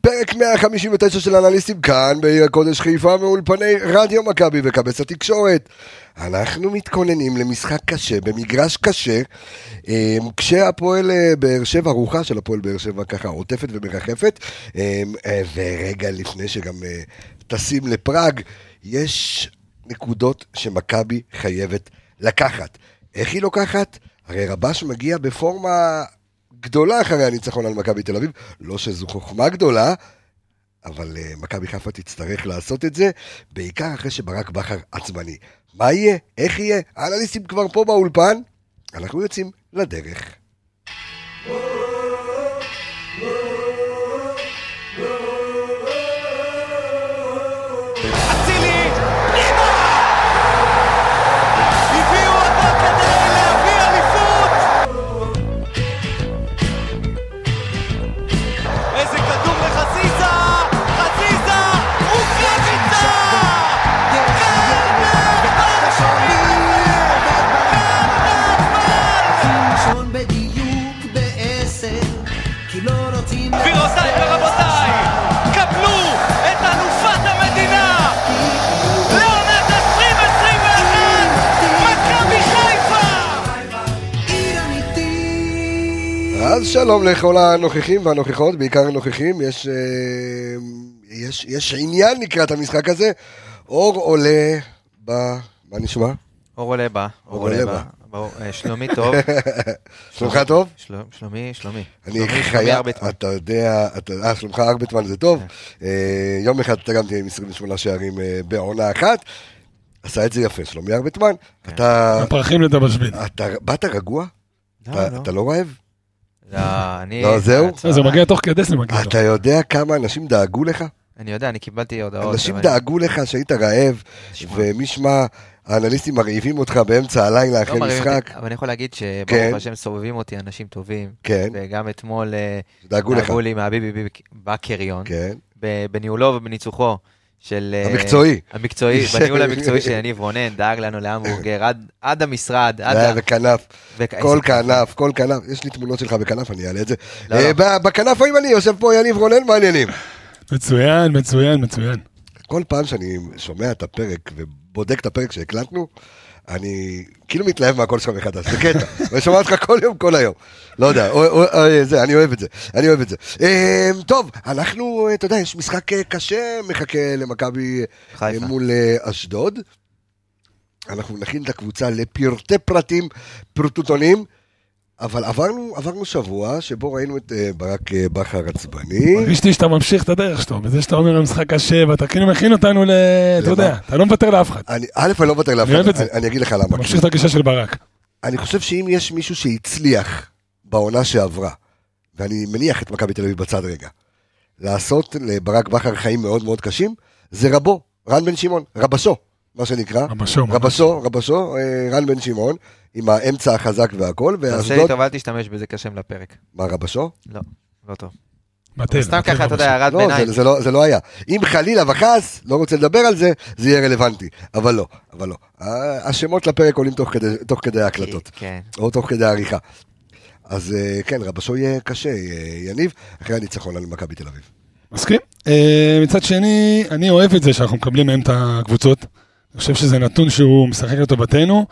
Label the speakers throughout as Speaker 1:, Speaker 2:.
Speaker 1: פרק 159 של אנליסטים כאן בעיר הקודש חיפה מאולפני רדיו מכבי וכבש התקשורת. אנחנו מתכוננים למשחק קשה במגרש קשה, אה, כשהפועל אה, באר שבע, רוחה של הפועל באר שבע ככה עוטפת ומרחפת, אה, אה, ורגע לפני שגם אה, טסים לפראג, יש נקודות שמכבי חייבת לקחת. איך היא לוקחת? הרי רבש מגיע בפורמה גדולה אחרי הניצחון על מכבי תל אביב, לא שזו חוכמה גדולה, אבל אה, מכבי חיפה תצטרך לעשות את זה, בעיקר אחרי שברק בכר עצבני. מה יהיה? איך יהיה? האנליסטים כבר פה באולפן, אנחנו יוצאים לדרך.
Speaker 2: אצילי, פנימה! הביאו אותו כדי להביא אליפות! איזה כדור לחזיזה! חזיזה! רוקאביצה!
Speaker 3: ראשון בדיוק בעשר, כי לא רוצים...
Speaker 2: גבירותיי ורבותיי, קבלו את אלופת המדינה! לעונת 2021! מכבי חיפה!
Speaker 1: אז שלום לכל הנוכחים והנוכחות, בעיקר הנוכחים, יש, אה, יש, יש עניין לקראת המשחק הזה. אור עולה ב... מה נשמע?
Speaker 4: אור עולה בא, אור עולה בא. ברור, אה, שלומי טוב.
Speaker 1: שלומך טוב?
Speaker 4: שלום- שלומי, שלומי.
Speaker 1: אני
Speaker 4: שלומי, שלומי
Speaker 1: חייב,
Speaker 4: ארבטמן.
Speaker 1: אתה יודע, אתה- אה, שלומך ארבטמן זה טוב.
Speaker 4: כן.
Speaker 1: אה, יום אחד אתה גם תהיה עם 28 שערים אה, בעונה אחת. עשה את זה יפה, שלומי ארבטמן.
Speaker 4: כן.
Speaker 1: אתה
Speaker 5: הפרחים לדבל שביל.
Speaker 1: אתה באת רגוע?
Speaker 4: לא,
Speaker 1: אתה-
Speaker 4: לא.
Speaker 1: אתה לא רעב?
Speaker 4: לא, אני...
Speaker 1: לא, זהו?
Speaker 4: הצהריים.
Speaker 5: זה מגיע תוך כדי זה
Speaker 4: לא,
Speaker 5: מגיע.
Speaker 1: אתה יודע כמה אנשים דאגו לך?
Speaker 4: אני יודע, אני קיבלתי הודעות.
Speaker 1: אנשים
Speaker 4: אבל-
Speaker 1: דאגו לך שהיית רעב,
Speaker 4: לא, שמע,
Speaker 1: ומי שמע, האנליסטים מרעיבים אותך באמצע הלילה
Speaker 4: לא
Speaker 1: אחרי
Speaker 4: מראים אותי,
Speaker 1: משחק.
Speaker 4: אבל אני יכול להגיד
Speaker 1: כן.
Speaker 4: שברוך השם סובבים אותי אנשים טובים.
Speaker 1: כן,
Speaker 4: וגם אתמול אה,
Speaker 1: דאגו לך.
Speaker 4: דאגו לי מהביבי בקריון,
Speaker 1: כן,
Speaker 4: ב- בניהולו ובניצוחו של... אה,
Speaker 1: המקצועי.
Speaker 4: המקצועי, בניהול המקצועי של יניב רונן, דאג לנו להמבורגר, עד- עד המשרד, עד... ה-
Speaker 1: זה וכנף,
Speaker 4: וכ-
Speaker 1: כל
Speaker 4: איזה-
Speaker 1: כנף, כל כנף. יש לי תמונות שלך בכנף, אני אעלה את זה.
Speaker 4: לא,
Speaker 1: אה,
Speaker 4: לא.
Speaker 1: ב- בכנף הימני יושב פה יניב רונן, מה העניינים?
Speaker 5: מצוין, מצוין, מצוין.
Speaker 1: כל פעם שאני שומע את הפרק ובודק את הפרק שהקלטנו, אני כאילו מתלהב מהקול שלך מחדש, זה קטע, ואני שומע אותך כל יום, כל היום. לא יודע, או, או, או, זה, אני אוהב את זה, אני אוהב את זה. אה, טוב, אנחנו, אה, אתה יודע, יש משחק אה, קשה מחכה למכבי אה,
Speaker 4: חיפה.
Speaker 1: מול אה, אשדוד. אנחנו נכין את הקבוצה לפרטי פרטים, פרוטוטונים, אבל עברנו, עברנו שבוע שבו ראינו את אה, ברק אה, בכר עצבני.
Speaker 5: מרגישתי שאתה ממשיך את הדרך שלו, בזה שאתה אומר למשחק קשה, ואתה כאילו מכין אותנו ל... אתה
Speaker 1: למה?
Speaker 5: יודע, אתה לא מוותר לאף אחד.
Speaker 1: אני, א', אני לא מוותר לאף
Speaker 5: אני אוהב את
Speaker 1: אחד,
Speaker 5: זה.
Speaker 1: אני, אני אגיד לך למה.
Speaker 5: אתה ממשיך את הגישה של ברק.
Speaker 1: אני חושב שאם יש מישהו שהצליח בעונה שעברה, ואני מניח את מכבי תל אביב בצד רגע, לעשות לברק בכר חיים מאוד מאוד קשים, זה רבו, רן בן שמעון, רבשו, מה שנקרא.
Speaker 5: רבשו.
Speaker 1: רבשו, רבשו, אה, רן בן שמעון, עם האמצע החזק והכל,
Speaker 4: תעשה לי
Speaker 1: ואשדוד...
Speaker 4: טובה, אל תשתמש בזה כשם לפרק.
Speaker 1: מה, רבשו?
Speaker 4: לא, לא טוב.
Speaker 5: בטל.
Speaker 4: סתם
Speaker 5: בטל
Speaker 4: ככה, אתה
Speaker 5: רבשו.
Speaker 4: יודע, הערת
Speaker 1: לא,
Speaker 4: ביניים.
Speaker 1: זה, זה, לא, זה לא היה. אם חלילה וחס, לא רוצה לדבר על זה, זה יהיה רלוונטי. אבל לא, אבל לא. ה- השמות לפרק עולים תוך כדי, תוך כדי ההקלטות.
Speaker 4: כן.
Speaker 1: או תוך כדי העריכה. אז אה, כן, רבשו יהיה קשה, אה, יניב, אחרי הניצחון על מכבי תל אביב.
Speaker 5: מסכים. אה, מצד שני, אני אוהב את זה שאנחנו מקבלים מהם את הקבוצות. אני חושב שזה נתון שהוא משחק לטובתנו.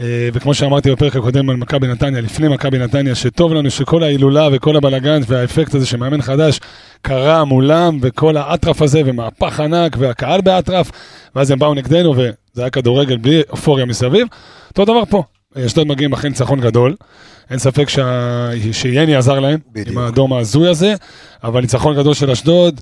Speaker 5: אה, וכמו שאמרתי בפרק הקודם על מכבי נתניה, לפני מכבי נתניה, שטוב לנו שכל ההילולה וכל הבלגן והאפקט הזה של מאמן חדש קרה מולם, וכל האטרף הזה, ומהפך ענק, והקהל באטרף, ואז הם באו נגדנו, וזה היה כדורגל בלי אופוריה מסביב. אותו דבר פה, אשדוד מגיעים אחרי ניצחון גדול. אין ספק שה... שיני עזר להם,
Speaker 1: בדיוק.
Speaker 5: עם האדום ההזוי הזה, אבל ניצחון גדול של אשדוד,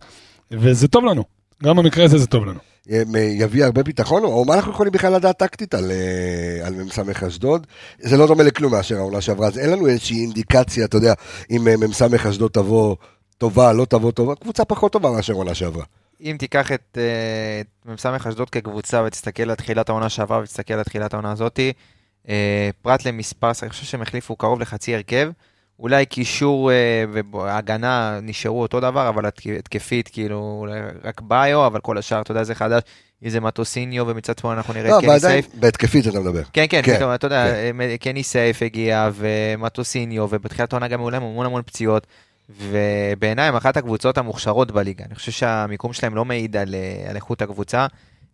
Speaker 5: וזה טוב לנו. גם במקרה הזה זה טוב לנו.
Speaker 1: הם, אה, יביא הרבה ביטחון, או מה אנחנו יכולים בכלל לדעת טקטית על, אה, על מ"ס אשדוד? זה לא דומה לכלום מאשר העונה שעברה, אז אין לנו איזושהי אינדיקציה, אתה יודע, אם אה, מ"ס אשדוד תבוא טובה, לא תבוא טובה, קבוצה פחות טובה מאשר העונה שעברה.
Speaker 4: אם תיקח את אה, את מ"ס אשדוד כקבוצה ותסתכל על תחילת העונה שעברה ותסתכל על תחילת העונה הזאתי, אה, פרט למספר, אני חושב שהם החליפו קרוב לחצי הרכב, אולי קישור אה, והגנה נשארו אותו דבר, אבל התק- התקפית כאילו אולי רק ביו, אבל כל השאר, אתה יודע, זה חדש, אם זה מטוסיניו ומצד שמאל אנחנו נראה
Speaker 1: לא,
Speaker 4: את
Speaker 1: אבל
Speaker 4: קני
Speaker 1: עדיין,
Speaker 4: כן, סייף.
Speaker 1: בהתקפית אתה מדבר.
Speaker 4: כן, כן,
Speaker 1: כן,
Speaker 4: פתאום, אתה יודע, קני סייף הגיע, ומטוסיניו, ובתחילת העונה גם היו להם המון המון פציעות, ובעיניי הם אחת הקבוצות המוכשרות בליגה. אני חושב שהמיקום שלהם לא מעיד על, אה, על איכות הקבוצה.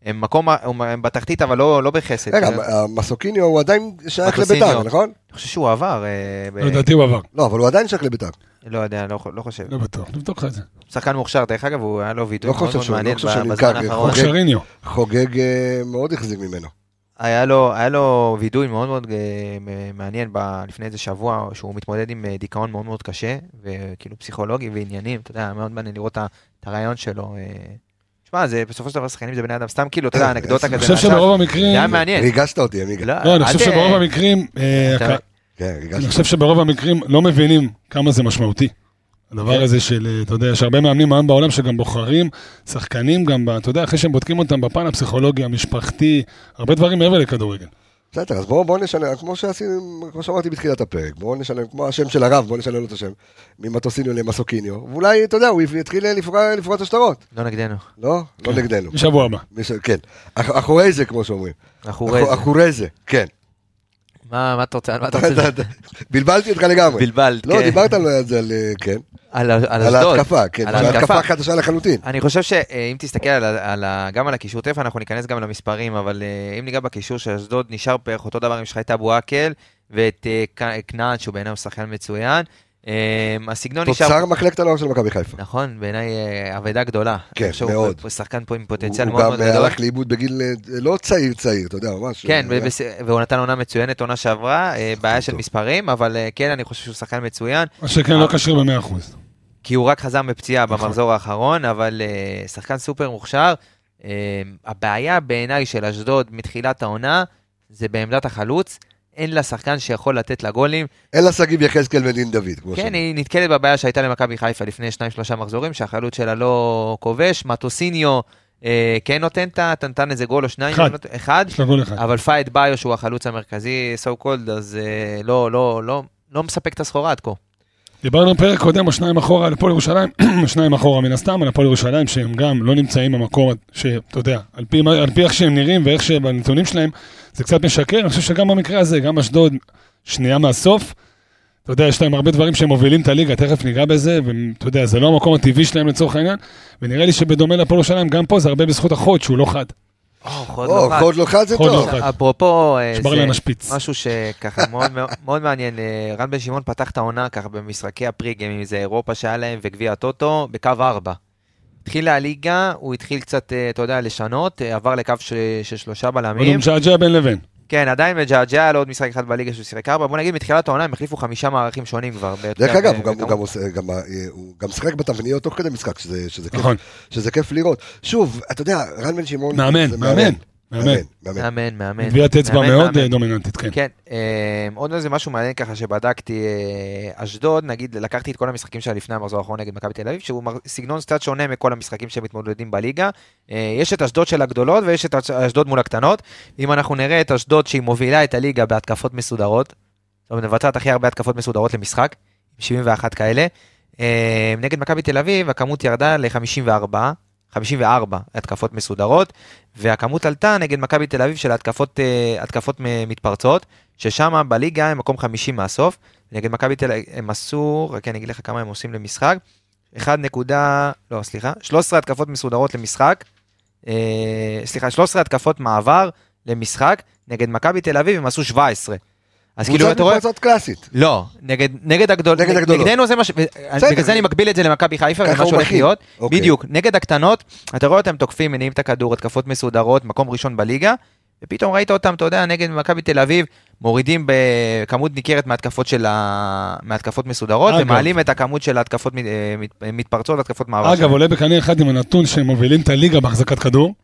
Speaker 4: הם מקום, אה, הם הם בתחתית, אבל לא, לא בחסד.
Speaker 1: רגע,
Speaker 4: אני
Speaker 1: מסוקיניו הוא עדיין שייך
Speaker 4: מטוסיניו.
Speaker 1: לביתר, נכון?
Speaker 4: חושב שהוא עבר, אה, ב...
Speaker 5: לדעתי הוא עבר,
Speaker 1: לא, אבל הוא עדיין שייך לביתר.
Speaker 4: לא יודע, לא, לא חושב.
Speaker 5: לא בטוח, נבדוק לך את זה.
Speaker 4: שחקן מוכשר, דרך אגב, הוא היה לו
Speaker 1: לא
Speaker 4: וידוי
Speaker 1: חושב
Speaker 4: מאוד מאוד
Speaker 1: שהוא- לא
Speaker 4: מעניין
Speaker 1: חושב
Speaker 4: ב-
Speaker 1: שהוא
Speaker 4: בזמן
Speaker 1: נמכר,
Speaker 4: האחרון.
Speaker 1: אוקיי.
Speaker 5: מוכשריניו.
Speaker 1: חוגג אה, מאוד החזיק ממנו.
Speaker 4: היה לו, היה לו וידוי מאוד מאוד אה, מ- מעניין ב, לפני איזה שבוע, שהוא מתמודד עם אה, דיכאון מאוד מאוד קשה, וכאילו פסיכולוגי ועניינים, אתה יודע, מאוד מעניין לראות את ה- את הרעיון שלו. אה. תשמע, זה בסופו של דבר שחקנים זה בני אדם, סתם כאילו, אתה יודע, אנקדוטה
Speaker 1: אני
Speaker 5: אני
Speaker 4: כזה.
Speaker 5: חושב
Speaker 4: מהצד.
Speaker 5: שברוב
Speaker 4: זה היה
Speaker 5: המקרים...
Speaker 4: מעניין.
Speaker 1: ריגשת אותי, עמיגה.
Speaker 5: לא, אני חושב
Speaker 4: אל ת-
Speaker 5: שברוב המקרים... אה,
Speaker 4: אתה-
Speaker 5: הק-
Speaker 1: כן,
Speaker 5: אני
Speaker 1: ריגשת.
Speaker 5: חושב שברוב המקרים לא מבינים כמה זה משמעותי.
Speaker 4: כן.
Speaker 5: הדבר הזה של, אה, אתה יודע, יש הרבה מאמנים היום בעולם שגם בוחרים שחקנים גם, ב- אתה יודע, אחרי שהם בודקים אותם בפן הפסיכולוגי, המשפחתי, הרבה דברים מעבר לכדורגל.
Speaker 1: בסדר, אז בואו בואו נשנה, כמו שעשינו, כמו שאמרתי בתחילת הפרק, בואו נשנה, כמו השם של הרב, בואו נשנה לו את השם, ממטוסיניו למסוקיניו, ואולי, אתה יודע, הוא יתחיל לפרוע- לפרוץ השטרות,
Speaker 4: לא נגדנו,
Speaker 1: לא? לא
Speaker 4: כן.
Speaker 1: נגדנו.
Speaker 5: בשבוע הבא.
Speaker 1: מי ש- כן, אח- אחורי זה, כמו שאומרים.
Speaker 4: אחורי
Speaker 1: אחו-
Speaker 4: זה.
Speaker 1: אחורי זה, כן.
Speaker 4: מה מה אתה רוצה? על מה אתה
Speaker 1: אתה-
Speaker 4: רוצה?
Speaker 1: אתה- בלבלתי אותך לגמרי.
Speaker 4: בלבלת,
Speaker 1: לא,
Speaker 4: כן.
Speaker 1: דיברת על זה, על, אה, כן.
Speaker 4: על ה- על
Speaker 1: על
Speaker 4: אשדוד.
Speaker 1: ההתקפה, כן.
Speaker 4: על
Speaker 1: על ההתקפה
Speaker 4: ההתקפה.
Speaker 1: החדשה לחלוטין.
Speaker 4: אני חושב שאם תסתכל על, ה- על, ה- גם על הקישור, תכף אנחנו ניכנס גם למספרים, אבל אה, אם ניגע בקישור של אשדוד, נשאר בערך אותו דבר עם שחייט אבו עקל ואת אה, כ- כנען, שהוא בעיניי הוא שחקן מצוין. אה, הסגנון נשאר...
Speaker 1: תוצר מחלקת הנוער של מכבי חיפה.
Speaker 4: נכון, בעיניי אה, אבדה גדולה.
Speaker 1: כן,
Speaker 4: אני חושב שהוא
Speaker 1: מאוד.
Speaker 4: פה שחקן פה עם פוטנציאל
Speaker 1: הוא
Speaker 4: מאוד
Speaker 1: גם
Speaker 4: מאוד
Speaker 1: אה,
Speaker 4: גדול.
Speaker 1: הלך לאיבוד בגיל אה, לא צעיר צעיר, אתה יודע, ממש.
Speaker 4: כן,
Speaker 1: אה,
Speaker 4: ובס... והוא נתן עונה מצוינת עונה שעברה, אה, בעיה של
Speaker 1: טוב.
Speaker 4: מספרים, אבל אה, כן, אני חושב שהוא שחקן מצוין.
Speaker 5: מה שכן,
Speaker 4: אה.
Speaker 5: לא כשיר במאה אחוז.
Speaker 4: כי הוא רק חזר מפציעה במחזור האחרון, אבל אה, שחקן סופר מוכשר. אה, הבעיה בעיניי של אשדוד מתחילת העונה, זה בעמדת החלוץ. אין לה שחקן שיכול לתת לה גולים.
Speaker 1: אין לה שגיב יחזקאל ודין דוד, כמו
Speaker 4: כן,
Speaker 1: שאומרים.
Speaker 4: היא נתקלת בבעיה שהייתה למכבי חיפה לפני שניים-שלושה מחזורים, שהחלוץ שלה לא כובש. מטוסיניו אה, כן נותן את ה... נתן איזה גול או שניים. לא-
Speaker 5: אחד.
Speaker 4: אחד.
Speaker 5: יש לו גול אחד.
Speaker 4: אבל פייד ביו, שהוא החלוץ המרכזי, סו קולד, אז אה, לא, לא, לא, לא מספק את הסחורה עד כה.
Speaker 5: דיברנו פרק קודם או שניים אחורה על הפועל ירושלים, שניים אחורה מן הסתם, על הפועל ירושלים שהם גם לא נמצאים במקום שאתה יודע, על פי, מה- על פי איך שהם נראים ואיך שבנתונים שלהם, זה קצת משקר, אני חושב שגם במקרה הזה, גם אשדוד שנייה מהסוף, אתה יודע, יש להם הרבה דברים שהם מובילים את הליגה, תכף ניגע בזה, ואתה יודע, זה לא המקום הטבעי שלהם לצורך העניין, ונראה לי שבדומה להפועל ירושלים, גם פה זה הרבה בזכות החוד שהוא לא חד.
Speaker 1: או, חוד לא חד זה
Speaker 5: חוד
Speaker 1: טוב.
Speaker 5: לא חד.
Speaker 4: אפרופו, אה,
Speaker 5: שבר
Speaker 4: זה
Speaker 5: להם השפיץ.
Speaker 4: משהו שככה מאוד מאוד- מאוד מעניין, אה, רן בן שמעון פתח את העונה ככה במשחקי הפריגם, אם זה אירופה שהיה להם וגביע הטוטו, בקו 4. התחילה הליגה, הוא התחיל קצת, אה, אתה יודע, לשנות, אה, עבר לקו ש- של שלושה
Speaker 5: אבל הוא
Speaker 4: בלמים.
Speaker 5: משעג'ע בין לבין.
Speaker 4: כן, עדיין מג'עג'ע, היה לו עוד משחק אחד בליגה שהוא שיחק 4. בוא נגיד, מתחילת העונה הם החליפו חמישה מערכים שונים כבר.
Speaker 1: דרך
Speaker 4: ב-
Speaker 1: אגב,
Speaker 4: ב-
Speaker 1: הוא גם- הוא
Speaker 4: בכמות.
Speaker 1: גם עושה- גם, אה, הוא גם משחק בתבניות תוך כדי משחק, שזה- שזה כיף-
Speaker 5: נכון.
Speaker 1: שזה כיף לראות. שוב, אתה יודע, רן בן שמעון...
Speaker 5: מאמן,
Speaker 1: זה
Speaker 5: מאמן, מאמן.
Speaker 1: מאמן.
Speaker 4: מאמן, מאמן.
Speaker 5: טביעת אצבע
Speaker 4: מאמן,
Speaker 5: מאוד
Speaker 4: מאמן.
Speaker 5: אה, דומיננטית, כן.
Speaker 4: כן, אה, עוד איזה משהו מעניין ככה שבדקתי, אה, אשדוד, נגיד, לקחתי את כל המשחקים שלה לפני המחזור האחרון נגד מכבי תל אביב, שהוא מר- סגנון קצת שונה מכל המשחקים שמתמודדים בליגה. אה, יש את אשדוד של הגדולות ויש את אש- אשדוד מול הקטנות. אם אנחנו נראה את אשדוד שהיא מובילה את הליגה בהתקפות מסודרות, זאת אומרת, מבצעת הכי הרבה התקפות מסודרות למשחק, 71 כאלה. אה, נגד מכבי תל אביב הכמות ירדה ל-54, 54 התקפות מסודרות, והכמות עלתה נגד מכבי תל אביב של התקפות, אה, התקפות מ- מתפרצות, ששם בליגה הם מקום 50 מהסוף, נגד מכבי תל אביב הם עשו, רק אני אגיד לך כמה הם עושים למשחק, 1 נקודה, לא סליחה, 13 התקפות מסודרות למשחק, אה, סליחה, 13 התקפות מעבר למשחק, נגד מכבי תל אביב הם עשו 17. אז כאילו
Speaker 1: קבוצת
Speaker 4: אתה רואה...
Speaker 1: מתפרצות קלאסית.
Speaker 4: לא, נגד, נגד הגדולות.
Speaker 1: נגד הגדולות.
Speaker 4: נגדנו זה מה ש...
Speaker 1: בסדר.
Speaker 4: בגלל זה אני מגביל את זה למכבי חיפה
Speaker 1: ככה
Speaker 4: ומה
Speaker 1: הוא
Speaker 4: שהולך
Speaker 1: מכין.
Speaker 4: להיות.
Speaker 1: אוקיי.
Speaker 4: בדיוק, נגד הקטנות, אתה רואה אותם תוקפים, מניעים את הכדור, התקפות מסודרות, מקום ראשון בליגה, ופתאום ראית אותם, אתה יודע, נגד מכבי תל אביב, מורידים בכמות ניכרת מהתקפות, של ה... מהתקפות מסודרות,
Speaker 5: אגב.
Speaker 4: ומעלים את הכמות של ההתקפות מת- אה, מת- אה, מתפרצות, התקפות מעבר.
Speaker 5: אגב,
Speaker 4: שלהם.
Speaker 5: עולה בקנה אחד עם הנתון שהם מובילים את הליגה בהחזקת כדור,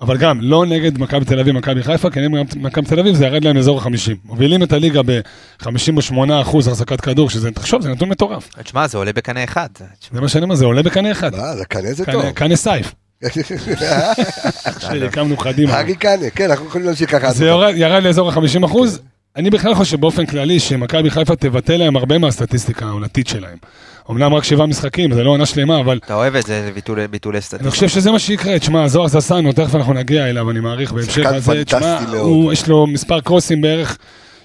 Speaker 5: אבל גם לא נגד מכבי תל אביב, מכבי חיפה, כי נגד מכבי תל אביב זה ירד להם לאזור ה-50. מובילים את הליגה ב-58% החזקת כדור, שזה, תחשוב, זה נתון מטורף.
Speaker 4: תשמע, זה עולה בקנה אחד. תשמע,
Speaker 5: זה מה שאני אומר, זה עולה בקנה אחד.
Speaker 1: מה, זה קנה זה
Speaker 5: קנה-
Speaker 1: טוב.
Speaker 5: קנה סייף. אח שלי, הקמנו חדימה.
Speaker 1: הארי קנה, כן, אנחנו יכולים להמשיך ככה.
Speaker 5: זה יורד- ירד לאזור ה-50%. אני בכלל חושב באופן כללי שמכבי חיפה תבטל להם הרבה מהסטטיסטיקה העונתית שלהם. אמנם רק שבעה משחקים, זה לא עונה שלמה, אבל
Speaker 4: אתה אוהב את זה, ביטול- ביטולי
Speaker 5: אני
Speaker 4: סטטיסטיקה.
Speaker 5: חושב שזה מה שיקרה, תשמע, זוהר זסנו, תכף אנחנו נגיע אליו, אני מעריך בהמשך
Speaker 1: שחקן
Speaker 5: הזה, תשמע,
Speaker 1: פנטסטי מאוד.
Speaker 5: הוא- יש לו מספר קרוסים בערך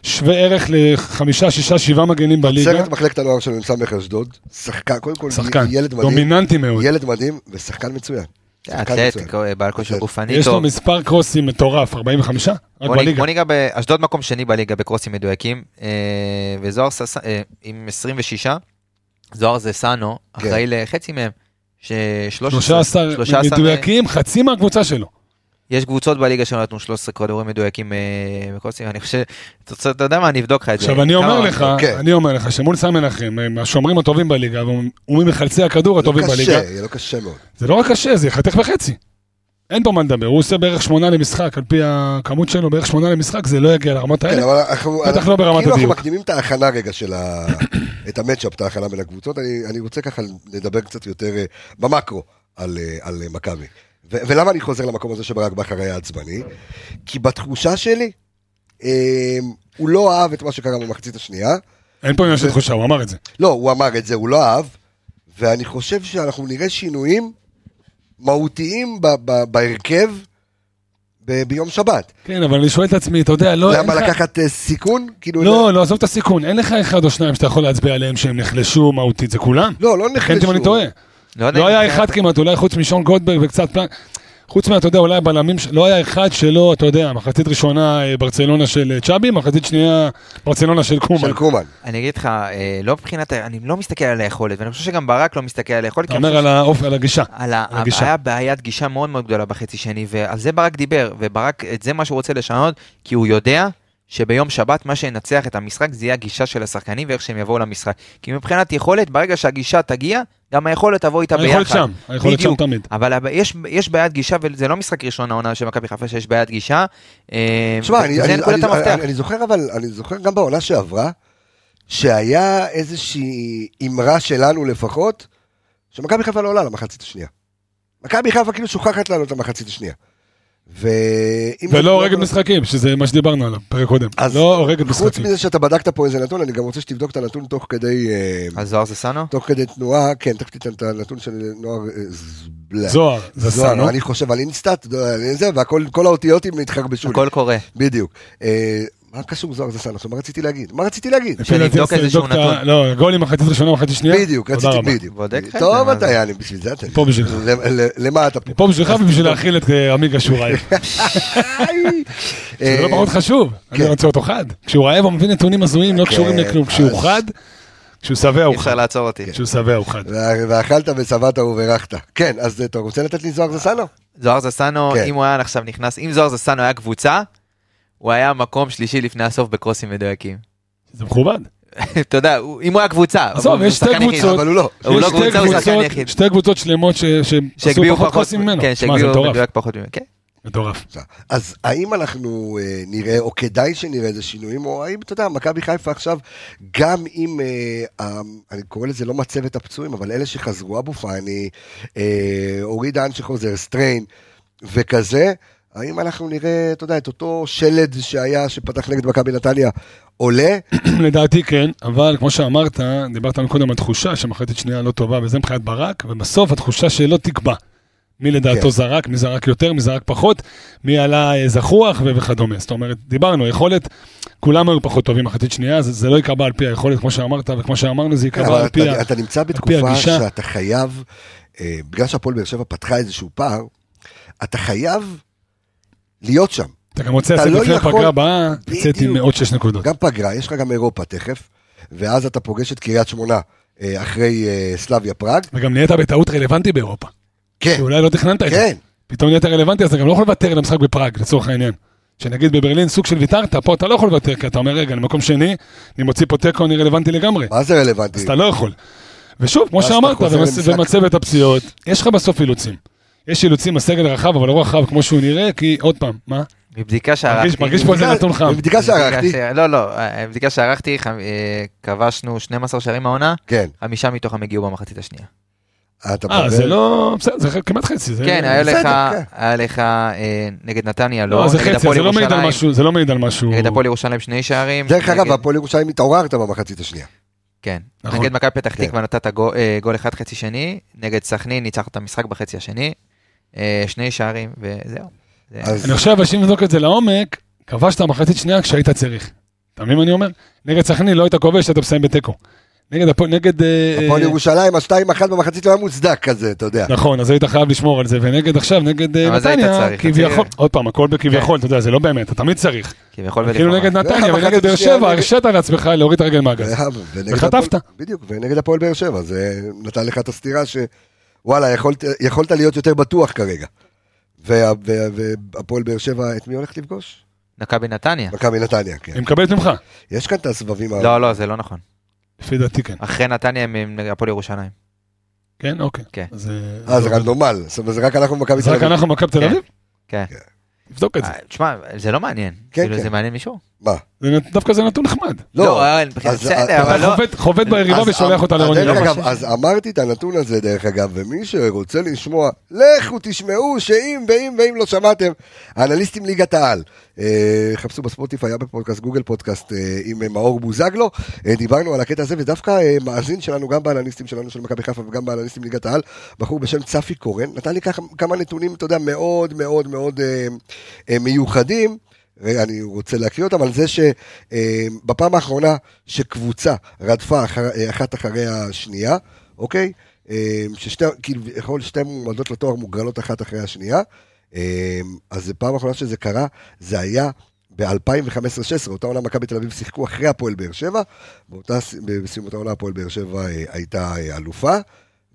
Speaker 5: שווה ערך לחמישה, שישה, שבעה מגנים בליגה.
Speaker 1: סרט מחלקת הנוער של מ"ס אשדוד, שחקן, קודם כל
Speaker 5: שחקן,
Speaker 1: ילד מדהים,
Speaker 5: דומיננטי מאוד.
Speaker 1: ילד מדהים ושחקן מצוין. שחקן
Speaker 4: אתלט, אה,
Speaker 1: מצוין.
Speaker 4: בעל כושר
Speaker 1: אתלט.
Speaker 4: גופני
Speaker 5: יש לו
Speaker 4: טוב.
Speaker 5: מספר קרוסים מטורף, 45? רק
Speaker 4: בוא ניג-
Speaker 5: אה, בליגה.
Speaker 4: בוא ניגע באשדוד מקום שני בליגה בקרוסים מדויקים, אה, וזוהר סס- אה, עם 26, זוהר זה סאנו,
Speaker 5: כן.
Speaker 4: אחראי לחצי מהם, ש- 13
Speaker 5: 13
Speaker 4: 13,
Speaker 5: מדויקים, חצי מהקבוצה
Speaker 4: כן.
Speaker 5: שלו.
Speaker 4: יש קבוצות בליגה שלא נתנו 13 כדורים מדויקים אה, בקרוסים, אני חושב, אתה רוצה- אתה יודע מה, אני אבדוק לך את זה.
Speaker 5: עכשיו אני אומר
Speaker 4: כמה-
Speaker 5: לך,
Speaker 1: אוקיי.
Speaker 5: אני אומר לך שמול סן מנחם, הם השומרים הטובים בליגה, והוא מחלצי הכדור
Speaker 1: לא
Speaker 5: הטובים בליגה.
Speaker 1: קשה, יהיה לו קשה מאוד.
Speaker 5: זה לא רק קשה, זה יחתך בחצי. אין פה מה לדבר, הוא עושה בערך שמונה למשחק, על פי הכמות שלו, בערך שמונה למשחק, זה לא יגיע לרמת
Speaker 1: כן,
Speaker 5: האלה.
Speaker 1: אבל אנחנו,
Speaker 5: בטח
Speaker 1: אנחנו-
Speaker 5: לא ברמת
Speaker 1: כאילו אנחנו
Speaker 5: הדיוק.
Speaker 1: מקדימים את ההכנה רגע של ה... את המצ'אפ, את ההכנה בין הקבוצות, אני, אני רוצה ככה לדבר קצת יותר אה, במקרו על, אה, על אה, מכבי. ו- ולמה אני חוזר למקום הזה שברק בכר היה עצבני? כי בתחושה שלי, אה, הוא לא אהב את מה שקרה במחצית השנייה,
Speaker 5: אין פה עניין של תחושה, הוא אמר את זה.
Speaker 1: לא, הוא אמר את זה, הוא לא אהב, ואני חושב שאנחנו נראה שינויים מהותיים ב- ב- בהרכב ב- ביום שבת.
Speaker 5: כן, אבל אני שואל את עצמי, אתה יודע, לא...
Speaker 1: למה
Speaker 5: אין לך-
Speaker 1: לקחת אה, סיכון? כאילו...
Speaker 5: לא, לא, עזוב את הסיכון, אין לך אחד או שניים שאתה יכול להצביע עליהם שהם נחלשו מהותית, זה כולם?
Speaker 1: לא, לא
Speaker 5: כן,
Speaker 1: נחלשו.
Speaker 5: אם אני טועה.
Speaker 4: יודע
Speaker 5: לא
Speaker 4: אם
Speaker 5: היה
Speaker 4: מבחינת-
Speaker 5: אחד כמעט, אולי חוץ משון גולדברג וקצת פלנק. חוץ מה, אתה יודע, אולי הבלמים, ש- לא היה אחד שלא, אתה יודע, מחצית ראשונה אה, ברצלונה של אה, צ'אבי, מחצית שנייה ברצלונה של קומן.
Speaker 1: של קומן.
Speaker 4: אני אגיד לך, אה, לא מבחינת, ה- אני לא מסתכל על היכולת, ואני חושב שגם ברק לא מסתכל על היכולת.
Speaker 5: אתה
Speaker 4: כי אני
Speaker 1: כן.
Speaker 5: אומר
Speaker 4: חושב
Speaker 5: על האופ- על הגישה.
Speaker 4: על ה...
Speaker 5: על הגישה.
Speaker 4: היה בעיית גישה מאוד מאוד גדולה בחצי שני, ועל זה ברק דיבר, וברק, את זה מה שהוא רוצה לשנות, כי הוא יודע שביום שבת מה שינצח את המשחק זה יהיה הגישה של השחקנים ואיך שהם יבואו למשחק. כי מבחינת יכולת, ברגע שהגישה תגיע, גם היכולת תבוא איתה ביחד.
Speaker 5: היכולת שם, היכולת שם
Speaker 4: בדיוק.
Speaker 5: תמיד.
Speaker 4: אבל הב- יש, יש בעיית גישה, וזה לא משחק ראשון העונה של מכבי חיפה שיש בעיית גישה. אה,
Speaker 1: תשמע, אני,
Speaker 4: זה
Speaker 1: אני,
Speaker 4: נקודת
Speaker 1: אני,
Speaker 4: המפתח.
Speaker 1: אני, אני זוכר אבל, אני זוכר גם בעונה שעברה, שהיה איזושהי אמרה שלנו לפחות, שמכבי חיפה לא עולה למחצית השנייה. מכבי חיפה כאילו שוכחת לעלות למחצית השנייה. ואם
Speaker 5: ולא הורגת משחקים, שזה מה שדיברנו עליו, פרק קודם.
Speaker 1: לא, אז
Speaker 5: לא הורגת
Speaker 1: חוץ
Speaker 5: משחקים.
Speaker 1: מזה שאתה בדקת פה איזה נתון, אני גם רוצה שתבדוק את הנתון תוך כדי... אה,
Speaker 4: אז זוהר זה סאנו?
Speaker 1: תוך כדי תנועה, כן, תכף תיתן את הנתון של נוער אה, זבלה.
Speaker 5: זוהר, זה סאנו.
Speaker 1: זוהר, אני חושב על אינסטאט, אתה יודע, זה, והכל, כל האותיות הם התחרבשו לי.
Speaker 4: הכל קורה.
Speaker 1: בדיוק. אה, מה קשור זוהר זסן עכשיו? מה רציתי להגיד? מה רציתי להגיד?
Speaker 5: לפי דעתי,
Speaker 4: שנבדוק
Speaker 5: אז
Speaker 4: איזשהו
Speaker 5: תבדוק את ה-
Speaker 4: נתון.
Speaker 5: לא, גולים מחצית ראשונה, מחצית שנייה.
Speaker 1: בדיוק,
Speaker 5: תודה
Speaker 1: רציתי
Speaker 5: רבה.
Speaker 1: בדיוק.
Speaker 4: בודק לך את
Speaker 1: טוב
Speaker 4: זה,
Speaker 1: אתה
Speaker 4: מה זה?
Speaker 1: יעני, בשביל זה אתה.
Speaker 5: פה בשבילך.
Speaker 1: ל- ל- למה אתה פה?
Speaker 5: פה בשבילך ובשביל להאכיל את אה, עמיגה שהוא רעב. זה לא
Speaker 1: אה,
Speaker 5: פחות חשוב, אני
Speaker 1: כן.
Speaker 5: רוצה אותו חד. כשהוא רעב הוא מביא נתונים הזויים, לא
Speaker 1: כן,
Speaker 5: קשורים לכלום. כשהוא
Speaker 1: אז-
Speaker 5: חד, כשהוא שבע
Speaker 4: אי
Speaker 5: הוא
Speaker 4: אפשר
Speaker 5: חד.
Speaker 4: לעצור אותי.
Speaker 5: כשהוא שבע הוא חד.
Speaker 1: וה- ואכלת ושבעת וברכת. כן, אז אתה רוצה לתת לי זוהר זסנו?
Speaker 4: זוהר זסנו,
Speaker 1: כן.
Speaker 4: אם הוא היה עכשיו נכנס, אם זוהר זסנו היה קבוצה, הוא היה מקום שלישי לפני הסוף בקרוסים מדויקים.
Speaker 5: זה מכובד.
Speaker 4: אתה יודע, הוא- אם הוא היה קבוצה.
Speaker 5: עזוב,
Speaker 4: אבל הוא
Speaker 5: יש שתי
Speaker 4: שחקן יחיד.
Speaker 5: קבוצות.
Speaker 1: אבל הוא לא.
Speaker 4: הוא לא
Speaker 5: יש שתי
Speaker 4: קבוצה, הוא שחקן
Speaker 5: קבוצות-
Speaker 4: יחיד.
Speaker 5: שתי קבוצות שלמות ש- שהם עשו
Speaker 4: שהגביהו
Speaker 5: פחות
Speaker 4: פחות,
Speaker 5: כוסים ממנו.
Speaker 4: כן,
Speaker 5: שמע, זה
Speaker 4: שהגביהו
Speaker 5: מטורף.
Speaker 4: מדויק פחות ממנו. כן.
Speaker 5: מטורף.
Speaker 1: אז האם אנחנו אה, נראה, או כדאי שנראה איזה שינויים, או האם, אתה יודע, מכבי חיפה עכשיו, גם אם, אה, ה- אני קורא לזה לא מצבת הפצועים, אבל אלה שחזרו, אבו פאני, אה, אורי דהן שחוזר, סטריין וכזה, האם אנחנו נראה, אתה יודע, את אותו שלד שהיה, שפתח נגד מכבי נתניה, עולה?
Speaker 5: לדעתי כן, אבל כמו שאמרת, דיברת קודם על תחושה שמחלטת שנייה לא טובה, וזה מבחינת ברק, ובסוף התחושה שלא תקבע. מי
Speaker 1: כן.
Speaker 5: לדעתו זרק, מי זרק יותר, מי זרק פחות, מי עלה אה, זחוח ו- וכדומה. זאת אומרת, דיברנו, יכולת, כולם היו פחות טובים מחצית שנייה, זה, זה לא ייקבע על פי היכולת, כמו שאמרת, וכמו שאמרנו, זה ייקבע
Speaker 1: אבל
Speaker 5: כן, על פי ה...
Speaker 1: אתה, אתה נמצא בתקופה
Speaker 5: הגישה.
Speaker 1: שאתה חייב, אה, בגלל שהפועל באר שבע פתחה איזשהו פער, אתה חייב להיות שם.
Speaker 5: אתה גם רוצה
Speaker 1: אתה
Speaker 5: לצאת
Speaker 1: לא
Speaker 5: לפני
Speaker 1: יכול-
Speaker 5: הפגרה הבאה, תצאת עם
Speaker 1: בדיוק.
Speaker 5: עוד 6 נקודות.
Speaker 1: גם פגרה, יש לך גם אירופה תכף, ואז אתה פוגש את קריית שמונה אה, אחרי אה, סלאביה פראג.
Speaker 5: וגם נהיית בטעות רלוונטי באירופה,
Speaker 1: כן,
Speaker 5: כי אולי לא תכננת את זה.
Speaker 1: כן,
Speaker 5: פתאום נהיית רלוונטי, אז אתה גם לא יכול לוותר למשחק בפראג, לצורך העניין. שנגיד בברלין סוג של ויתרת, פה אתה לא יכול לוותר, כי אתה אומר, רגע, אני מקום שני, אני מוציא פה תיקו, אני רלוונטי לגמרי.
Speaker 1: מה זה רלוונטי?
Speaker 5: אז אתה לא יכול. ושוב, כמו
Speaker 1: אוקיי. ואז אתה
Speaker 5: שאמרת,
Speaker 1: חוזר
Speaker 5: במס-
Speaker 1: למשחק.
Speaker 5: במצבת הפציעות, יש לך בסוף אילוצים. יש אילוצים בסגל רחב, אבל לא רחב כמו שהוא נראה, כי עוד פעם, מה?
Speaker 4: מבדיקה
Speaker 5: מרגיש
Speaker 4: שערכתי.
Speaker 5: מרגיש פה איזה נתון חם.
Speaker 1: בבדיקה שערכתי,
Speaker 4: מבדיקה ש- לא, לא, אה, מבדיקה שערכתי, ח- אה, כבשנו 12 שערים העונה,
Speaker 1: כן.
Speaker 4: חמישה מתוכם הגיעו במחצית השנייה.
Speaker 1: אתה
Speaker 5: אה,
Speaker 1: מדבר-
Speaker 5: זה לא... בסדר, זה כמעט חצי. זה-
Speaker 4: כן, היה
Speaker 1: בסדר,
Speaker 4: לך,
Speaker 1: כן.
Speaker 4: היה לך אה, נגד נתניה,
Speaker 5: לא,
Speaker 4: לא,
Speaker 5: זה
Speaker 4: נגד
Speaker 5: חצי,
Speaker 4: הפועל
Speaker 5: זה לא מעיד על
Speaker 4: ירושלים,
Speaker 5: משהו, זה לא מעיד על משהו...
Speaker 4: נגד הפועל ירושלים שני שערים.
Speaker 1: דרך אגב,
Speaker 4: נגד-
Speaker 1: הפועל ירושלים התעוררת במחצית השנייה.
Speaker 4: כן.
Speaker 5: נכון.
Speaker 4: נגד מכבי פתח
Speaker 1: כן.
Speaker 4: תקווה נתת גו- אה, גול אחד חצי שני, נגד סכנין ניצחת את המשחק בחצי השני, אה, שני שערים וזהו. זה-
Speaker 1: אז
Speaker 5: אני חושב שאם נבדוק את זה לעומק, כבשת מחצית שנייה כשהיית צריך. אתה מבין מה אני אומר? נגד סכנין לא היית כובש, היית מסיים בתיקו. נגד... הפועל- נגד אה,
Speaker 1: הפועל
Speaker 5: אה,
Speaker 1: ירושלים, השתיים אחת במחצית לא היה מוצדק כזה, אתה יודע.
Speaker 5: נכון, אז היית חייב לשמור על זה, ונגד עכשיו, נגד אה,
Speaker 4: אבל זה היית
Speaker 5: נתניה,
Speaker 4: צריך,
Speaker 5: כביכול,
Speaker 4: אתה-
Speaker 5: עוד פעם, הכל בכביכול, אתה יודע, זה לא באמת, אתה תמיד צריך.
Speaker 4: כביכול
Speaker 5: כאילו
Speaker 4: ולפעמים.
Speaker 5: נגד נתניה
Speaker 1: ואחר כך
Speaker 5: ונגד באר
Speaker 1: שנייה,
Speaker 5: שבע,
Speaker 1: נגד- אה,
Speaker 5: הרשית לעצמך להוריד את הרגל מהגז.
Speaker 1: ונגד
Speaker 5: כן. וחטפת.
Speaker 1: הפועל- בדיוק, ונגד הפועל באר שבע, זה נתן לך את הסתירה ש... וואלה, יכולת, יכולת להיות יותר בטוח כרגע. וה- וה- והפועל באר שבע, את מי הולכת לפגוש?
Speaker 4: מכבי נתניה.
Speaker 1: מכבי נתניה, כן.
Speaker 5: היא מקבלת ממך.
Speaker 1: יש כאן את הסבבים ה...
Speaker 4: לא, לא, זה לא נכון.
Speaker 5: לפי דעתי כן.
Speaker 4: אחרי נתניה הם עם הפועל ירושלים.
Speaker 5: כן, אוקיי.
Speaker 4: כן.
Speaker 5: אז אה,
Speaker 1: אה, זה רנדומל, זאת אומרת, זה רק אנחנו במכבי
Speaker 5: אז
Speaker 1: תל
Speaker 5: רק
Speaker 1: אביב.
Speaker 5: אנחנו מכבי תל
Speaker 4: כן.
Speaker 5: אביב?
Speaker 4: כן.
Speaker 5: תבדוק את זה.
Speaker 4: אה, תשמע, זה לא מעניין.
Speaker 1: כן,
Speaker 4: כאילו
Speaker 1: כן.
Speaker 4: זה מעניין מישהו?
Speaker 1: מה?
Speaker 5: זה נת- דווקא זה נתון נחמד.
Speaker 4: לא, אין,
Speaker 1: אז- אה,
Speaker 4: בסדר,
Speaker 1: אז-
Speaker 4: אבל לא...
Speaker 5: חובט- חובט ביריבה
Speaker 1: אז-
Speaker 5: ושולח אותה
Speaker 1: אז
Speaker 5: לרוני
Speaker 1: דרך
Speaker 5: לוי.
Speaker 1: אגב, אז אמרתי את הנתון הזה, דרך אגב, ומי שרוצה לשמוע, לכו תשמעו שאם ואם ואם לא שמעתם, אנליסטים ליגת העל. אה, חפשו בספוטיפיי, היה בפודקאסט, גוגל פודקאסט אה, עם מאור בוזגלו. אה, דיברנו על הקטע הזה, ודווקא אה, מאזין שלנו, גם באנליסטים שלנו של מכבי חיפה וגם באנליסטים ליגת העל, בחור בשם צפי קורן, נתן לי ככה כמה נתונים, אתה יודע, מאוד מאוד מאוד אה, אה, מיוחדים. רגע, אני רוצה להקריא אותם על זה שבפעם האחרונה שקבוצה רדפה אחר, אה, אחת אחרי השנייה, אוקיי? אה, ששתי, כאילו, יכול שתי מועמדות לתואר מוגרלות אחת אחרי השנייה. אה, אז זו פעם האחרונה שזה קרה, זה היה ב-2015-2016, אותה עונה מכבי תל אביב שיחקו אחרי הפועל באר שבע, באותה, ס- בסיום אותה עונה הפועל באר שבע אה, הייתה אה, אלופה.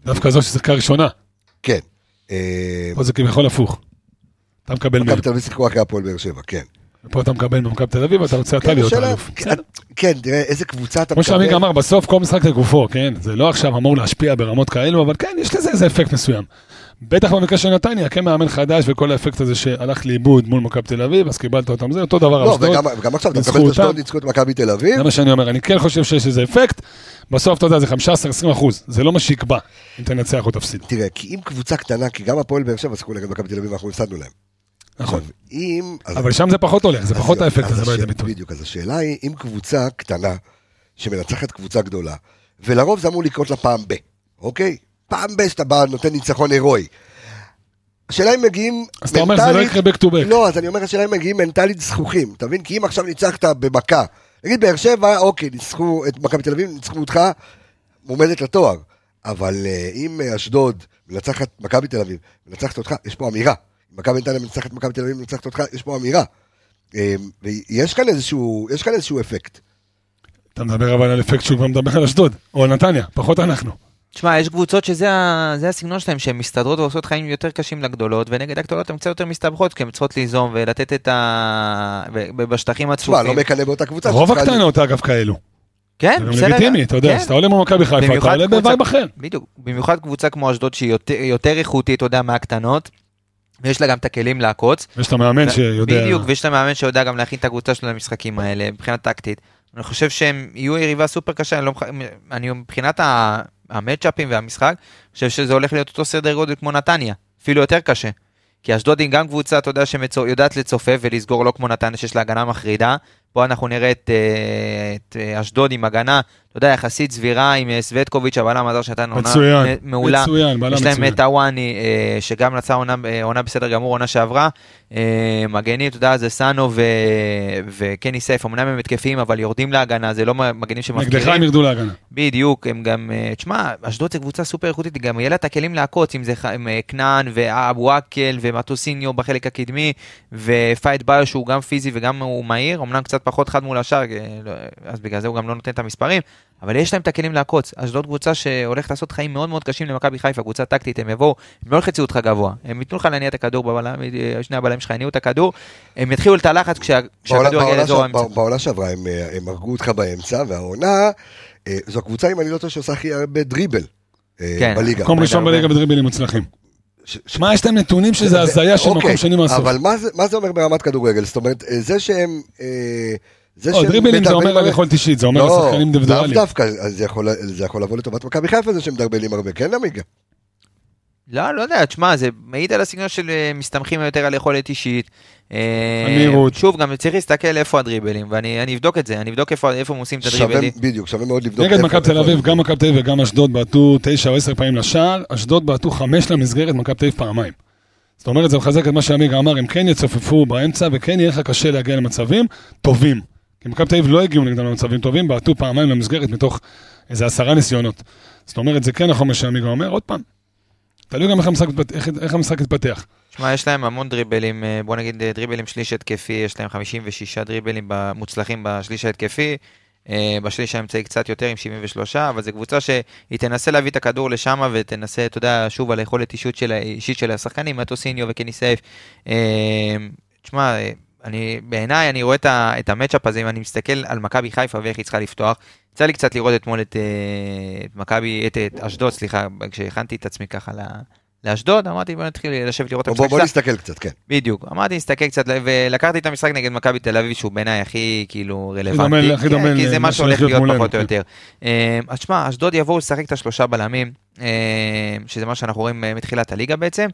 Speaker 5: דווקא זו ששיחקה ראשונה.
Speaker 1: כן. אה,
Speaker 5: פה זה כביכול הפוך. אתה מקבל מהם.
Speaker 1: מכבי תל אביב שיחקו אחרי הפועל באר שבע, כן.
Speaker 5: פה אתה מקבל במכבי תל אביב, אתה רוצה אתה
Speaker 1: כן,
Speaker 5: להיות
Speaker 1: השאלה-
Speaker 5: האלוף. בסדר.
Speaker 1: כן, תראה, איזה קבוצה אתה
Speaker 5: כמו שעמיק אמר, בסוף כל משחק לגופו, כן? זה לא עכשיו אמור להשפיע ברמות כאלו, אבל כן, יש לזה איזה אפקט מסוים. בטח במקרה של נתניה, כן מאמן חדש וכל האפקט הזה שהלך לאיבוד מול מכבי תל אביב, אז קיבלת אותם, זה אותו דבר על
Speaker 1: לא,
Speaker 5: אשדוד.
Speaker 1: וגם וגם עכשיו, אתה
Speaker 5: ניצחו
Speaker 1: מקבל את
Speaker 5: אותם.
Speaker 1: אשדוד, ניצחו את מכבי תל אביב.
Speaker 5: זה מה שאני אומר, אני כן חושב שיש איזה אפקט, בסוף אתה יודע, זה 15-20 אחוז, זה לא מה שיקבע אם תנצח או תפסיד.
Speaker 1: תראה, כי אם קבוצה קטנה, כי גם הפועל באר שבע שיחקו נגד מכבי תל אביב, אנחנו הפסדנו להם.
Speaker 5: נכון.
Speaker 1: עכשיו, אם... אז-
Speaker 5: אבל שם זה פחות הולך, זה
Speaker 1: אז
Speaker 5: פחות
Speaker 1: יופי,
Speaker 5: האפקט
Speaker 1: אז
Speaker 5: הזה בא
Speaker 1: השאל-
Speaker 5: לידי ביטוי.
Speaker 1: בדיוק, אז השאלה היא, אם קבוצה קטנה שמנצחת קבוצה גדולה, ולרוב זה אמור לקרות לה פעם ב, אוקיי? פעם ב שאתה בא, נותן ניצחון הירואי. השאלה אם מגיעים מנטלית...
Speaker 5: אז אתה אומר, זה לא יקרה back to back.
Speaker 1: לא, אז אני אומר, השאלה אם מגיעים מנטלית זכוכים, אתה מבין? כי אם עכשיו ניצחת במכה, נגיד באר שבע, אוקיי, ניצחו את מכבי תל אביב, ניצחו אותך, מועמדת לתואר. אבל אה, אם אה, אשדוד מנצחת מכבי תל אביב, מנצחת אותך, יש פה אמירה. אם מכבי נתניה מנצחת מכבי תל אביב, מנצחת אותך, יש פה אמירה. אה, ויש כאן איזשהו, יש כאן איזשהו אפקט.
Speaker 5: אתה מדבר אבל על אפקט שהוא כבר מדבר על אשדוד, או על נתניה, פחות אנחנו.
Speaker 4: תשמע, יש קבוצות שזה ה- זה הסגנון שלהם, שהן מסתדרות ועושות חיים יותר קשים לגדולות, ונגד הגדולות הן קצת יותר מסתבכות, כי הן צריכות ליזום ולתת את ה... ו- ו- בשטחים
Speaker 1: תשמע, לא
Speaker 4: הצפופים.
Speaker 1: מקנא באותה קבוצה.
Speaker 5: רוב
Speaker 1: שצריכה-
Speaker 5: הקטנות אגב כאלו.
Speaker 4: כן,
Speaker 5: זה גם
Speaker 4: בסדר.
Speaker 5: לגיטימי, אתה יודע,
Speaker 4: כן.
Speaker 5: כשאתה עולה מול מכבי חיפה, אתה
Speaker 4: במיוחד
Speaker 5: עולה
Speaker 4: קבוצה-
Speaker 5: בווייב אחר.
Speaker 4: בדיוק, במיוחד קבוצה כמו אשדוד שהיא יותר- יותר איכותית, אתה יודע, מהקטנות, ויש לה גם את הכלים לעקוץ.
Speaker 5: ויש את המאמן שיודע...
Speaker 4: בדיוק, ויש להם מאמן שיודע גם להכין את הקבוצה של המשחקים האלה מבחינה טקטית. אני חושב שהם יהיו יריבה סופר קשה, אני, לא, מח- אני מבחינת ה- המצ'אפים והמשחק, אני חושב שזה הולך להיות אותו סדר גודל כמו נתניה, אפילו יותר קשה. כי אשדוד היא גם קבוצה, אתה יודע, שיודעת לצופף ולסגור לא כמו נתניה שיש לה הגנה מחרידה. פה אנחנו נראה את, אה, את אה, אשדוד עם הגנה, אתה יודע, יחסית סבירה עם אה, סווטקוביץ', הבלם הזר שנתן עונה
Speaker 5: מצוין,
Speaker 4: מעולה.
Speaker 5: מצוין, בלם
Speaker 4: יש להם
Speaker 5: מצוין.
Speaker 4: את הוואני, אה, שגם נצא עונה, אה, עונה בסדר גמור, עונה שעברה. אה, מגנים, אתה יודע, זה סאנו ו... וקני סייף, אמנם הם התקפיים, אבל יורדים להגנה, זה לא מגנים
Speaker 5: נגדך הם
Speaker 4: שמפקירים.
Speaker 5: ירדו להגנה.
Speaker 4: בדיוק, הם גם, אה, תשמע, אשדוד זו קבוצה סופר איכותית, גם יהיה לה את הכלים לעקוץ, אם זה ח- עם, אה, כנען ואבו עקל ומטוסיניו בחלק הקדמי, ופייט ביו שהוא גם פיזי וגם הוא מהיר, אמנם קצת פחות חד מול השאר, אה, לא- אז בגלל זה הוא גם לא נותן את המספרים, אבל יש להם את הכלים לעקוץ. אשדוד קבוצה שהולכת לעשות חיים מאוד מאוד קשים למכבי חיפה, קבוצה טקטית, הם יבואו, הם לא ילחצו אותך גבוה, הם ייתנו לך להניע את הכדור, בבלם, אה, שני הבלמים שלך יניעו את הכדור, הם יתחילו את הלחץ כשה-
Speaker 1: בעונה-
Speaker 4: כשהכדור יגיע
Speaker 1: בעונה
Speaker 4: לאזור
Speaker 1: שע-
Speaker 4: האמצע.
Speaker 1: בעונה שעברה הם, אה, הם הרגו אותך באמצע, והעונה, אה, זו הקבוצה, אם אני לא טועה, שעושה הכי הרבה דריבל אה,
Speaker 4: כן.
Speaker 1: בליגה.
Speaker 5: מקום ראשון
Speaker 4: הרבה.
Speaker 5: בליגה בדריבלים מוצלחים.
Speaker 1: ש- ש-
Speaker 5: שמע, יש להם נתונים שזה
Speaker 1: זה-
Speaker 5: הזיה של
Speaker 1: אוקיי,
Speaker 5: מקום שני מהסוף.
Speaker 1: אבל מה זה- מה זה אומר ברמת כדורגל? זאת אומרת, אה, זה שהם... אה, זה
Speaker 5: לא,
Speaker 1: שהם
Speaker 5: דריבלים זה
Speaker 1: מדרבלים
Speaker 5: אומר על
Speaker 1: הרבה-
Speaker 5: יכולת אישית, זה אומר על
Speaker 1: לא,
Speaker 5: שחקנים
Speaker 1: לאו
Speaker 5: דבדואלים.
Speaker 1: דווקא, אז זה יכול- זה יכול לבוא לטובת מכבי חיפה זה שמדרבלים הרבה, כן עמיגה?
Speaker 4: לא, לא יודע, תשמע, זה מעיד על הסגנון של אה, מסתמכים יותר על יכולת אישית. אה,
Speaker 5: המהירות.
Speaker 4: שוב, גם צריך להסתכל איפה הדריבלים, ואני אני אבדוק את זה, אני אבדוק איפה איפה הם עושים את
Speaker 1: שווה,
Speaker 4: הדריבלים.
Speaker 1: בדיוק, שווה מאוד לבדוק.
Speaker 5: נגד
Speaker 1: איפה-
Speaker 5: מכבי תל
Speaker 1: איפה-
Speaker 5: אביב, גם מכבי תל אביב וגם אשדוד בעטו 9 או 10 פעמים לשער, אשדוד בעטו 5 למסגרת, מכבי תל אביב פעמיים. זאת אומרת, זה מחזק את מה שעמיגה אמר, הם כן יצופפו באמצע וכן יהיה לך קשה להגיע למצבים טובים. כי מכבי תל אביב לא הגיעו נגדם למצבים טובים, בעטו פעמיים למסגרת מתוך איזה עשרה ניסיונות. זאת אומרת, זה כן נכון מה שעמיגה אומר, עוד פעם, תלוי גם איך המשחק, התפת- איך, איך המשחק התפתח.
Speaker 4: שמע, יש להם המון דריבלים, אה, בוא נגיד אה, דריבלים שליש התקפי, יש להם 56 דריבלים ב- מוצלחים בשליש ההתקפי, אה, בשליש האמצעי קצת יותר עם 73, אבל זו קבוצה שהיא תנסה להביא את הכדור לשם ותנסה, אתה יודע, שוב על היכולת אישית של, אישית של השחקנים, מטוסיניו וקניסייף. אה, תשמע, אה, אני, בעיניי אני רואה את, ה- את המצ'אפ הזה, אם אני מסתכל על מכבי חיפה ואיך היא צריכה לפתוח, יצא לי קצת לראות אתמול את, אה, את מכבי, את, את אשדוד, סליחה, כשהכנתי את עצמי ככה ל- לאשדוד, אמרתי בוא נתחיל לשבת לראות את
Speaker 1: בוא- בוא
Speaker 4: שלה."
Speaker 1: נסתכל קצת, כן.
Speaker 4: בדיוק, אמרתי נסתכל קצת, ל- ולקחתי את המשחק נגד מכבי תל אביב, שהוא בעיניי הכי כאילו רלוונטי,
Speaker 5: הכי
Speaker 4: כן,
Speaker 5: דומה
Speaker 4: כי זה
Speaker 5: למה
Speaker 4: מה שהולך
Speaker 5: שהולך להיות
Speaker 4: להיות
Speaker 5: מולנו,
Speaker 4: פחות או
Speaker 5: כן.
Speaker 4: יותר. אה, אז שמע, אשדוד יבואו לשחק את השלושה בלמים, אה, שזה מה שאנחנו רואים אה, מתחילת הליגה בעצם,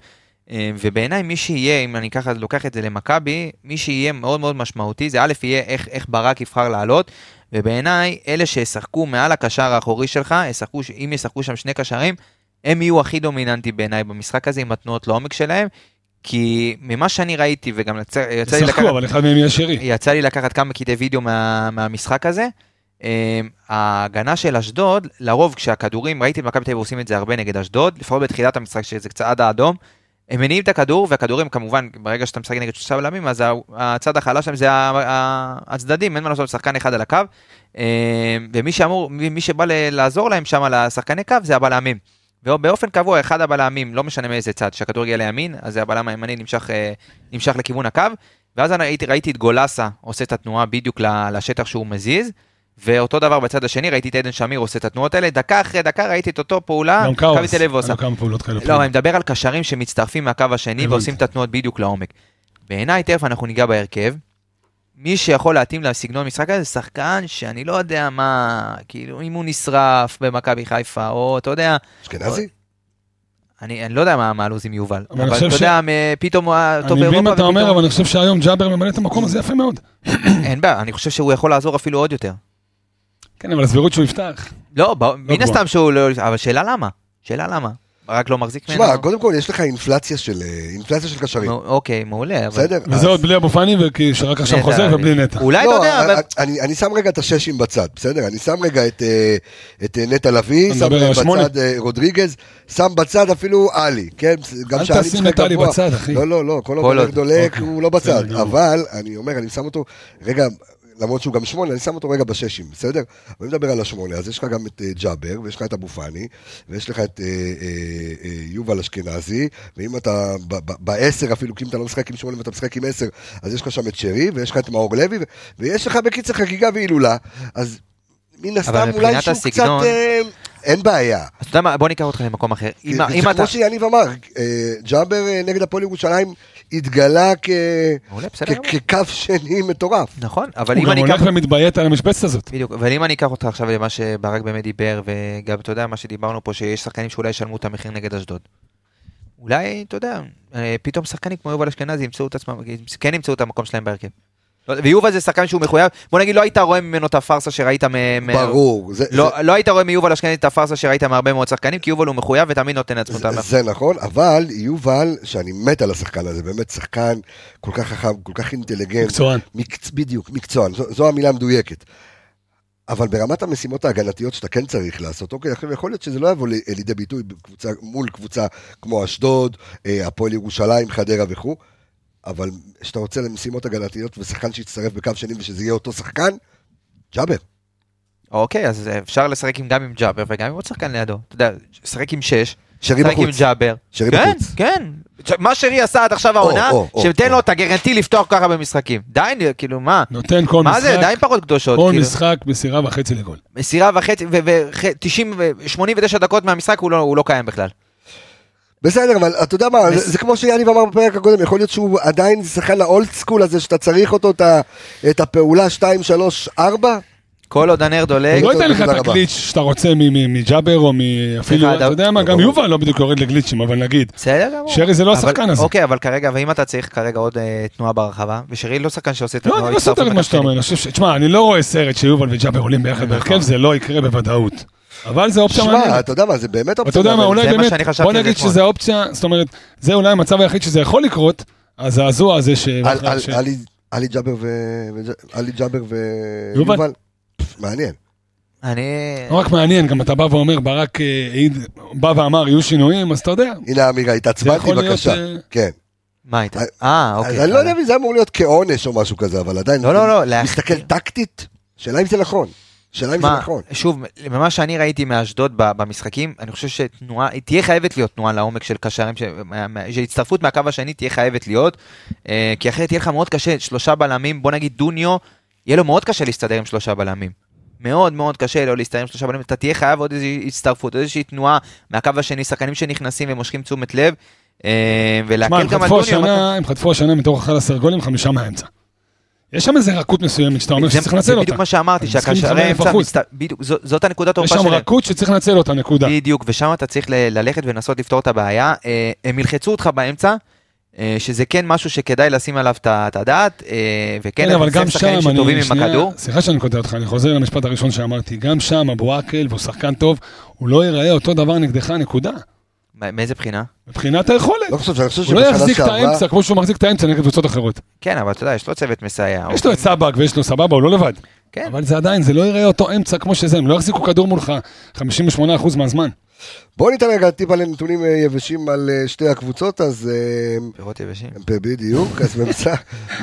Speaker 4: אה, ובעיניי מי שיהיה, אם אני ככה לוקח את זה למכבי, מי שיהיה מאוד מאוד משמעותי, זה א' יהיה איך, איך ברק יבחר לעלות, ובעיניי אלה שישחקו מעל הקשר האחורי שלך, ישחקו, ש- אם ישחקו שם שני קשרים, הם יהיו הכי דומיננטי בעיניי במשחק הזה עם התנועות לעומק שלהם, כי ממה שאני ראיתי, וגם יצא, יצא לי לקחת...
Speaker 5: תשחקו, אבל אחד מהם יהיה שרי.
Speaker 4: יצא לי לקחת כמה קטעי וידאו מה, מהמשחק הזה. אה, ההגנה של אשדוד, לרוב כשהכדורים, ראיתי את מכבי תל אביב עושים את זה הרבה נגד אשדוד, לפחות בתחילת המשחק, שזה קצת עד האדום, הם מניעים את הכדור, והכדורים כמובן, ברגע שאתה משחק נגד שלושה בלמים, אז ה- הצד החלש שלהם זה ה- ה- הצדדים, אין מה לעשות, שחקן אחד על הקו. אה, ומי שאמור, מי מי שבא ל- לעזור להם שם, לשחקני קו, זה הבלמים. ובאופן קבוע, אחד הבלמים, לא משנה מאיזה צד, כשהכדור הגיע לימין, אז הבלם הימני נמשך, אה, נמשך לכיוון הקו, ואז אני ראיתי, ראיתי את גולסה עושה את התנועה בדיוק ל- לשטח שהוא מזיז, ואותו דבר בצד השני, ראיתי את עדן שמיר עושה את התנועות האלה, דקה אחרי דקה ראיתי את אותו פעולה,
Speaker 5: גם
Speaker 4: אה, מכבי
Speaker 5: קאורס,
Speaker 4: תל אביב עושה.
Speaker 5: היו כמה פעולות כאלה.
Speaker 4: לא, אני מדבר על קשרים שמצטרפים מהקו השני
Speaker 5: הבנתי.
Speaker 4: ועושים את התנועות בדיוק לעומק. בעיניי, תכף אנחנו ניגע בהרכב. מי שיכול להתאים לסגנון משחק הזה, שחקן שאני לא יודע מה, כאילו, אם הוא נשרף במכבי חיפה, או אתה יודע,
Speaker 1: אשכנזי?
Speaker 4: כן, אני, אני לא יודע מה, מה הלו"ז עם יובל,
Speaker 5: אבל
Speaker 4: אבל,
Speaker 5: אני
Speaker 4: אבל
Speaker 5: חושב
Speaker 4: אתה
Speaker 5: ש-
Speaker 4: יודע, מ- פתאום אה, טוב
Speaker 5: אני מבין מה אתה אומר,
Speaker 4: ופתאום-
Speaker 5: אבל אני חושב שהיום ג'אבר ממלא את המקום הזה יפה מאוד.
Speaker 4: אין בעיה, אני חושב שהוא יכול לעזור אפילו עוד יותר.
Speaker 5: כן, אבל הסבירות שהוא יפתח.
Speaker 4: לא, ב... מן
Speaker 5: גבוהה.
Speaker 4: הסתם שהוא לא... אבל שאלה למה? שאלה למה? רק לא מחזיק ממנו?
Speaker 1: שמע, קודם כל יש לך אינפלציה של אה, אינפלציה של קשרים,
Speaker 4: נו, אוקיי, מעולה, אבל...
Speaker 1: בסדר? אז-
Speaker 5: וזה עוד בלי אבו פאני, וכי שרק עכשיו
Speaker 4: נטע,
Speaker 5: חוזר
Speaker 4: אני-
Speaker 5: ובלי נטע.
Speaker 4: אולי אתה
Speaker 1: לא,
Speaker 4: יודע, אבל...
Speaker 1: אני, אני שם רגע את הששים בצד, בסדר? אני שם רגע את, אה, את אה, נטע לביא,
Speaker 5: אתה
Speaker 1: שם
Speaker 5: מדבר על השמונה?
Speaker 1: בצד אה, רודריגז, שם בצד אפילו עלי, כן? גם
Speaker 5: אל
Speaker 1: שעלי
Speaker 5: תשים
Speaker 1: משחק
Speaker 5: את עלי
Speaker 1: גבוה.
Speaker 5: בצד, אחי.
Speaker 1: לא, לא, לא, כל
Speaker 4: כל
Speaker 1: עוד הולך
Speaker 4: עוד.
Speaker 1: דולק,
Speaker 5: אוקיי.
Speaker 1: הוא לא
Speaker 5: בסדר
Speaker 1: בצד.
Speaker 5: גמור.
Speaker 1: אבל, אני אומר, אני שם אותו, רגע, למרות שהוא גם שמונה, אני שם אותו רגע בששים, בסדר? אני מדבר על השמונה, אז יש לך גם את אה, ג'אבר, ויש לך את אבו פאני, ויש לך את אה, אה, אה, יובל אשכנזי, ואם אתה ב- ב- בעשר אפילו, כי אם אתה לא משחק עם שמונה ואתה משחק עם עשר, אז יש לך שם את שרי, ויש לך את מאור לוי, ו- ויש לך בקיצר חגיגה והילולה, אז מן הסתם אולי
Speaker 4: מבחינת
Speaker 1: שהוא קצת...
Speaker 4: הסגנון-
Speaker 1: אה, אין בעיה.
Speaker 4: אז אתה יודע מה, בוא ניקח אותך למקום אחר. אם-
Speaker 1: זה- זה
Speaker 4: אם אתה...
Speaker 1: כמו שיניב אמר, אה, ג'אבר אה, נגד הפועל ירושלים התגלה כ-
Speaker 4: מעולה, בסדר
Speaker 1: כ-
Speaker 4: גמור.
Speaker 1: כקו שני מטורף.
Speaker 4: נכון, אבל
Speaker 5: הוא
Speaker 4: אם
Speaker 5: גם
Speaker 4: אני
Speaker 5: הולך
Speaker 4: אקח...
Speaker 5: ומתביית על המשבצת הזאת.
Speaker 4: בדיוק, אבל אם אני אקח אותך עכשיו למה שברק באמת דיבר, וגם, אתה יודע, מה שדיברנו פה, שיש שחקנים שאולי ישלמו את המחיר נגד אשדוד. אולי, אתה יודע, אה, פתאום שחקנים כמו יובל אשכנזי ימצאו את עצמם, כן ימצאו את המקום שלהם בהרכב. לא יודע, ויובל זה שחקן שהוא מחויב, בוא נגיד, לא היית רואה ממנו את הפארסה שראית מ... מ-
Speaker 1: ברור. זה-
Speaker 4: לא, לא היית רואה מיובל אשכנזי את הפארסה שראית מהרבה מאוד שחקנים, כי יובל הוא מחויב ותמיד נותן לעצמו את
Speaker 1: זה-
Speaker 4: המחיר.
Speaker 1: זה נכון, אבל יובל, שאני מת על השחקן הזה, באמת שחקן כל כך חכם, כל כך
Speaker 4: כן.
Speaker 1: אינטליגנט.
Speaker 5: מקצוען.
Speaker 1: מקצ... בדיוק, מקצוען, זו, זו המילה המדויקת. אבל ברמת המשימות ההגנתיות שאתה כן צריך לעשות, אוקיי, עכשיו יכול להיות שזה לא יבוא ל- לידי ביטוי בקבוצה, מול קבוצה כמו אשדוד, אה, הפועל ירושלים, חדרה וכו', אבל כשאתה רוצה למשימות הגנתיות ושחקן שיצטרף בקו שני ושזה יהיה אותו שחקן, ג'אבר.
Speaker 4: אוקיי, אז אפשר לשחק עם- גם עם ג'אבר וגם עם עוד שחקן לידו. אתה יודע, שחק עם שש,
Speaker 1: שרי
Speaker 4: שחק עם
Speaker 1: בחוץ.
Speaker 4: ג'אבר.
Speaker 1: שרי
Speaker 4: כן,
Speaker 1: בחוץ.
Speaker 4: כן. ש- מה שרי עשה עד עכשיו העונה,
Speaker 1: או, או,
Speaker 4: שתן
Speaker 1: או.
Speaker 4: לו את הגרנטי לפתוח ככה במשחקים. די, נו, כאילו, מה?
Speaker 5: נותן כל
Speaker 4: מה זה,
Speaker 5: נכון, משחק,
Speaker 4: די פחות קדושות.
Speaker 5: כל
Speaker 4: כאילו.
Speaker 5: משחק, מסירה וחצי לגול.
Speaker 4: מסירה וחצי, ו-89 דקות מהמשחק הוא לא- הוא לא קיים בכלל.
Speaker 1: בסדר, אבל אתה יודע מה,
Speaker 4: מס-
Speaker 1: זה, זה כמו שיאניב אמר בפרק הקודם, יכול להיות שהוא עדיין שחקן האולד סקול הזה, שאתה צריך אותו, את, ה, את הפעולה 2, 3, 4,
Speaker 4: כל עוד הנר דולק,
Speaker 1: אה, טוב,
Speaker 5: לא ייתן לך
Speaker 1: תודה
Speaker 5: את
Speaker 1: רבה.
Speaker 5: הגליץ' שאתה רוצה מ- מ- מג'אבר או מאפילו,
Speaker 4: סליחה,
Speaker 5: אתה
Speaker 4: אדם.
Speaker 5: יודע מה,
Speaker 1: לא,
Speaker 5: גם
Speaker 1: ברור.
Speaker 5: יובל לא בדיוק יורד לגליצ'ים, אבל נגיד,
Speaker 4: בסדר גמור.
Speaker 5: שרי זה לא
Speaker 4: אבל-
Speaker 5: השחקן הזה.
Speaker 4: אוקיי, אבל כרגע, ואם אתה צריך כרגע עוד אה, תנועה ברחבה, ושרי לא שחקן שעושה את
Speaker 5: לא, אני לא
Speaker 4: הצטרפות
Speaker 5: סותר את מה שאתה
Speaker 4: לקפטנים.
Speaker 5: אומר, אני חושב ש... תשמע, אני לא רואה סרט שיובל וג'אבר עולים
Speaker 4: נכון.
Speaker 5: ביחד בהרכב, זה לא יקרה בוודאות. אבל זה אופציה
Speaker 1: שמע,
Speaker 5: מעניינת.
Speaker 1: אתה יודע מה, זה באמת
Speaker 5: אתה יודע מה,
Speaker 1: מעניינת.
Speaker 5: אולי
Speaker 4: זה מה
Speaker 5: באמת,
Speaker 4: שאני חשבתי
Speaker 5: בוא
Speaker 4: על זה
Speaker 5: נגיד
Speaker 4: אתמול.
Speaker 5: שזה האופציה, זאת אומרת, זה אולי המצב היחיד שזה יכול לקרות, הזעזוע הזה ש...
Speaker 1: על- על-
Speaker 5: ש-
Speaker 1: על- עלי ג'אבר ו... וג'- עלי ג'אבר ו...
Speaker 5: יובל.
Speaker 1: יובל. פפ, מעניין.
Speaker 4: אני...
Speaker 5: לא רק מעניין, גם אתה בא ואומר, ברק אה, העיד, בא ואמר, יהיו שינויים, אז אתה יודע.
Speaker 1: הנה האמירה,
Speaker 5: זה
Speaker 1: התעצבנתי,
Speaker 5: יכול להיות,
Speaker 1: בבקשה.
Speaker 5: אה,
Speaker 1: כן.
Speaker 4: מה הייתה?
Speaker 1: אה,
Speaker 4: אה,
Speaker 1: אז
Speaker 4: אוקיי.
Speaker 1: אני לא יודע אם זה אמור להיות כעונש או משהו כזה, אבל עדיין...
Speaker 4: לא, לא, לא,
Speaker 1: אתה
Speaker 4: להחמיר.
Speaker 1: מסתכל טקטית, שאלה אם זה נכון. שאלה אם זה
Speaker 4: מה,
Speaker 1: נכון.
Speaker 4: שוב, ממה שאני ראיתי מאשדוד ב- במשחקים, אני חושב שתנועה, היא תהיה חייבת להיות תנועה לעומק של קשרים, ש- מה- מה- שהצטרפות מהקו השני תהיה חייבת להיות, אה, כי אחרת יהיה לך מאוד קשה, שלושה בלמים, בוא נגיד דוניו, יהיה לו מאוד קשה להסתדר עם שלושה בלמים. מאוד מאוד קשה לו להסתדר עם שלושה בלמים, אתה תהיה חייב עוד איזושהי הצטרפות, איזושהי תנועה מהקו השני, שחקנים שנכנסים ומושכים תשומת לב, אה,
Speaker 5: שמע,
Speaker 4: ולהקל
Speaker 5: הם
Speaker 4: גם על
Speaker 5: חטפו
Speaker 4: דוניו.
Speaker 5: השנה, הם חטפו השנה מתוך 11 גולים, חמישה מהאמצע. יש שם איזה רכות מסוימת שאתה אומר
Speaker 4: זה-
Speaker 5: שצריך
Speaker 4: זה
Speaker 5: לנצל אותה.
Speaker 4: בדיוק מה שאמרתי,
Speaker 5: אני מסכים איתך
Speaker 4: שהקשרי אמצע,
Speaker 5: 100%.
Speaker 4: מצט- בדיוק, זו- זאת הנקודת
Speaker 5: יש
Speaker 4: תורפה
Speaker 5: שם
Speaker 4: שלהם.
Speaker 5: רכות שצריך לנצל אותה, נקודה.
Speaker 4: בדיוק, ושם אתה צריך ל- ללכת ולנסות לפתור את הבעיה. אה, הם ילחצו אותך באמצע, אה, שזה כן משהו שכדאי לשים עליו את ה- את הדעת, אה, וכן,
Speaker 5: כן, אבל
Speaker 4: לשים
Speaker 5: גם
Speaker 4: שחקנים
Speaker 5: שם,
Speaker 4: שטובים
Speaker 5: אני,
Speaker 4: עם הכדור.
Speaker 5: סליחה שאני קוטע אותך, אני חוזר למשפט הראשון שאמרתי, גם שם אבו עקל, והוא שחקן טוב, הוא לא ייראה אותו דבר נגדך, נקודה.
Speaker 4: מא- מאיזה בחינה?
Speaker 5: מבחינת היכולת.
Speaker 1: לא חושב, אני חושב
Speaker 5: הוא לא
Speaker 1: שבשנה
Speaker 5: יחזיק את
Speaker 1: שעברה-
Speaker 5: האמצע כמו שהוא מחזיק את האמצע נגד קבוצות אחרות.
Speaker 4: כן, אבל אתה יודע, יש לו צוות מסייע.
Speaker 5: יש לו את סבק ויש לו סבבה, הוא לא לבד.
Speaker 4: כן.
Speaker 5: אבל זה עדיין, זה לא ייראה אותו אמצע כמו שזה, הם לא יחזיקו כדור מולך 58% מהזמן.
Speaker 1: בואו ניתן רגע טיפה לנתונים אה, יבשים על אה, שתי הקבוצות, אז... אה,
Speaker 4: פירות יבשים.
Speaker 5: כן.
Speaker 1: בדיוק, אז מ"ס-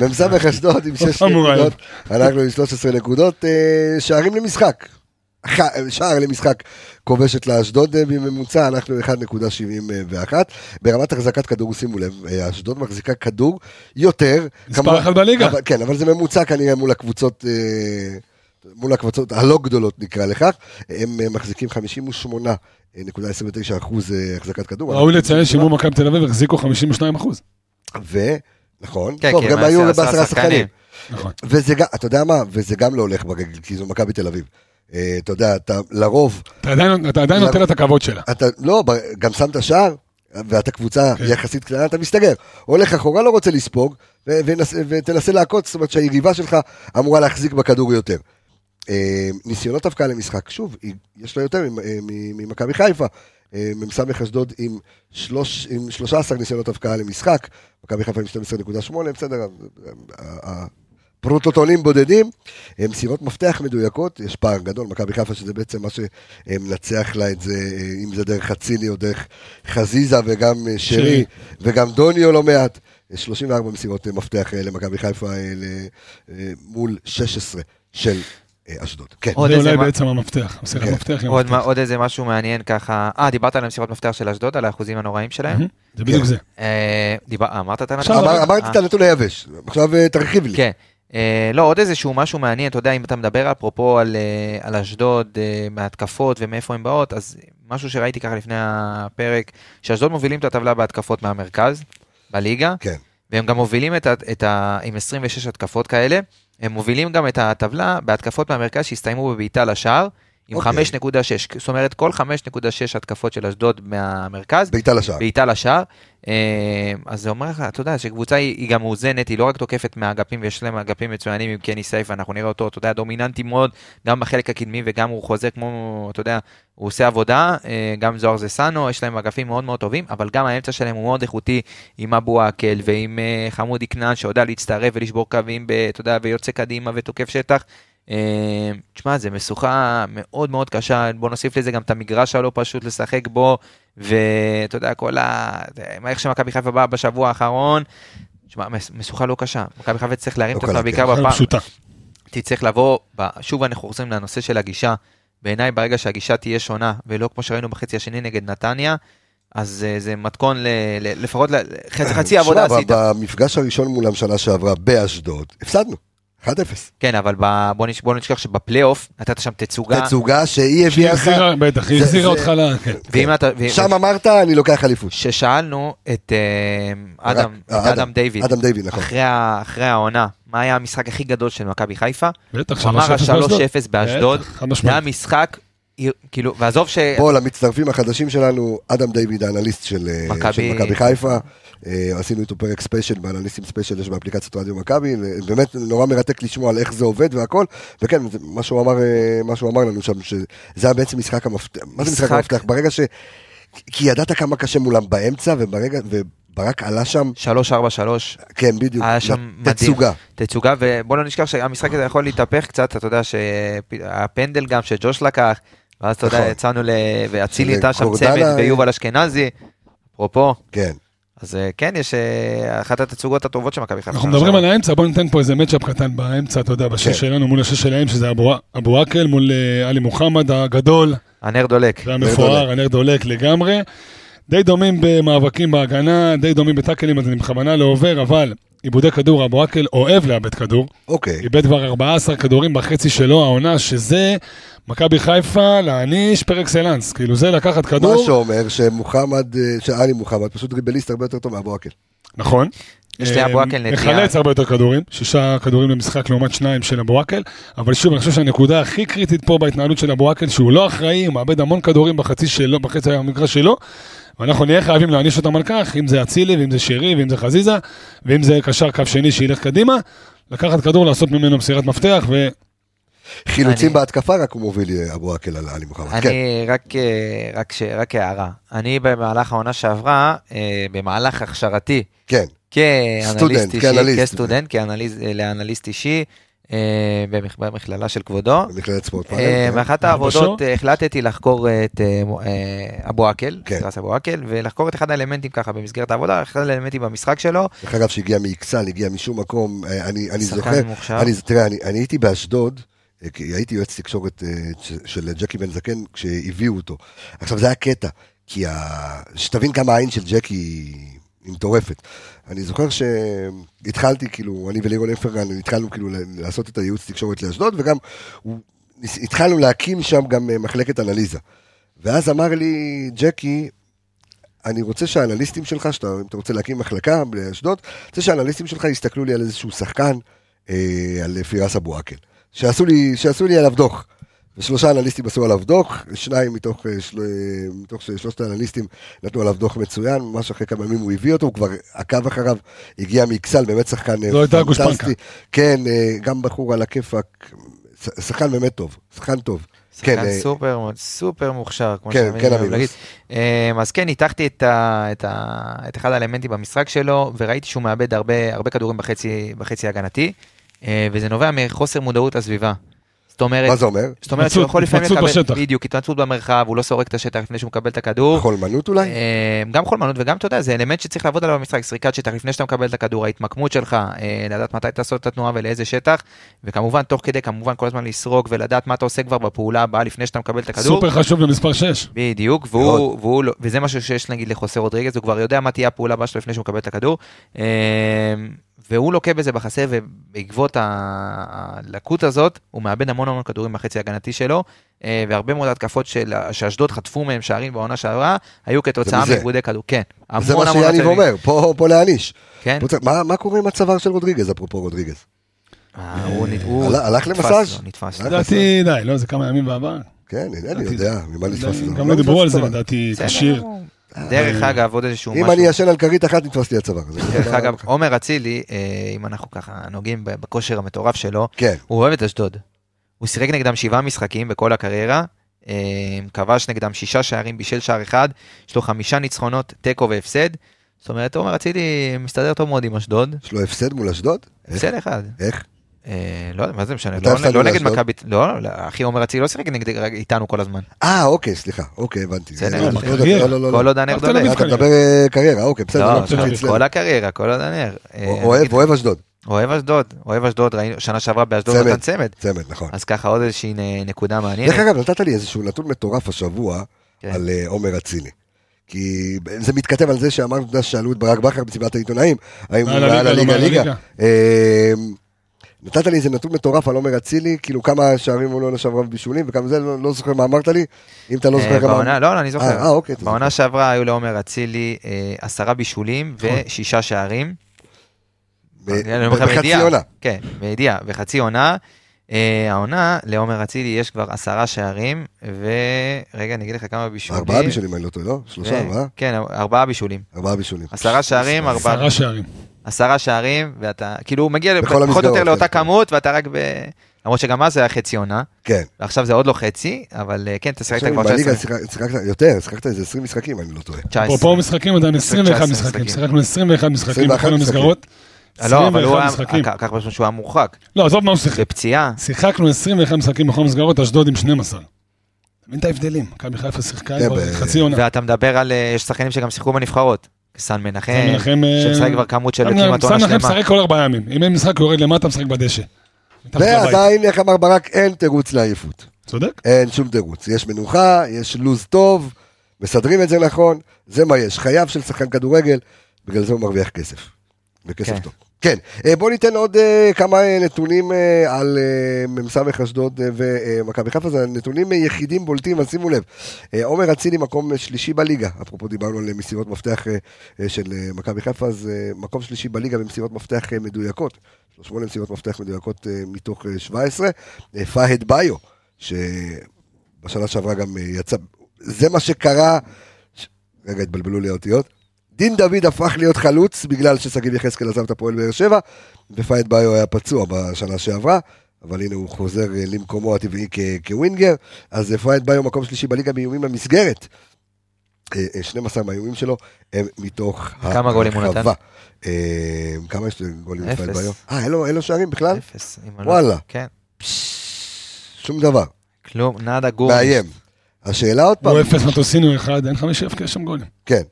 Speaker 1: מ"ס אשדוד עם 6
Speaker 5: אמור
Speaker 1: נקודות, אנחנו עם 13 נקודות, אה, שערים למשחק. ח- שער למשחק כובשת לאשדוד אה, בממוצע, אנחנו 1.71. אה, ברמת החזקת כדור, שימו לב, אה, אשדוד מחזיקה כדור יותר.
Speaker 5: מספר
Speaker 1: כמובן-
Speaker 5: אחת בליגה.
Speaker 1: אבל- כן, אבל זה ממוצע כנראה מול הקבוצות, אה, מול הקבוצות הלא גדולות נקרא לכך. הם אה, מחזיקים 58.29 אחוז אה, החזקת כדור. אה,
Speaker 5: ראוי
Speaker 1: אנחנו-
Speaker 5: לציין שמול מכבי תל אביב החזיקו 52%.
Speaker 1: ו... נכון,
Speaker 4: כן,
Speaker 1: טוב,
Speaker 4: כן,
Speaker 1: גם
Speaker 4: מה,
Speaker 1: היו
Speaker 4: עשרה
Speaker 1: בעשרה שחקנים.
Speaker 4: שחקנים.
Speaker 5: נכון.
Speaker 1: וזה גם, אתה יודע מה, וזה גם לא הולך ברגל, כי זו מכבי תל אביב. אה, אתה יודע, אתה לרוב,
Speaker 5: אתה עדיין- אתה עדיין
Speaker 1: לא.
Speaker 5: נותן לה את הכבוד שלה.
Speaker 1: אתה לא, ב- גם שמת שער, ואתה קבוצה
Speaker 5: כן.
Speaker 1: יחסית קטנה, אתה מסתגר. הולך אחורה, לא רוצה לספוג, ו- ונס- ותנסה להכות, זאת אומרת שהיריבה שלך אמורה להחזיק בכדור יותר. אה, ניסיונות הבקעה למשחק, שוב, היא- יש לה יותר מ- אה, מ- ממכבי חיפה. אה, מ"ס אשדוד עם, שלוש, עם 13 ניסיונות הבקעה למשחק, מכבי חיפה עם 12.8, בסדר, אה, ה- ה- הפרוטוטונים בודדים, אה, מסירות מפתח מדויקות, יש פער גדול, מכבי חיפה שזה בעצם מה שמנצח לה את זה, אה, אם זה דרך אצילי או דרך חזיזה וגם אה, שרי
Speaker 5: שרי.
Speaker 1: וגם דוניו לא מעט. אה, 34 מסירות אה, מפתח אה, למכבי חיפה אה, ל- אה, מול 16 של אה, אשדוד. כן.
Speaker 4: עוד
Speaker 5: זה
Speaker 4: איזה
Speaker 5: אולי
Speaker 4: מה-
Speaker 5: בעצם המפתח. מסירת
Speaker 1: כן.
Speaker 5: מפתח היא
Speaker 4: עוד
Speaker 5: המפתח.
Speaker 4: מה- עוד איזה משהו מעניין ככה, אה, דיברת על המסירות מפתח של אשדוד, על האחוזים הנוראים שלהם?
Speaker 5: מהמם. זה בדיוק
Speaker 1: כן.
Speaker 5: זה.
Speaker 4: אה, דיבר- אה, אמרת את הנתון?
Speaker 5: עכשיו,
Speaker 1: אמר-
Speaker 4: אה.
Speaker 1: אמרתי את הנתון היבש, עכשיו אה, תרחיב לי.
Speaker 4: כן. אה, לא, עוד איזשהו משהו מעניין, אתה יודע, אם אתה מדבר אפרופו על, אה, על אשדוד, אה, מההתקפות ומאיפה הן באות, אז משהו שראיתי ככה לפני הפרק, שאשדוד מובילים את הטבלה בהתקפות מהמרכז, בליגה,
Speaker 1: כן.
Speaker 4: והם גם מובילים את ה... את ה עם 26 התקפות כאלה, הם מובילים גם את הטבלה בהתקפות מהמרכז שהסתיימו בבעיטה לשער, עם
Speaker 1: אוקיי.
Speaker 4: 5.6, זאת אומרת כל 5.6 התקפות של אשדוד מהמרכז,
Speaker 1: בעיטה לשער.
Speaker 4: בעיטה לשער. אה, אז זה אומר לך, אתה יודע, שקבוצה היא, היא גם מאוזנת, היא לא רק תוקפת מהאגפים, ויש להם אגפים מצוינים עם קני סייף, אנחנו נראה אותו, אתה יודע, דומיננטי מאוד, גם בחלק הקדמי וגם הוא חוזר כמו, אתה יודע, הוא עושה עבודה, אה, גם זוהר זסנו, יש להם אגפים מאוד מאוד טובים, אבל גם האמצע שלהם הוא מאוד איכותי עם אבו עקל ועם אה, חמודי כנען, שיודע להצטרף ולשבור קווים, ב- אתה יודע, ויוצא קדימה ותוקף שטח. אה, תשמע, זו משוכה מאוד מאוד קשה, בוא נוסיף לזה גם את המגרש הלא פשוט לשחק בו, ואתה יודע, כל ה... מה- איך שמכבי חיפה באה בשבוע האחרון, תשמע, מס- משוכה לא קשה. מכבי חיפה תצטרך להרים
Speaker 1: לא
Speaker 4: את עצמה
Speaker 1: קלה,
Speaker 4: בעיקר
Speaker 5: בכלל
Speaker 4: בפעם,
Speaker 5: פשוטה.
Speaker 4: תצטרך לבוא, ב- שוב אנחנו חוזרים לנושא של הגישה. בעיניי ברגע שהגישה תהיה שונה, ולא כמו שראינו בחצי השני נגד נתניה, אז אה, זה מתכון ל... ל- לפחות ל- חצי- חצי עבודה
Speaker 1: שמע,
Speaker 4: עשית.
Speaker 1: במפגש הראשון מולם שנה שעברה באשדוד, הפסדנו, 1-0.
Speaker 4: כן, אבל ב- בוא נש- בוא לא נשכח שבפלייאוף נתת שם תצוגה.
Speaker 1: תצוגה שהיא
Speaker 5: היא
Speaker 1: הביאה לך,
Speaker 5: החזירה, בטח, היא
Speaker 1: זה-
Speaker 5: החזירה
Speaker 1: זה-
Speaker 5: אותך ל... כן.
Speaker 4: ואם אתה... ו-
Speaker 1: שם אמרת, אני לוקח אליפות.
Speaker 4: ששאלנו את אה, אדם,
Speaker 1: אה,
Speaker 4: את אדם דיוויד,
Speaker 1: אדם דיוויד, נכון.
Speaker 4: אחרי ה- אחרי העונה, מה היה המשחק הכי גדול של מכבי חיפה?
Speaker 5: בטח,
Speaker 4: הוא אמר
Speaker 5: 3-0 באשדוד.
Speaker 4: ה-3-0 באשדוד,
Speaker 5: בטח, חד
Speaker 4: זה היה
Speaker 5: משמעית.
Speaker 4: משחק, כאילו, ועזוב ש...
Speaker 1: בואו למצטרפים החדשים שלנו, אדם דיוויד, האנליסט של אה,
Speaker 4: מכבי-
Speaker 1: של מכבי חיפה. אה, עשינו איתו פרק ספיישל, באנליסטים ספיישל יש באפליקציית רדיו מכבי. אה, באמת נורא מרתק לשמוע על איך זה עובד והכל. וכן, זה מה שהוא אמר, אה, מה שהוא אמר לנו שם, שזה היה בעצם משחק המפתח. מה זה משחק
Speaker 4: משחק-
Speaker 1: המפתח? ברגע ש... כי ידעת כמה קשה מולם באמצע, וברגע... ו... ברק עלה שם,
Speaker 4: 3-4-3,
Speaker 1: כן, בדיוק,
Speaker 4: היה שם מדהים.
Speaker 1: תצוגה.
Speaker 4: תצוגה, ובוא לא נשכח שהמשחק הזה יכול להתהפך קצת, אתה יודע שהפנדל גם שג'וש לקח, ואז אתה יודע,
Speaker 1: נכון.
Speaker 4: יצאנו ל... ואצילי
Speaker 1: של
Speaker 4: הייתה שם
Speaker 1: גורדנה,
Speaker 4: צמד
Speaker 1: אה,
Speaker 4: ויובל אשכנזי, אפרופו,
Speaker 1: כן.
Speaker 4: אז אה, כן, יש אה, אחת התצוגות הטובות של מכבי חיפה.
Speaker 5: אנחנו מדברים
Speaker 4: עכשיו.
Speaker 5: על האמצע, בואו ניתן פה איזה מצ'אפ קטן באמצע, אתה יודע,
Speaker 1: כן.
Speaker 5: בשש שלנו מול השש שלהם, שזה אבו- אבו עקל מול אה, עלי מוחמד הגדול,
Speaker 4: הנר דולק.
Speaker 1: דולק.
Speaker 5: והמפואר, הנר דולק לגמרי. די דומים במאבקים בהגנה, די דומים בטאקלים, אז אני בכוונה לא עובר, אבל עיבודי כדור, אבו עקל אוהב לאבד כדור.
Speaker 1: אוקיי,
Speaker 5: איבד כבר 14 כדורים בחצי שלו, העונה, שזה מכבי חיפה להעניש פר אקסלנס. כאילו זה לקחת
Speaker 1: מה
Speaker 5: כדור,
Speaker 1: שאומר שמוחמד, אה, שעלי מוחמד, פשוט ריבליסט הרבה יותר טוב מאבו עקל.
Speaker 5: נכון.
Speaker 4: יש לאבו עקל נטייה.
Speaker 5: מחלץ הרבה יותר כדורים, שישה כדורים למשחק לעומת שניים של אבו עקל, אבל שוב, אני חושב שהנקודה הכי קריטית פה בהתנהלות של אבו עקל, שהוא לא אחראי, הוא מאבד המון כדורים בחצי שלו, בחצי המגרש שלו, ואנחנו נהיה חייבים להעניש אותם על כך, אם זה אצילי, ואם זה שירי, ואם זה חזיזה, ואם זה קשר קו שני שילך קדימה, לקחת כדור, לעשות ממנו מסירת מפתח, ו...
Speaker 1: חילוצים
Speaker 4: אני-
Speaker 1: בהתקפה רק הוא מוביל אה, אבו עקל על עלי מוחמד. כן,
Speaker 4: אני רק, אה, רק, ש- רק הערה. אני במהלך העונה שעברה, אה, במהלך הכשרתי,
Speaker 1: כן, סטודנט,
Speaker 4: כאנליסט אישי,
Speaker 1: כאנליסט.
Speaker 4: כסטודנט, כאנליסט- אה, לאנליסט אישי, אה, במכ- במכללה של כבודו.
Speaker 1: במכללת ספורט.
Speaker 4: אה,
Speaker 1: כן.
Speaker 4: באחת
Speaker 5: אה,
Speaker 4: העבודות
Speaker 5: בשור?
Speaker 4: אה, החלטתי לחקור את אה, מו- אה, אבו עקל,
Speaker 1: כן.
Speaker 4: סירס אבו עקל, ולחקור את אחד האלמנטים ככה במסגרת העבודה, אחד האלמנטים במשחק שלו,
Speaker 1: דרך אגב, שהגיע מאיקסן, הגיע משום מקום, אה, אני אני זוכר,
Speaker 4: שחקן מוכשר.
Speaker 1: אני, תראה, אני, אני הייתי באשדוד, אה, כי הייתי יועץ תקשורת אה, ש- של ג'קי בן זקן כשהביאו אותו. עכשיו, זה היה קטע, כי ה... שתבין כמה העין של ג'קי היא- היא מטורפת. אני זוכר שהתחלתי, כאילו, אני ולירון אפרגן, התחלנו כאילו ל- לעשות את הייעוץ תקשורת לאשדוד, וגם הוא... ניס- התחלנו להקים שם גם אה, מחלקת אנליזה. ואז אמר לי ג'קי, אני רוצה שהאנליסטים שלך, שאתה, אם אתה רוצה להקים מחלקה באשדוד, אני רוצה שהאנליסטים שלך יסתכלו לי על איזשהו שחקן, אה, על פירס אבו עקל. שעשו לי, שעשו לי עליו דוח. ושלושה אנליסטים עשו עליו דוח, שניים מתוך, אה, של... אה, מתוך של- שלושת האנליסטים נתנו עליו דוח מצוין, ממש אחרי כמה ימים הוא הביא אותו, הוא כבר עקב אחריו, הגיע מאכסל, באמת שחקן אה,
Speaker 5: זו לא, הייתה גושפנקה.
Speaker 1: כן, אה, גם בחור על הכיפאק, ש- שחקן באמת טוב, שחקן טוב. כן,
Speaker 4: שחקן
Speaker 1: אה,
Speaker 4: סופר מאוד- סופר מוכשר, כמו
Speaker 1: כן,
Speaker 4: שאני
Speaker 1: כן,
Speaker 4: אוהב
Speaker 1: אמירוס.
Speaker 4: להגיד. אה, אז כן, ניתחתי את ה- את ה- את אחד האלמנטים במשחק שלו, וראיתי שהוא מאבד הרבה הרבה כדורים בחצי- בחצי הגנתי, אה, וזה נובע מחוסר מודעות לסביבה. זאת אומרת,
Speaker 1: מה זה אומר?
Speaker 4: זאת אומרת שהוא
Speaker 5: התמצאות-
Speaker 4: יכול לפעמים
Speaker 5: התמצאות בשטח.
Speaker 4: לקבל, בדיוק, התמצאות במרחב, הוא לא סורק את השטח לפני שהוא מקבל את הכדור.
Speaker 1: חולמנות אולי?
Speaker 4: אה, גם חולמנות וגם, אתה יודע, זה אלמנט שצריך לעבוד עליו במשחק, סריקת שטח לפני שאתה מקבל את הכדור, ההתמקמות שלך, אה, לדעת מתי תעשות את התנועה ולאיזה שטח, וכמובן, תוך כדי, כמובן, כל הזמן לסרוק ולדעת מה אתה עושה כבר בפעולה הבאה לפני שאתה מקבל את הכדור.
Speaker 5: סופר חשוב במספר 6.
Speaker 4: בדיוק, והוא, והוא, לא- וזה משהו שיש נגיד לחוסר רודריגז, הוא כבר יודע מה תהיה הפעולה הבאה שלו לפני שהוא מקבל את הכדור. אה, והוא לוקה בזה בחסר, ובעקבות ה- הלקות הזאת, הוא מאבד המון המון כדורים בחצי ההגנתי שלו, אה, והרבה מאוד התקפות של- שאשדוד חטפו מהם שערים בעונה שעברה, היו כתוצאה
Speaker 1: זה מזה.
Speaker 4: מאיגודי כדור. כן,
Speaker 1: זה מה שיאניב
Speaker 4: הצבים.
Speaker 1: אומר, פה פה להעניש.
Speaker 4: כן,
Speaker 1: רוצה- מה- מה קורה עם הצוואר של רודריגז, אפרופו רודריגז?
Speaker 4: אה, הוא נ- הוא
Speaker 1: הלך- הלך
Speaker 4: נתפס
Speaker 1: למסאז'? אה,
Speaker 4: לו, נתפס לו.
Speaker 1: הלך?
Speaker 5: לדעתי, די, לא, זה כמה ימים בעבר.
Speaker 1: כן, הנה, אני
Speaker 5: לדעתי
Speaker 1: יודע, ממה לתפוס את זה.
Speaker 5: גם לא דיברו
Speaker 1: נתפס
Speaker 5: על זה,
Speaker 1: הצוואר.
Speaker 5: לדעתי,
Speaker 4: בסדר,
Speaker 5: כשיר.
Speaker 4: הוא- דרך אגב, עוד איזשהו משהו.
Speaker 1: אה, אם אני ישן על כרית אחת, נתפס לי הצוואר. כן. זה
Speaker 4: דרך
Speaker 1: דבר-
Speaker 4: אגב, עומר אצילי, אה, אם אנחנו ככה נוגעים ב- בכושר המטורף שלו,
Speaker 1: כן,
Speaker 4: הוא אוהב את אשדוד. הוא שיחק נגדם שבעה משחקים בכל הקריירה, אה, כבש נגדם שישה שערים, בישל שער אחד, יש לו חמישה ניצחונות, תיקו והפסד. זאת אומרת, עומר אצילי מסתדר טוב מאוד עם אשדוד,
Speaker 1: יש לו הפסד מול אשדוד? איך?
Speaker 4: הפסד אחד.
Speaker 1: איך?
Speaker 4: אה, לא יודע, מה זה משנה,
Speaker 1: מתי
Speaker 4: לא-
Speaker 1: הפסדנו
Speaker 4: לא נגד
Speaker 1: לאשדוד?
Speaker 4: מכבי, לא, לא, אחי עומר אצילי לא שיחק נגד- איתנו כל הזמן.
Speaker 1: אה, אוקיי, סליחה, אוקיי, הבנתי.
Speaker 4: בסדר,
Speaker 1: לא,
Speaker 4: אבל
Speaker 1: לא,
Speaker 5: קריירה.
Speaker 1: לא, לא, לא.
Speaker 4: כל עוד הנר
Speaker 5: רק תל אביב
Speaker 4: דולק.
Speaker 1: אה, אתה מדבר אה, קריירה, אוקיי, בסדר.
Speaker 4: לא,
Speaker 1: לא, בסדר,
Speaker 5: עכשיו,
Speaker 1: אצלנו.
Speaker 4: כל הקריירה, כל עוד הנר. אה,
Speaker 1: אוהב,
Speaker 4: נגיד,
Speaker 1: אוהב אשדוד.
Speaker 4: אוהב אשדוד, אוהב אשדוד, ראינו, שנה שעברה באשדוד
Speaker 1: צמד.
Speaker 4: נתן צמד.
Speaker 1: צמד, נכון.
Speaker 4: אז ככה עוד איזושהי נ- נקודה מעניינת.
Speaker 1: דרך אגב, נתת לי איזשהו נתון מטורף השבוע
Speaker 4: כן.
Speaker 1: על אה, עומר אצילי. כי זה מתכתב על זה שאמרנו, אתה יודע, שאלו את ברק בכר במסיבת העיתונאים, האם הוא
Speaker 5: על הליגה,
Speaker 1: ראה
Speaker 5: לא,
Speaker 1: לליגה
Speaker 5: על
Speaker 1: ליגה.
Speaker 5: הליגה.
Speaker 1: אה, נתת לי איזה נתון מטורף על עומר אצילי, כאילו כמה שערים הוא לא שעברה בבישולים וכמה זה, לא לא זוכר מה אמרת לי, אם אתה לא
Speaker 4: אה,
Speaker 1: זוכר גם...
Speaker 4: בעונה, לא, לא, אני
Speaker 1: אה, אה,
Speaker 4: זוכר.
Speaker 1: אוקיי, אתה
Speaker 4: בעונה שעברה היו לעומר אצילי אה, עשרה בישולים ושישה שערים.
Speaker 1: ב-
Speaker 4: אני אומר לך,
Speaker 1: בחצי
Speaker 4: בידיעה.
Speaker 1: עונה.
Speaker 4: כן, בידיעה, בחצי עונה. אה, העונה, לעומר אצילי יש כבר עשרה שערים, ורגע, אני אגיד לך כמה בישולים.
Speaker 1: ארבעה בישולים, אני לא טועה, לא? שלושה,
Speaker 4: ו-
Speaker 1: ארבעה?
Speaker 4: כן, ארבעה בישולים.
Speaker 1: ארבעה בישולים.
Speaker 4: עשרה שערים, ארבעה
Speaker 5: עשרה שערים.
Speaker 4: עשרה שערים, ואתה, כאילו, הוא מגיע
Speaker 1: בכל
Speaker 4: לפחות- פחות או
Speaker 1: המסגרות,
Speaker 4: יותר לאותה
Speaker 1: כן.
Speaker 4: כמות, ואתה רק ב... למרות שגם אז זה היה חצי עונה,
Speaker 1: כן.
Speaker 4: ועכשיו זה עוד לא חצי, אבל אה, כן, אתה שיחקת כבר
Speaker 1: בליגה
Speaker 4: 19,
Speaker 1: שיחק- שיחקת יותר, שיחקת איזה 20 משחקים, אני לא טועה.
Speaker 4: 19.
Speaker 5: אפרופו משחקים, עדיין 21
Speaker 4: 19
Speaker 5: משחקים.
Speaker 4: משחקים.
Speaker 5: שיחקנו 21 משחקים
Speaker 1: 21
Speaker 5: בכל המסגרות.
Speaker 4: אה, לא, אבל הוא
Speaker 5: 21
Speaker 4: היה,
Speaker 5: משחקים.
Speaker 4: אה, קח משהו שהוא היה מורחק.
Speaker 5: לא, עזוב מה הוא שיחק.
Speaker 4: זה פציעה.
Speaker 5: שיחקנו 21 משחקים בכל המסגרות, אשדוד עם 12. תבין את ההבדלים. מכבי חיפה שיחקה
Speaker 1: כן,
Speaker 5: כבר
Speaker 1: ב-
Speaker 5: חצי עונה.
Speaker 4: ואתה מדבר על, אה, יש שחקנים שגם שיחקו בנבחרות. סן
Speaker 5: סן
Speaker 4: מנחם,
Speaker 5: מנחם, אה,
Speaker 4: שמשחק כבר כמות של
Speaker 5: סן
Speaker 4: כמעט עונה
Speaker 5: מנחם
Speaker 4: שלמה.
Speaker 5: משחק כל ארבעה ימים. אם אין משחק, הוא יורד למטה, משחק בדשא. מתחת לבית.
Speaker 1: ועדיין, איך אמר ברק, אין תירוץ לעייפות.
Speaker 5: צודק.
Speaker 1: אין שום תירוץ. יש מנוחה, יש לו"ז טוב, מסדרים את זה נכון, זה מה יש. חייו של שחקן כדורגל, בגלל זה הוא מרוויח כסף. וכסף
Speaker 4: כן.
Speaker 1: טוב. כן, אה, בוא ניתן עוד אה, כמה אה, נתונים אה, על אה, מ"ס אשדוד אה, ומכבי חיפה, זה נתונים אה, יחידים בולטים, אז שימו לב. אה, עומר אצילי מקום אה, שלישי בליגה, אפרופו דיברנו על אה, מסירות מפתח אה, אה, של אה, מכבי חיפה, אז אה, מקום שלישי בליגה במסירות מפתח אה, מדויקות, שמונה מסירות מפתח מדויקות אה, מתוך אה, 17. אה, פאהד ביו, שבשנה שעברה גם אה, יצא, זה מה שקרה, ש- רגע, התבלבלו לי האותיות. דין דוד הפך להיות חלוץ בגלל ששגיב יחזקאל עזב את הפועל באר שבע, ופייד ביו היה פצוע בשנה שעברה, אבל הנה הוא חוזר אה, למקומו הטבעי כ- כווינגר, אז אה, פייד ביו מקום שלישי בליגה באיומים למסגרת. אה, אה, 12 מהאיומים שלו הם מתוך
Speaker 4: כמה גולים הוא נתן?
Speaker 1: אה, כמה יש גולים לפייד
Speaker 4: אפס.
Speaker 1: ביו? אה, אין לו- אין לו שערים בכלל?
Speaker 4: אפס, אם אני לא-
Speaker 1: וואלה,
Speaker 4: כן,
Speaker 1: שום דבר.
Speaker 4: כלום, נאדה גור.
Speaker 1: מאיים. השאלה עוד פעם,
Speaker 5: הוא אפס מטוסין, הוא אחד, אין חמישי הפקע שם גולים.
Speaker 1: כן.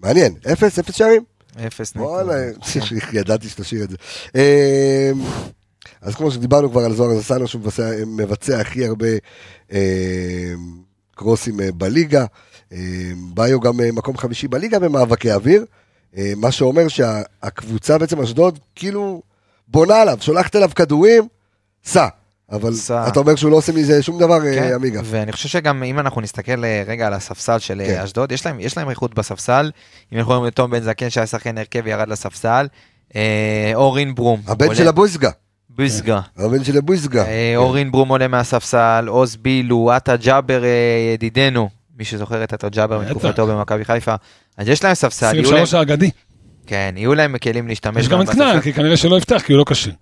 Speaker 1: מעניין, אפס, אפס שערים?
Speaker 4: אפס נקודה.
Speaker 1: וואלה, אה, ידעתי שתשאיר את זה. אמ, אז כמו שדיברנו כבר על זוהר זסנו, שהוא מבצע- מבצע הכי הרבה אמ, קרוסים אה, בליגה. אמ, ביו גם אה, מקום חמישי בליגה במאבקי אוויר, אה, מה שאומר שהקבוצה בעצם, אשדוד, כאילו בונה עליו, שולחת אליו כדורים, סע. אבל
Speaker 4: סע.
Speaker 1: אתה אומר שהוא לא עושה מזה שום דבר, אה,
Speaker 4: כן,
Speaker 1: עמיגה.
Speaker 4: ואני חושב שגם אם אנחנו נסתכל אה, רגע על הספסל של אה,
Speaker 1: כן.
Speaker 4: אשדוד, יש להם- יש להם איכות בספסל. אם אנחנו רואים את תום בן זקן שהיה שחקן הרכב וירד לספסל. אה, אורין ברום.
Speaker 1: הבן
Speaker 4: עולה-
Speaker 1: של הבויסגה,
Speaker 4: בוזגה.
Speaker 1: הבן של הבויסגה.
Speaker 4: אה,
Speaker 5: כן.
Speaker 4: אורין ברום עולה מהספסל, עוז בילו, עטה ג'אבר אה, ידידנו, מי שזוכר את עטה ג'אבר
Speaker 5: בטח.
Speaker 4: מתקופתו במכבי חיפה. אז יש להם ספסל, יהיו להם-
Speaker 5: 23 האגדי.
Speaker 4: כן, יהיו להם כלים להשתמש.
Speaker 5: יש גם את
Speaker 4: בספסל.
Speaker 5: כנען, כי כנראה שלא יפתח, כי הוא לא כשיר.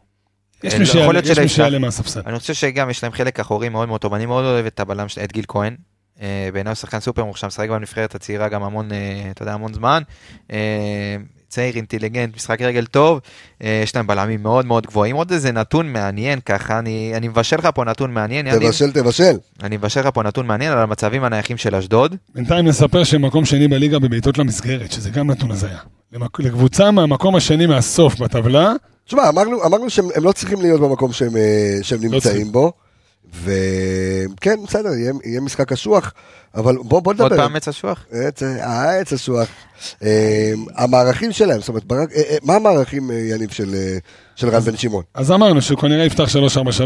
Speaker 5: יש
Speaker 4: אה,
Speaker 5: מי
Speaker 4: לא, יכול
Speaker 5: שיעלה-
Speaker 4: להיות
Speaker 5: יש
Speaker 4: שלא
Speaker 5: מי
Speaker 4: יפתח.
Speaker 5: שיעלה מהספסל.
Speaker 4: אני חושב שגם יש להם חלק אחורי מאוד מאוד טוב, אני מאוד אוהב את הבלם, של- את גיל כהן. אה, בעיניי הוא שחקן סופר מוכשר, משחק בנבחרת הצעירה גם המון, אה, אתה יודע, המון זמן. אה, צעיר, אינטליגנט, משחק רגל טוב, אה, יש להם בלמים מאוד מאוד גבוהים. עוד איזה נתון מעניין ככה, אני אני מבשל לך פה נתון מעניין, יניב.
Speaker 1: תבשל, תבשל.
Speaker 4: אני מבשר לך פה נתון מעניין על המצבים הנייחים של אשדוד.
Speaker 5: בינתיים נספר שהם מקום שני בליגה בבעיטות למסגרת, שזה גם נתון הזיה. למק- לקבוצה מהמקום השני מהסוף בטבלה,
Speaker 1: תשמע, אמרנו, אמרנו שהם הם לא צריכים להיות במקום שהם, אה, שהם נמצאים
Speaker 5: לא צריכים.
Speaker 1: בו, וכן, בסדר, יהיה, יהיה משחק קשוח, אבל בוא, בוא
Speaker 4: עוד
Speaker 1: נדבר.
Speaker 4: פעם עץ אשוח?
Speaker 1: עץ- אה, עץ השוח. אה, המערכים שלהם, זאת אומרת, ברק, אה, אה, מה המערכים, אה, יניב, של, אה, של רן בן שמעון?
Speaker 5: אז אמרנו שהוא כנראה יפתח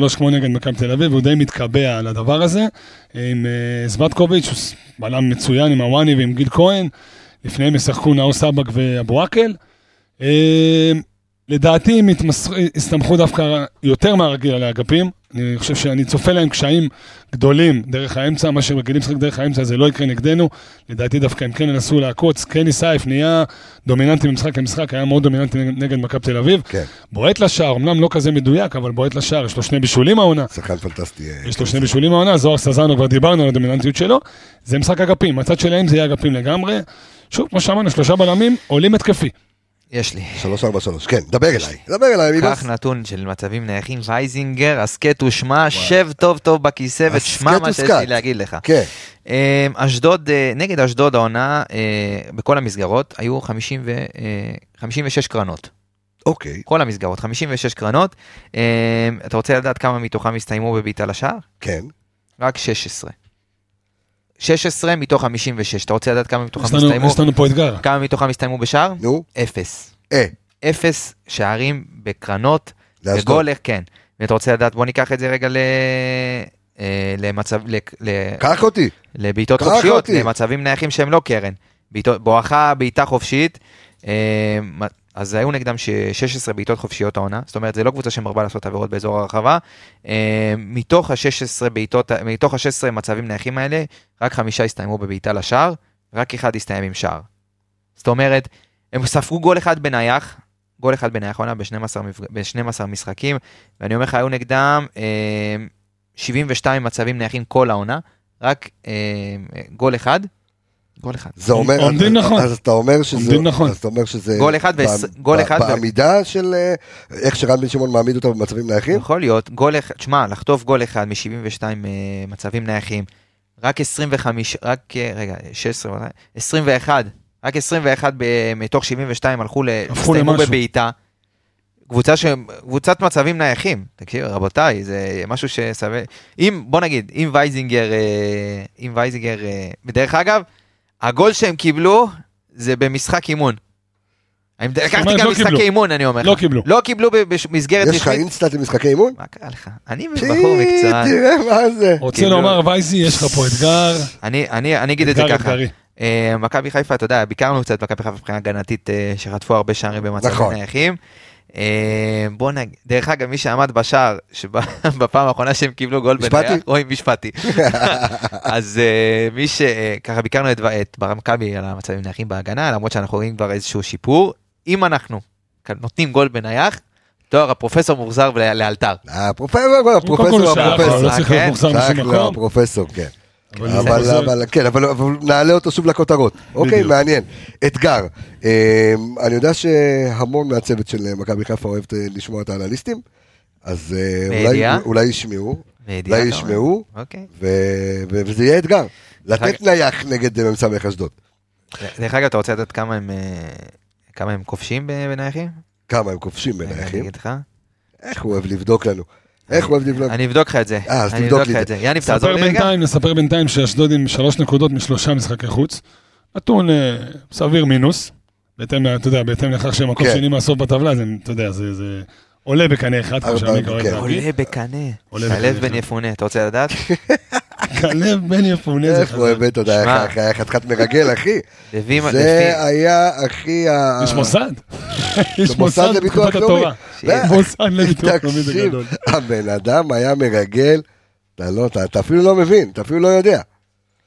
Speaker 5: 3-4-3 כמו נגד מכבי תל אביב, והוא די מתקבע על הדבר הזה. עם אה, זבטקוביץ', הוא ס- בלם מצוין עם הוואני ועם גיל כהן. לפניהם ישחקו נאו סבק ואבו עקל. אה, לדעתי הם התמס- הסתמכו דווקא יותר מהרגיל על האגפים. אני חושב שאני צופה להם קשיים גדולים דרך האמצע, מה שהם רגילים לשחק דרך האמצע זה לא יקרה נגדנו. לדעתי דווקא הם כן ינסו לעקוץ. קני סייף נהיה דומיננטי ממשחק למשחק, היה מאוד דומיננטי נגד- נגד מכבי תל אביב.
Speaker 1: כן,
Speaker 5: בועט לשער, אמנם לא כזה מדויק, אבל בועט לשער, יש לו שני בישולים העונה.
Speaker 1: שחקן פנטסטי. אה,
Speaker 5: יש לו שני בישולים העונה, זוהר סזנו, כבר דיברנו על הדומיננטיות שלו. זה משחק אגפים, מהצד שלהם זה יהיה אגפים לגמרי. שוב, כמו שאמרנו, שלושה בלמים עולים התקפי.
Speaker 4: יש לי.
Speaker 1: 3-4-3, כן, דבר אליי, דבר אליי, לא- עמיגה.
Speaker 4: קח נתון של מצבים נייחים, וייזינגר, הסכת ושמע, שב טוב טוב בכיסא ותשמע
Speaker 1: הסכת
Speaker 4: מה שיש
Speaker 1: וסכת.
Speaker 4: לי להגיד לך.
Speaker 1: כן,
Speaker 4: אה, אשדוד, אה, נגד אשדוד העונה, אה, בכל המסגרות, היו 50 ו- אה, 56 קרנות.
Speaker 1: אוקיי,
Speaker 4: כל המסגרות, 56 קרנות. אה, אתה רוצה לדעת כמה מתוכם הסתיימו בבעיטה לשער?
Speaker 1: כן.
Speaker 4: רק 16. 16 מתוך 56. אתה רוצה לדעת כמה מתוכם
Speaker 5: יש לנו-
Speaker 4: הסתיימו?
Speaker 5: יש לנו פה אתגר.
Speaker 4: כמה מתוכם הסתיימו בשער?
Speaker 1: נו,
Speaker 4: אפס.
Speaker 1: אה,
Speaker 4: אפס שערים בקרנות,
Speaker 1: לאשדוד.
Speaker 4: בגולר, כן. ואתה רוצה לדעת, בוא ניקח את זה רגע ל... אה, למצב... ל- ל-
Speaker 1: קח אותי,
Speaker 4: לבעיטות
Speaker 1: קח
Speaker 4: חופשיות,
Speaker 1: אותי.
Speaker 4: למצבים נייחים שהם לא קרן. בעיטות- בואכה בעיטה חופשית, אה, מה- אז היו נגדם ש- 16 בעיטות חופשיות העונה, זאת אומרת, זה לא קבוצה שמרבה לעשות עבירות באזור הרחבה. אה, מתוך ה-16 בעיטות, מתוך ה-16 מצבים נייחים האלה, רק חמישה הסתיימו בבעיטה לשער, רק אחד הסתיים עם שער. זאת אומרת, הם ספגו גול אחד בנייח, גול אחד בנייח העונה ב-12 מפג- ב-12 משחקים, ואני אומר לך, היו נגדם אה, 72 מצבים נייחים כל העונה, רק אה, גול אחד, גול אחד.
Speaker 1: זה אומר,
Speaker 5: עומדים
Speaker 1: אז-
Speaker 5: נכון.
Speaker 1: אז אתה אומר שזה,
Speaker 5: עומדים נכון.
Speaker 1: אז אתה אומר שזה,
Speaker 4: גול אחד ועש-
Speaker 1: בעמ-
Speaker 4: גול
Speaker 1: בע-
Speaker 4: אחד ו-
Speaker 1: בעמידה של, אה, איך שרן בן שמעון מעמיד אותה במצבים
Speaker 5: כן.
Speaker 1: נייחים,
Speaker 4: יכול להיות, גול אחד, תשמע, לחטוף גול אחד מ-72 אה, מצבים נייחים, רק 25, רק, אה, רגע, 16, אולי, 21, רק 21 ב- מתוך 72 הלכו, ל-
Speaker 5: הפכו
Speaker 4: הסתיימו
Speaker 5: למשהו.
Speaker 4: בבעיטה. קבוצה ש... קבוצת מצבים נייחים, תקשיב, רבותיי, זה משהו ששווה... אם, בוא נגיד, אם וייזינגר, אה, אם וייזינגר, אה, ודרך אגב, הגול שהם קיבלו זה במשחק אימון. אני- לקחתי
Speaker 5: אומרת,
Speaker 4: גם
Speaker 5: לא
Speaker 4: משחקי
Speaker 5: קיבלו.
Speaker 4: אימון, אני אומר לך.
Speaker 5: לא קיבלו.
Speaker 4: לא קיבלו ב- בש- במסגרת...
Speaker 1: יש לך
Speaker 4: רשמית.
Speaker 1: אינסטאט למשחקי אימון?
Speaker 4: מה קרה לך? אני
Speaker 1: פי,
Speaker 4: בחור מקצוען.
Speaker 1: תראה מה זה,
Speaker 5: רוצה
Speaker 4: כאילו-
Speaker 5: לומר, וייזי, יש לך פה אתגר.
Speaker 4: אני, אני, אני אגיד את זה
Speaker 5: אתגר
Speaker 4: ככה.
Speaker 5: אתגרי.
Speaker 4: אה, מכבי חיפה, אתה יודע, ביקרנו קצת מכבי חיפה מבחינה הגנתית, אה, שחטפו הרבה שערים במצבים
Speaker 1: נכון.
Speaker 4: נייחים. אה, בוא נג... דרך אגב, מי שעמד בשער, שבפעם האחרונה שהם קיבלו גול
Speaker 1: משפטי?
Speaker 4: בנייח, רועי משפטי. אז אה, מי ש... אה, ככה ביקרנו את, את ברם מכבי על המצבים נייחים בהגנה, למרות שאנחנו רואים כבר איזשהו שיפור. אם אנחנו נותנים גול בנייח, תואר הפרופסור מוחזר ול- לאלתר.
Speaker 1: לא הפרופסור,
Speaker 5: הוא קודם כל
Speaker 1: אה, הפרופסור,
Speaker 5: הוא שאל, אבל
Speaker 1: הפרופסור,
Speaker 5: לא צריך להיות מוחזר
Speaker 1: רק לא,
Speaker 5: משום מקום.
Speaker 1: הפרופסור, כן.
Speaker 5: אבל זה
Speaker 1: אבל,
Speaker 5: חוזר.
Speaker 1: אבל, כן, אבל, אבל נעלה אותו שוב לכותרות. אוקיי,
Speaker 5: בדיוק.
Speaker 1: מעניין. אתגר, אה, אני יודע שהמון מהצוות של אה, מכבי חיפה אוהבת אה, לשמוע את האנליסטים, אז אה, אולי,
Speaker 4: בידיעה?
Speaker 1: אולי ישמעו,
Speaker 4: בידיעה,
Speaker 1: אולי
Speaker 4: אתה אומר.
Speaker 1: ישמעו,
Speaker 4: אוקיי.
Speaker 1: ו, ו, וזה יהיה אתגר. לתת
Speaker 4: רק-
Speaker 1: נייח נגד אה, מ"ס אשדוד.
Speaker 4: דרך אגב, אתה רוצה לדעת כמה הם אה, כמה הם כובשים ב- בנייחים?
Speaker 1: כמה הם כובשים
Speaker 4: אני
Speaker 1: בנייחים,
Speaker 4: אגיד לך.
Speaker 1: איך הוא אוהב לבדוק לנו. איך הוא אוהב לבדוק.
Speaker 4: אני אבדוק לך את זה.
Speaker 1: אה, אז
Speaker 4: אני
Speaker 1: תבדוק
Speaker 4: אבדוק לך
Speaker 1: לי את
Speaker 4: את זה. יניב, תעזור
Speaker 5: נספר
Speaker 4: לי רגע.
Speaker 5: בינתיים, נספר בינתיים שאשדוד עם שלוש נקודות משלושה משחקי חוץ. נתון אה, סביר מינוס. בהתאם, ל- אתה יודע, בהתאם לכך שהם מקום
Speaker 1: כן.
Speaker 5: שני מהסוף בטבלה, אז הם, אתה יודע, זה זה עולה בקנה אחד, כמו
Speaker 1: ארבע,
Speaker 5: שאני קורא
Speaker 1: כן.
Speaker 5: להגיד.
Speaker 4: עולה בקנה.
Speaker 5: עולה
Speaker 4: שלו
Speaker 5: בקנה.
Speaker 4: בן יפונה, אתה רוצה לדעת?
Speaker 5: כלב בן יפונה זה
Speaker 1: איך הוא
Speaker 5: חזק.
Speaker 1: אוהב את הודעה,
Speaker 4: שמע.
Speaker 1: איך- איך היה חתיכת מרגל, אחי.
Speaker 4: לפי...
Speaker 1: זה היה, אחי, ה-
Speaker 5: יש מוסד. יש
Speaker 1: מוסד
Speaker 5: מוסד
Speaker 1: לביטוח
Speaker 5: בתקופת
Speaker 1: לאומי.
Speaker 5: התורה.
Speaker 1: אה,
Speaker 5: מוסד לביטוח לאומי זה
Speaker 1: תקשיב,
Speaker 5: גדול.
Speaker 1: הבן אדם היה מרגל, אתה לא, אתה אתה אפילו לא מבין, אתה אפילו לא יודע.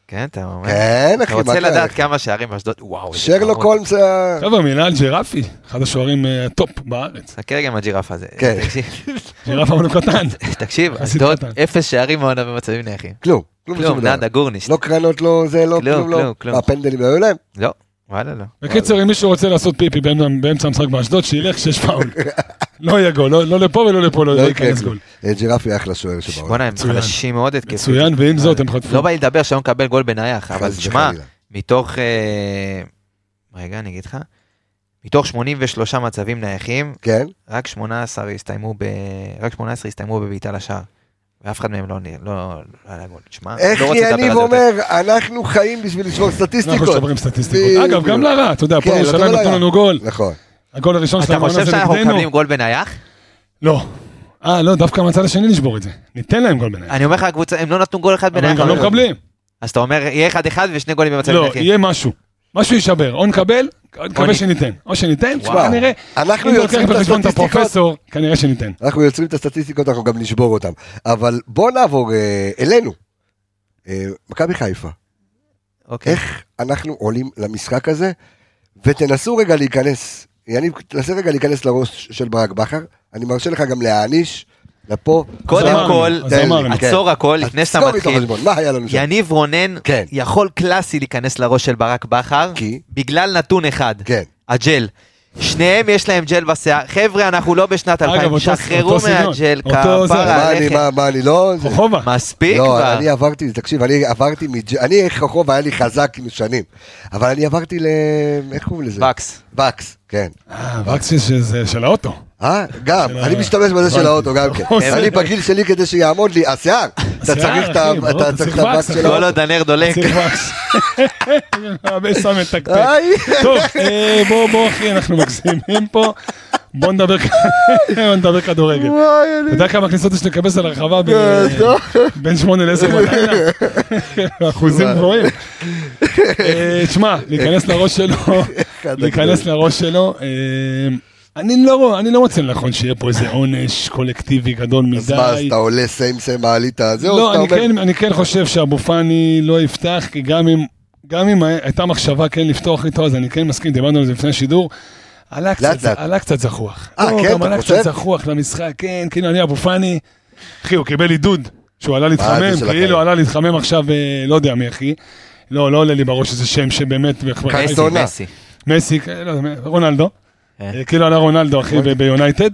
Speaker 4: כן, אתה אומר.
Speaker 1: כן,
Speaker 4: אתה
Speaker 1: אחי, מה
Speaker 4: רוצה
Speaker 1: קרה
Speaker 4: לדעת
Speaker 1: לך?
Speaker 4: כמה שערים באשדוד? וואו. איזה
Speaker 1: שרלוק
Speaker 4: כמות.
Speaker 1: הולמס, ה-
Speaker 5: עכשיו המילה על ג'ירפי, אחד השוערים אה, הטופ בארץ.
Speaker 4: חכה רגע עם הג'ירף הזה.
Speaker 1: כן.
Speaker 4: תקשיב,
Speaker 5: ג'ירפה הוא קטן.
Speaker 4: תקשיב,
Speaker 5: יחסית
Speaker 4: אשדוד,
Speaker 5: קטן.
Speaker 4: אפס שערים העונה במצבים נייחים.
Speaker 1: כלום,
Speaker 4: כלום,
Speaker 1: שום דבר.
Speaker 4: נאדה גורניש.
Speaker 1: לא קרנות, לא זה, לא
Speaker 4: כלום,
Speaker 1: כלום, לא.
Speaker 4: כלום, כלום.
Speaker 1: מה, הפנדלים היו להם?
Speaker 4: לא, וואלה לא.
Speaker 5: בקיצור, אם מישהו רוצה לעשות פיפי באמצע- באמצע המשחק באשדוד, שילך שיש פאול. לא יהיה גול, לא- לא לפה ולא לפה, לא
Speaker 1: לא יקרה
Speaker 5: ייכנס
Speaker 1: כלום.
Speaker 5: גול.
Speaker 1: אה, ג'ירפי אחלה שוער שבעולם.
Speaker 4: בואנה, הם
Speaker 5: מצוין.
Speaker 4: חלשים מאוד התקפית.
Speaker 5: מצוין, ועם זאת הם חטפו.
Speaker 4: לא בא לי לדבר שלא מקבל גול בנייח, אבל
Speaker 1: חס
Speaker 4: תשמע,
Speaker 1: וחלילה.
Speaker 4: מתוך, אה, רגע, אני אגיד לך, מתוך 83 מצבים נייחים,
Speaker 1: כן?
Speaker 4: רק 18 הסתיימו ב... רק 18 הסתיימו בבעיטה לשער. ואף אחד מהם לא נ- לא לא היה גול. תשמע,
Speaker 1: איך
Speaker 4: לא רוצה לדבר על
Speaker 1: יניב
Speaker 4: זה יותר.
Speaker 1: אומר, אנחנו חיים בשביל לשמור
Speaker 5: אנחנו
Speaker 1: סטטיסטיקות.
Speaker 5: שומרים סטטיסטיקות. אגב, גם לרע, אתה יודע, פה
Speaker 1: כן, לא
Speaker 5: ירושלים
Speaker 1: טוב
Speaker 5: נתנו
Speaker 1: לרע.
Speaker 5: לנו גול.
Speaker 1: נכון.
Speaker 5: הגול הראשון של
Speaker 4: אתה
Speaker 5: העונה
Speaker 4: חושב
Speaker 5: זה
Speaker 4: שאנחנו
Speaker 5: נגדנו.
Speaker 4: מקבלים גול בנייח?
Speaker 5: לא. אה, לא, דווקא מהצד השני נשבור את זה. ניתן להם גול ביניהם.
Speaker 4: אני אומר לך, הקבוצה, הם לא נתנו גול אחד
Speaker 5: אבל הם
Speaker 4: בנייח.
Speaker 5: גם לא
Speaker 4: העונה.
Speaker 5: מקבלים.
Speaker 4: אז אתה אומר, יהיה אחד אחד ושני גולים במצב
Speaker 5: לא,
Speaker 4: נייחים.
Speaker 5: יהיה משהו. משהו יישבר. או נקבל, או נקווה
Speaker 4: נ-
Speaker 5: שניתן. או שניתן,
Speaker 1: וואו.
Speaker 5: כנראה.
Speaker 1: אנחנו
Speaker 5: אם אתה לוקח
Speaker 1: יוצרים את
Speaker 5: בחשבון את
Speaker 1: הסטטיסטיקות.
Speaker 5: הפרופסור, כנראה שניתן.
Speaker 1: אנחנו יוצרים את הסטטיסטיקות, אנחנו גם נשבור אותן. אבל בוא נעבור אה, אלינו. אה, מכבי חיפה,
Speaker 5: כן.
Speaker 4: אוקיי.
Speaker 1: איך אנחנו עולים למשחק הזה, ותנסו רגע להיכנס, יניב, תנסה רגע להיכנס לראש של ברק בכר, אני מרשה לך גם להעניש, לפה.
Speaker 4: קודם
Speaker 5: אמרנו,
Speaker 4: כל,
Speaker 5: אז אמרנו.
Speaker 1: כן.
Speaker 4: עצור הכל לפני שאתה
Speaker 1: עצור
Speaker 4: מתחיל.
Speaker 1: איתו חשבון, מה היה לנו שם?
Speaker 4: יניב רונן
Speaker 1: כן.
Speaker 4: יכול קלאסי להיכנס לראש של ברק בכר,
Speaker 1: כי?
Speaker 4: בגלל נתון אחד,
Speaker 1: כן.
Speaker 4: הג'ל. שניהם יש להם ג'ל בשיער. חבר'ה, אנחנו לא בשנת
Speaker 5: אגב,
Speaker 4: 2000,
Speaker 5: אותו-
Speaker 4: שחררו
Speaker 5: אותו סגנון.
Speaker 4: מהג'ל,
Speaker 5: אותו זה.
Speaker 4: כפרה
Speaker 1: מה אני,
Speaker 4: עליכם.
Speaker 1: מה, מה אני לא? זה-
Speaker 5: חובה.
Speaker 4: מספיק
Speaker 1: לא,
Speaker 4: כבר.
Speaker 1: אני עברתי, תקשיב, אני עברתי, מג'- אני חכוב היה לי חזק עם שנים, אבל אני עברתי ל... איך קוראים לזה?
Speaker 4: וקס.
Speaker 1: וקס, כן.
Speaker 5: אה, וקסי שזה של האוטו.
Speaker 1: אה, גם,
Speaker 5: של
Speaker 1: אני
Speaker 5: ה-
Speaker 1: משתמש בזה של
Speaker 5: הבנתי.
Speaker 1: האוטו גם כן.
Speaker 5: עושה-
Speaker 1: אני בגיל שלי כדי שיעמוד לי, השיער, אתה
Speaker 5: השיער,
Speaker 1: צריך את ה-
Speaker 5: אחי, ברור,
Speaker 1: אתה
Speaker 5: אתה
Speaker 1: צריך את
Speaker 5: צריך
Speaker 1: הווקס
Speaker 5: וקס,
Speaker 1: של
Speaker 5: הכל
Speaker 4: כל
Speaker 1: האוטו.
Speaker 4: עוד הנר דולק.
Speaker 5: צריך וקס. הרבה סם מתקתק.
Speaker 1: איי.
Speaker 5: טוב, אה, בוא, בוא, אחי, אנחנו מגזימים פה. בוא נדבר כ- בוא נדבר כדורגל. אתה יודע כמה כניסות יש לקבס על הרחבה ב- בין 8 ל-10 בלילה? אחוזים גבוהים. אה, תשמע, להיכנס לראש שלו, להיכנס לראש שלו, אה, אני לא רוא- אני לא מוצא לנכון שיהיה פה איזה עונש קולקטיבי גדול מדי.
Speaker 1: אז מה, אז אתה עולה סיים סיים מעלית הזה, או
Speaker 5: לא,
Speaker 1: שאתה
Speaker 5: אני,
Speaker 1: אומר...
Speaker 5: כן, אני כן חושב שאבו פאני לא יפתח, כי גם אם, גם אם הייתה מחשבה כן לפתוח איתו, אז אני כן מסכים, דיברנו על זה לפני השידור. עלה קצת,
Speaker 1: לאט לאט.
Speaker 5: עלה קצת זחוח.
Speaker 1: אה,
Speaker 5: לא,
Speaker 1: כן,
Speaker 5: גם
Speaker 1: אתה
Speaker 5: עלה
Speaker 1: חושב?
Speaker 5: קצת זחוח למשחק, כן, כאילו אני אבו פאני. אחי, הוא קיבל עידוד שהוא עלה להתחמם,
Speaker 1: אה, של החיים.
Speaker 5: כאילו עלה להתחמם עכשיו, אה, לא יודע מי, אחי. לא, לא עולה לי בראש איזה שם שבאמת...
Speaker 1: קייס
Speaker 5: כבר-
Speaker 1: עונה.
Speaker 4: מסי.
Speaker 5: מסי, אה, לא, רונלדו.
Speaker 4: אה.
Speaker 5: אה, כאילו עלה רונלדו, אחי, ב- ביונייטד.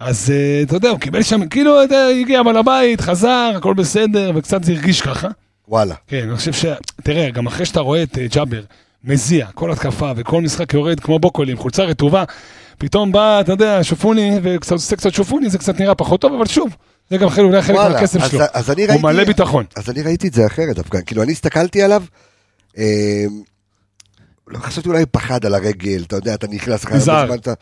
Speaker 5: אז אה, אתה יודע, הוא קיבל שם, כאילו, אתה יודע, הגיע בעל הבית, חזר, הכל בסדר, וקצת זה הרגיש ככה.
Speaker 1: וואלה.
Speaker 5: כן, אני חושב ש... תראה, גם אחרי שאתה רואה את אה, ג'אבר מזיע, כל התקפה וכל משחק יורד כמו בוקולי עם חולצה רטובה, פתאום בא, אתה יודע, שופוני, וקצת עושה קצת שופוני, זה קצת נראה פחות טוב, אבל שוב, זה גם חלק, אולי חלק
Speaker 1: וואלה,
Speaker 5: מהכסף
Speaker 1: אז-
Speaker 5: שלו.
Speaker 1: אז אני
Speaker 5: הוא
Speaker 1: ראיתי-
Speaker 5: מלא ביטחון.
Speaker 1: אז אני ראיתי את זה אחרת דווקא, כאילו אני הסתכלתי עליו, אה, לא חשבתי אולי פחד על הרגל, אתה יודע, אתה נכנס לך, הרבה
Speaker 5: נזהר.
Speaker 1: זמן, אתה-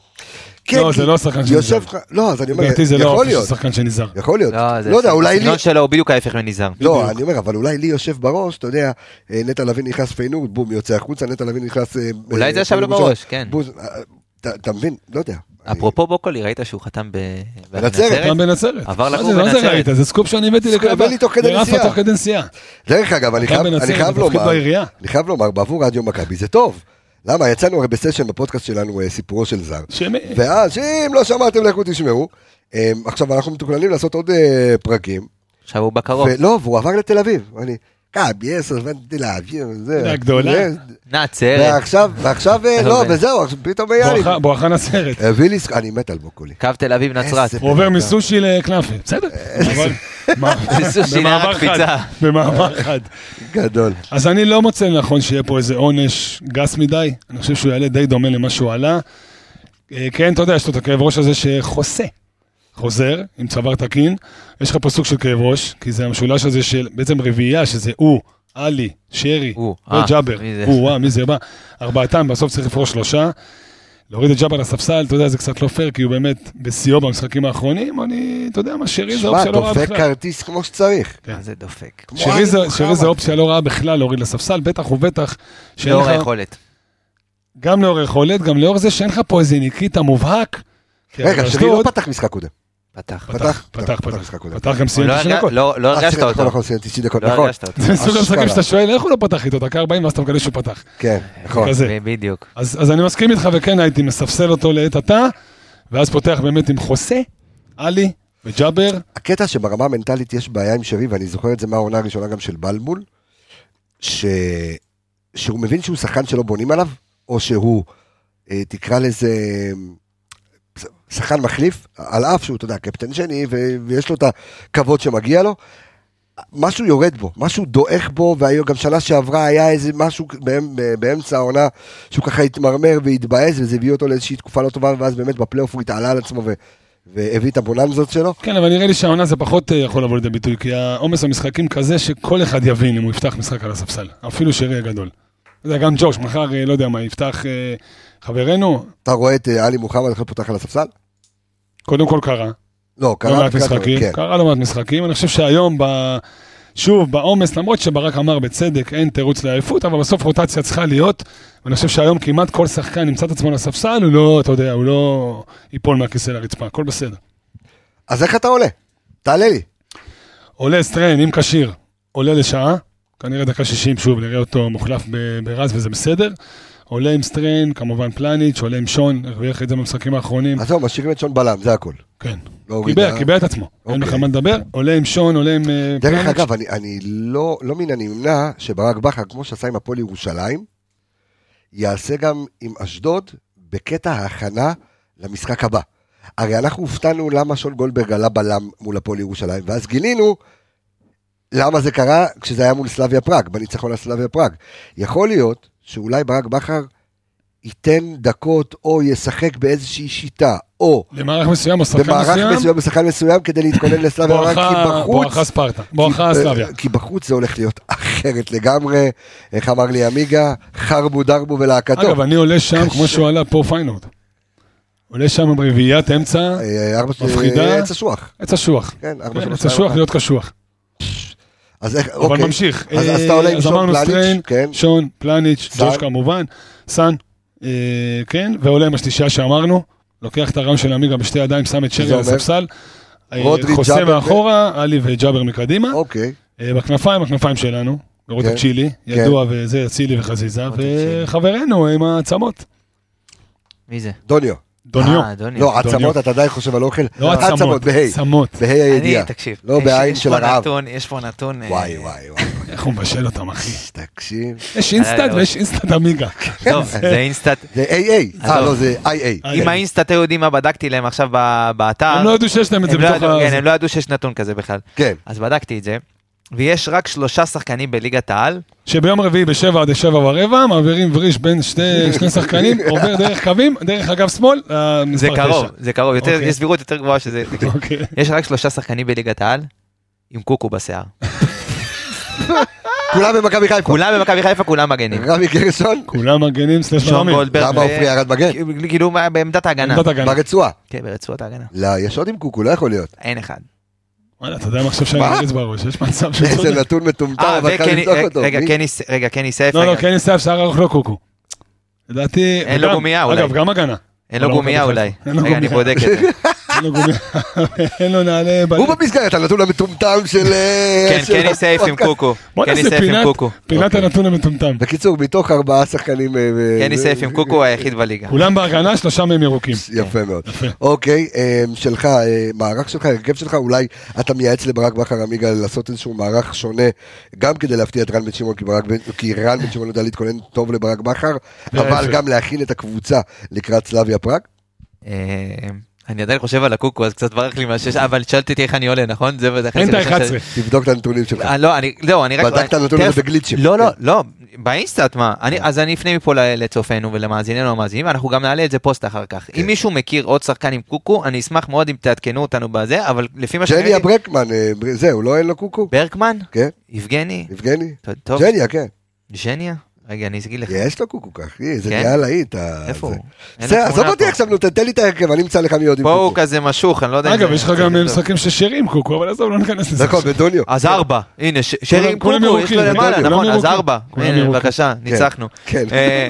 Speaker 1: כן,
Speaker 5: לא,
Speaker 1: כי
Speaker 5: זה לא שחקן
Speaker 1: יושב
Speaker 5: שנזהר.
Speaker 1: לך, לא, אז אני אומר,
Speaker 5: לדעתי זה לא
Speaker 1: יכול
Speaker 5: אופי של
Speaker 1: להיות,
Speaker 5: שחקן שנזהר.
Speaker 1: יכול להיות,
Speaker 4: לא, זה
Speaker 1: לא יודע, אולי לי,
Speaker 4: הסגנון שלו הוא בדיוק ההפך מניזהר.
Speaker 1: לא,
Speaker 5: בדיוק.
Speaker 1: אני אומר, אבל אולי לי יושב בראש, אתה יודע, אה, נטע לביא נכנס פיינור, בום, יוצא החוצה, נטע לביא נכנס... אה,
Speaker 4: אולי זה
Speaker 1: אה,
Speaker 4: ישב לו
Speaker 1: פיינור,
Speaker 4: בראש, כן.
Speaker 1: בוז- אה, אתה- אתה מבין? לא יודע.
Speaker 4: אפרופו בוקולי, ראית שהוא חתם ב-
Speaker 1: בנצרת.
Speaker 5: גם בנצרת.
Speaker 4: עבר
Speaker 5: מה
Speaker 4: לגור
Speaker 5: זה- מה זה
Speaker 4: בנצרת.
Speaker 5: ראית? זה סקופ שאני הבאתי
Speaker 1: סקופ, הבאתי
Speaker 5: לקו-
Speaker 1: תוך כדי
Speaker 5: לרפה
Speaker 1: נסיעה.
Speaker 5: תוך כדי נסיעה.
Speaker 1: דרך אגב, אני
Speaker 5: גם
Speaker 1: חייב,
Speaker 5: בנצרת,
Speaker 1: אני חייב
Speaker 5: בתפקיד
Speaker 1: לומר,
Speaker 5: בעירייה.
Speaker 1: אני חייב לומר, בעבור רדיו מכבי זה טוב. למה? יצאנו הרי בסשן בפודקאסט שלנו אה, סיפורו של זר.
Speaker 5: שמי.
Speaker 1: ואז, שאם לא שמעתם, לכו תשמעו. אה, עכשיו, אנחנו מתוכננים לעשות עוד אה, פרקים.
Speaker 4: עכשיו הוא בקרוב.
Speaker 1: ולא, והוא עבר לתל אביב. אני, קאבי, עשר, תל אביב, זה.
Speaker 5: הגדולה.
Speaker 1: זה-
Speaker 4: נצרת,
Speaker 1: ועכשיו, ועכשיו, אה, לא,
Speaker 4: אבל-
Speaker 1: וזהו, עכשיו פתאום היה לי.
Speaker 5: בואכה- בואכה נצרת.
Speaker 1: הביא לי, סק- אני מת על בוקולי.
Speaker 4: קו תל אביב נצרת.
Speaker 1: איזה
Speaker 5: הוא עובר מסושי לכנאפה, בסדר. אבל- מה-
Speaker 4: מסושי
Speaker 5: במעבר
Speaker 4: לאן הקפיצה?
Speaker 5: חד, במעבר חד.
Speaker 1: גדול.
Speaker 5: אז אני לא מוצא לנכון שיהיה פה איזה עונש גס מדי, אני חושב שהוא יעלה די דומה למה שהוא עלה. אה, כן, אתה יודע, יש לו את הכאב ראש הזה שחוסה. חוזר עם צוואר תקין, יש לך פה סוג של כאב ראש, כי זה המשולש הזה של בעצם רביעייה, שזה הוא, עלי, שרי
Speaker 4: הוא, אה,
Speaker 5: וג'אבר.
Speaker 4: מי זה?
Speaker 5: הוא, וואה, מי זה בא? ארבעתם, בסוף צריך לבחור שלושה. להוריד את ג'אבר לספסל, אתה יודע, זה קצת לא פייר, כי הוא באמת בשיאו במשחקים האחרונים, אני, אתה יודע מה, שרי זה
Speaker 1: שמע,
Speaker 5: אופציה לא רעה
Speaker 1: דופק
Speaker 5: בכלל.
Speaker 1: כרטיס כמו שצריך.
Speaker 5: כן.
Speaker 4: מה זה דופק?
Speaker 1: כמו
Speaker 5: שרי
Speaker 1: עלי
Speaker 5: זה-
Speaker 1: מוחמד.
Speaker 5: שרי זה אופציה לא רעה בכלל להוריד לספסל, בטח ובטח שאין
Speaker 4: לאור
Speaker 5: לך,
Speaker 4: היכולת.
Speaker 5: גם לאור יכולת, גם לאור זה שאין לך פה איזה ניקיטה מובהק. כי
Speaker 1: רגע, שרי לא
Speaker 5: אשדוד-
Speaker 1: פתח משחק קודם.
Speaker 4: פתח.
Speaker 1: פתח,
Speaker 5: פתח, פתח,
Speaker 1: פתח
Speaker 5: פתח,
Speaker 1: משחק קודם.
Speaker 5: פתח גם סיים
Speaker 4: לא
Speaker 5: את
Speaker 4: הרגע-
Speaker 5: השנקות.
Speaker 4: לא לא
Speaker 1: אה,
Speaker 4: הרגשת
Speaker 1: סליחה, נכון,
Speaker 4: אותו.
Speaker 1: נכון, סיים 90 דקות,
Speaker 4: לא
Speaker 1: נכון.
Speaker 4: הרגשת אותו.
Speaker 5: זה מסוג המשחקים
Speaker 1: אשכרה.
Speaker 5: שאתה שואל איך הוא לא פתח איתו, דקה 40 ואז אתה מגלה שהוא פתח.
Speaker 1: כן, נכון.
Speaker 5: כזה.
Speaker 4: בדיוק.
Speaker 5: אז אז אני מסכים איתך וכן הייתי מספסל אותו לעת עתה, ואז פותח באמת עם חוסה, עלי וג'אבר.
Speaker 1: הקטע שברמה המנטלית יש בעיה עם שרי, ואני זוכר את זה מהעונה הראשונה גם של בלבול, ש... שהוא מבין שהוא שחקן שלא בונים עליו, או שהוא, אה, תקרא לזה, ש- שחקן מחליף, על אף שהוא, אתה יודע, קפטן שני, ו... ויש לו את הכבוד שמגיע לו. משהו יורד בו, משהו דועך בו, וגם שנה שעברה היה איזה משהו באמ- באמצע העונה שהוא ככה התמרמר והתבאס, וזה הביא אותו לאיזושהי תקופה לא טובה, ואז באמת בפלייאוף הוא התעלה על עצמו ו... והביא את הבוננזות שלו.
Speaker 5: כן, אבל נראה לי שהעונה זה פחות אה, יכול לבוא לידי ביטוי, כי העומס המשחקים כזה שכל אחד יבין אם הוא יפתח משחק על הספסל, אפילו שרי הגדול. אתה יודע, גם ג'וש, מחר, אה, לא יודע מה, יפתח אה, חברנו,
Speaker 1: אתה רואה את אה, עלי מוחמד עכשיו פותח על הספסל?
Speaker 5: קודם כל קרה,
Speaker 1: לא,
Speaker 5: לא מעט
Speaker 1: קראתי,
Speaker 5: משחקים,
Speaker 1: כן.
Speaker 5: קרה לא מעט משחקים, אני חושב שהיום, ב... שוב, בעומס, למרות שברק אמר בצדק, אין תירוץ לעייפות, אבל בסוף רוטציה צריכה להיות, ואני חושב שהיום כמעט כל שחקן ימצא את עצמו על הספסל, הוא לא, אתה יודע, הוא לא ייפול מהכיסא לרצפה, הכל בסדר.
Speaker 1: אז איך אתה עולה? תעלה לי.
Speaker 5: עולה סטריין, אם כשיר, עולה לשעה, כנראה דקה 60, שוב, נראה אותו מוחלף ב- ברז וזה בסדר. עולה עם סטריין, כמובן פלניץ', עולה עם שון, הרוויח את זה במשחקים האחרונים.
Speaker 1: עזוב, משאירים את שון בלם, זה הכל.
Speaker 5: כן,
Speaker 1: אה, לא הוריד
Speaker 5: קיבע,
Speaker 1: ה-
Speaker 5: קיבע את עצמו, אין
Speaker 1: אוקיי.
Speaker 5: לך מה לדבר, עולה עם שון, עולה עם אה,
Speaker 1: דרך
Speaker 5: פלניץ'.
Speaker 1: אגב, אני- אני לא לא מן הנמנע שברק בכר, כמו שעשה עם הפועל ירושלים, יעשה גם עם אשדוד בקטע ההכנה למשחק הבא. הרי אנחנו הופתענו למה שון גולדברג עלה בלם מול הפועל ירושלים, ואז גילינו למה זה קרה כשזה היה מול סלאביה פראג, בניצחון על סלאביה פראג. יכול להיות שאולי ברק בכר ייתן דקות או ישחק באיזושהי שיטה, או
Speaker 5: למערך מסוים או שחקן
Speaker 1: במערך
Speaker 5: מסוים,
Speaker 1: מסוים בשחקן מסוים כדי להתכונן לסלאביה פראג, כי
Speaker 5: בואכה
Speaker 1: בחוץ... אה,
Speaker 5: בואכה ספרטה, בואכה סלאביה.
Speaker 1: כי בחוץ זה הולך להיות אחרת לגמרי, איך אמר לי עמיגה, חרבו דרבו ולהקתו.
Speaker 5: אגב, אני עולה שם כמו שהוא עלה פה פיינורד. עולה שם עם רביעיית אמצע,
Speaker 1: אה, ארבע-
Speaker 5: מפחידה.
Speaker 1: אה, עץ אשוח.
Speaker 5: עץ אשוח.
Speaker 1: כן, ארבע
Speaker 5: כן,
Speaker 1: שלוש,
Speaker 5: עץ
Speaker 1: שתיים,
Speaker 5: אשוח
Speaker 1: אחת.
Speaker 5: להיות קשוח.
Speaker 1: אז איך, אוקיי.
Speaker 5: אבל ממשיך.
Speaker 1: אז- אז
Speaker 5: אה,
Speaker 1: אתה עולה עם
Speaker 5: אז
Speaker 1: שון
Speaker 5: אמרנו
Speaker 1: פלניץ',
Speaker 5: סטריין,
Speaker 1: כן.
Speaker 5: שון, פלניץ',
Speaker 1: סאן.
Speaker 5: ג'וש כמובן, סאן, אה, כן, ועולה עם השלישייה שאמרנו, לוקח את הרם של עמיגה בשתי ידיים, שם את שרי
Speaker 1: זה
Speaker 5: על
Speaker 1: אומר?
Speaker 5: הספסל, אה,
Speaker 1: רודרי,
Speaker 5: חוסה
Speaker 1: ג'אבר ו-
Speaker 5: מאחורה, עלי וג'אבר מקדימה,
Speaker 1: אוקיי,
Speaker 5: אה, בכנפיים, הכנפיים שלנו, לראות
Speaker 1: כן.
Speaker 5: את צ'ילי, ידוע וזה, אצילי וחזיזה,
Speaker 4: לראות את צ'ילי.
Speaker 5: וחברנו עם העצמות.
Speaker 4: מי זה?
Speaker 1: דוניו.
Speaker 5: דוניו.
Speaker 4: אה, דוניו.
Speaker 1: לא,
Speaker 5: דוניו.
Speaker 1: עצמות, אתה עדיין חושב על אוכל?
Speaker 5: לא עצמות,
Speaker 1: בה"א.
Speaker 5: עצמות.
Speaker 1: בה"א הידיעה.
Speaker 4: אני, תקשיב.
Speaker 1: לא
Speaker 4: יש-
Speaker 1: בעין
Speaker 4: יש
Speaker 1: של
Speaker 4: פה
Speaker 1: הרעב.
Speaker 4: נתון- יש פה נתון... אה,
Speaker 1: וואי, וואי, וואי.
Speaker 5: איך הוא מבשל אותם, אחי.
Speaker 1: תקשיב.
Speaker 5: יש אינסטנט
Speaker 4: אה,
Speaker 5: ויש אינסטנט עמיגה.
Speaker 4: טוב, זה אינסטאט.
Speaker 1: זה AA. אה,
Speaker 4: עזוב.
Speaker 1: לא, זה IA.
Speaker 5: אה,
Speaker 4: אם האינסטאט היו יודעים מה בדקתי להם עכשיו ב- באתר...
Speaker 5: הם לא ידעו שיש להם את זה
Speaker 4: הם לא
Speaker 5: בתוך
Speaker 4: ידעו-
Speaker 5: ה...
Speaker 4: כן, הם לא ידעו שיש נתון כזה בכלל.
Speaker 1: כן.
Speaker 4: אז בדקתי את זה, ויש רק שלושה שחקנים בליגת העל,
Speaker 5: שביום רביעי בשבע עד שבע ורבע, מעבירים וריש בין שתי, שני שחקנים, עובר דרך קווים, דרך אגב שמאל,
Speaker 4: זה
Speaker 5: למספר
Speaker 4: קרוב,
Speaker 5: תשע.
Speaker 4: זה קרוב, יותר-
Speaker 5: אוקיי.
Speaker 4: יש סבירות יותר גבוהה שזה...
Speaker 5: אוקיי.
Speaker 4: יש רק שלושה שחקנים בליגת העל עם קוקו בשיער.
Speaker 1: נכון. כולם במכבי חיפה.
Speaker 4: כולם במכבי חיפה, כולם מגנים.
Speaker 1: רמי גרשון?
Speaker 5: כולם מגנים סלש
Speaker 4: שון
Speaker 5: מאמין.
Speaker 4: גולדברג.
Speaker 1: למה
Speaker 4: ו-
Speaker 1: עופרי ירד מגן?
Speaker 4: כאילו- כאילו מה- בעמדת ההגנה.
Speaker 5: עמדת הגנה.
Speaker 1: ברצועה.
Speaker 4: כן, ברצועת ההגנה.
Speaker 1: לא, יש עוד עם קוקו, לא יכול להיות.
Speaker 4: אין אחד.
Speaker 5: וואלה, אתה יודע מה עכשיו שאני
Speaker 1: מה?
Speaker 5: מריץ בראש, יש מצב שהוא
Speaker 1: איזה לא-
Speaker 5: צודק.
Speaker 1: נתון מטומטם,
Speaker 4: אה,
Speaker 1: אבל חייב
Speaker 4: וקני-
Speaker 1: לבדוק אותו.
Speaker 4: רגע, כן,
Speaker 1: מי?
Speaker 4: קני ס- רגע, קני סייף,
Speaker 5: לא, לא,
Speaker 4: רגע,
Speaker 5: כן ניסה שיער ארוך לא קוקו. לדעתי...
Speaker 4: אין לו
Speaker 5: וגם-
Speaker 4: גומייה, אולי.
Speaker 5: אגב, גם הגנה.
Speaker 4: אין לו
Speaker 5: לא,
Speaker 4: גומייה
Speaker 5: מכבי
Speaker 4: אולי.
Speaker 5: חיפה. אין לו
Speaker 4: רגע, אני
Speaker 5: גומייה.
Speaker 4: בודק את זה.
Speaker 5: אין לו גומייה, אין לו נעלי... בלט.
Speaker 1: הוא במסגרת הנתון המטומטם של... אה,
Speaker 4: כן,
Speaker 1: של
Speaker 4: קני סייף עם
Speaker 1: הפודקאסט.
Speaker 4: קוקו.
Speaker 5: בוא
Speaker 4: קני
Speaker 5: נעשה
Speaker 4: סייף כן, עם
Speaker 5: פינת-
Speaker 4: קוקו. אוקיי.
Speaker 5: פינת הנתון המטומטם.
Speaker 1: בקיצור, מתוך ארבעה שחקנים... אה, ו-
Speaker 4: קני כן, סייף עם קוקו הוא היחיד בליגה.
Speaker 5: כולם בהגנה, שלושה מהם ירוקים.
Speaker 1: יפה מאוד. אוקיי, אה, שלך, אה, מערך שלך, הרכב שלך, אולי אתה מייעץ לברק בכר עמיגה לעשות איזשהו מערך שונה, גם כדי להפתיע את רן בן שמעון, כי ברק בן- כי רן בן שמעון יודע להתכונן טוב לברק בכר, אבל
Speaker 5: להפך.
Speaker 1: גם להכין את הקבוצה לקראת סלאביה פראג.
Speaker 4: אה, אני עדיין חושב על הקוקו, אז קצת ברח לי מה שיש, אבל שאלת אותי איך אני עולה, נכון? זה וזה.
Speaker 5: אין את
Speaker 4: אחרי
Speaker 5: ה-11.
Speaker 4: זה-
Speaker 1: תבדוק את הנתונים שלך.
Speaker 4: אה, לא, אני, לא, אני רק...
Speaker 1: בדקת את הנתון הזה
Speaker 4: תכף-
Speaker 1: בגליצ'ים.
Speaker 4: לא, לא,
Speaker 1: כן.
Speaker 4: לא, באינסטאט מה. אני, אז אני אפנה מפה ל- לצופינו ולמאזיננו המאזינים, אנחנו גם נעלה את זה פוסט אחר
Speaker 1: כן.
Speaker 4: כך. אם מישהו מכיר עוד שחקן עם קוקו, אני אשמח מאוד אם תעדכנו אותנו בזה, אבל לפי מה
Speaker 1: ג'ניה
Speaker 4: שראיתי-
Speaker 1: ברקמן, אה, בר- זהו, לא אין לו קוקו?
Speaker 4: ברקמן?
Speaker 1: כן,
Speaker 4: יבגני?
Speaker 1: יבגני?
Speaker 4: טוב, טוב.
Speaker 1: ג'ניה, כן.
Speaker 4: ג'ניה? רגע, אני אגיד לך.
Speaker 1: יש לו קוקו אחי, זה
Speaker 4: כן?
Speaker 1: נהיה להיט. ה-
Speaker 4: איפה
Speaker 1: זה.
Speaker 4: הוא? אין לו
Speaker 1: בסדר, עזוב
Speaker 4: תמונה
Speaker 1: אותי
Speaker 4: פה.
Speaker 1: עכשיו, לא נו, תתן לי את ההרכב, אני אמצא לך מי עוד עם
Speaker 4: פה הוא
Speaker 1: קוקו.
Speaker 4: כזה משוך, אני לא יודע... אם
Speaker 5: אגב,
Speaker 4: זה-
Speaker 5: יש לך גם
Speaker 4: זה טוב.
Speaker 5: משחקים ששירים קוקו, אבל עזוב, לא ניכנס לזה.
Speaker 1: נכון,
Speaker 5: עכשיו.
Speaker 1: בדוניו.
Speaker 4: אז ארבע, הנה, ש- שרי עם
Speaker 5: כולם
Speaker 4: קוקו, יש
Speaker 5: ירוקים,
Speaker 4: לו למעלה,
Speaker 5: בדיוק,
Speaker 4: נכון,
Speaker 5: כולם
Speaker 4: אז
Speaker 5: ירוקים.
Speaker 4: ארבע,
Speaker 5: כולם
Speaker 4: הנה,
Speaker 5: ירוקים.
Speaker 4: בבקשה, ניצחנו.
Speaker 1: כן.
Speaker 4: אה,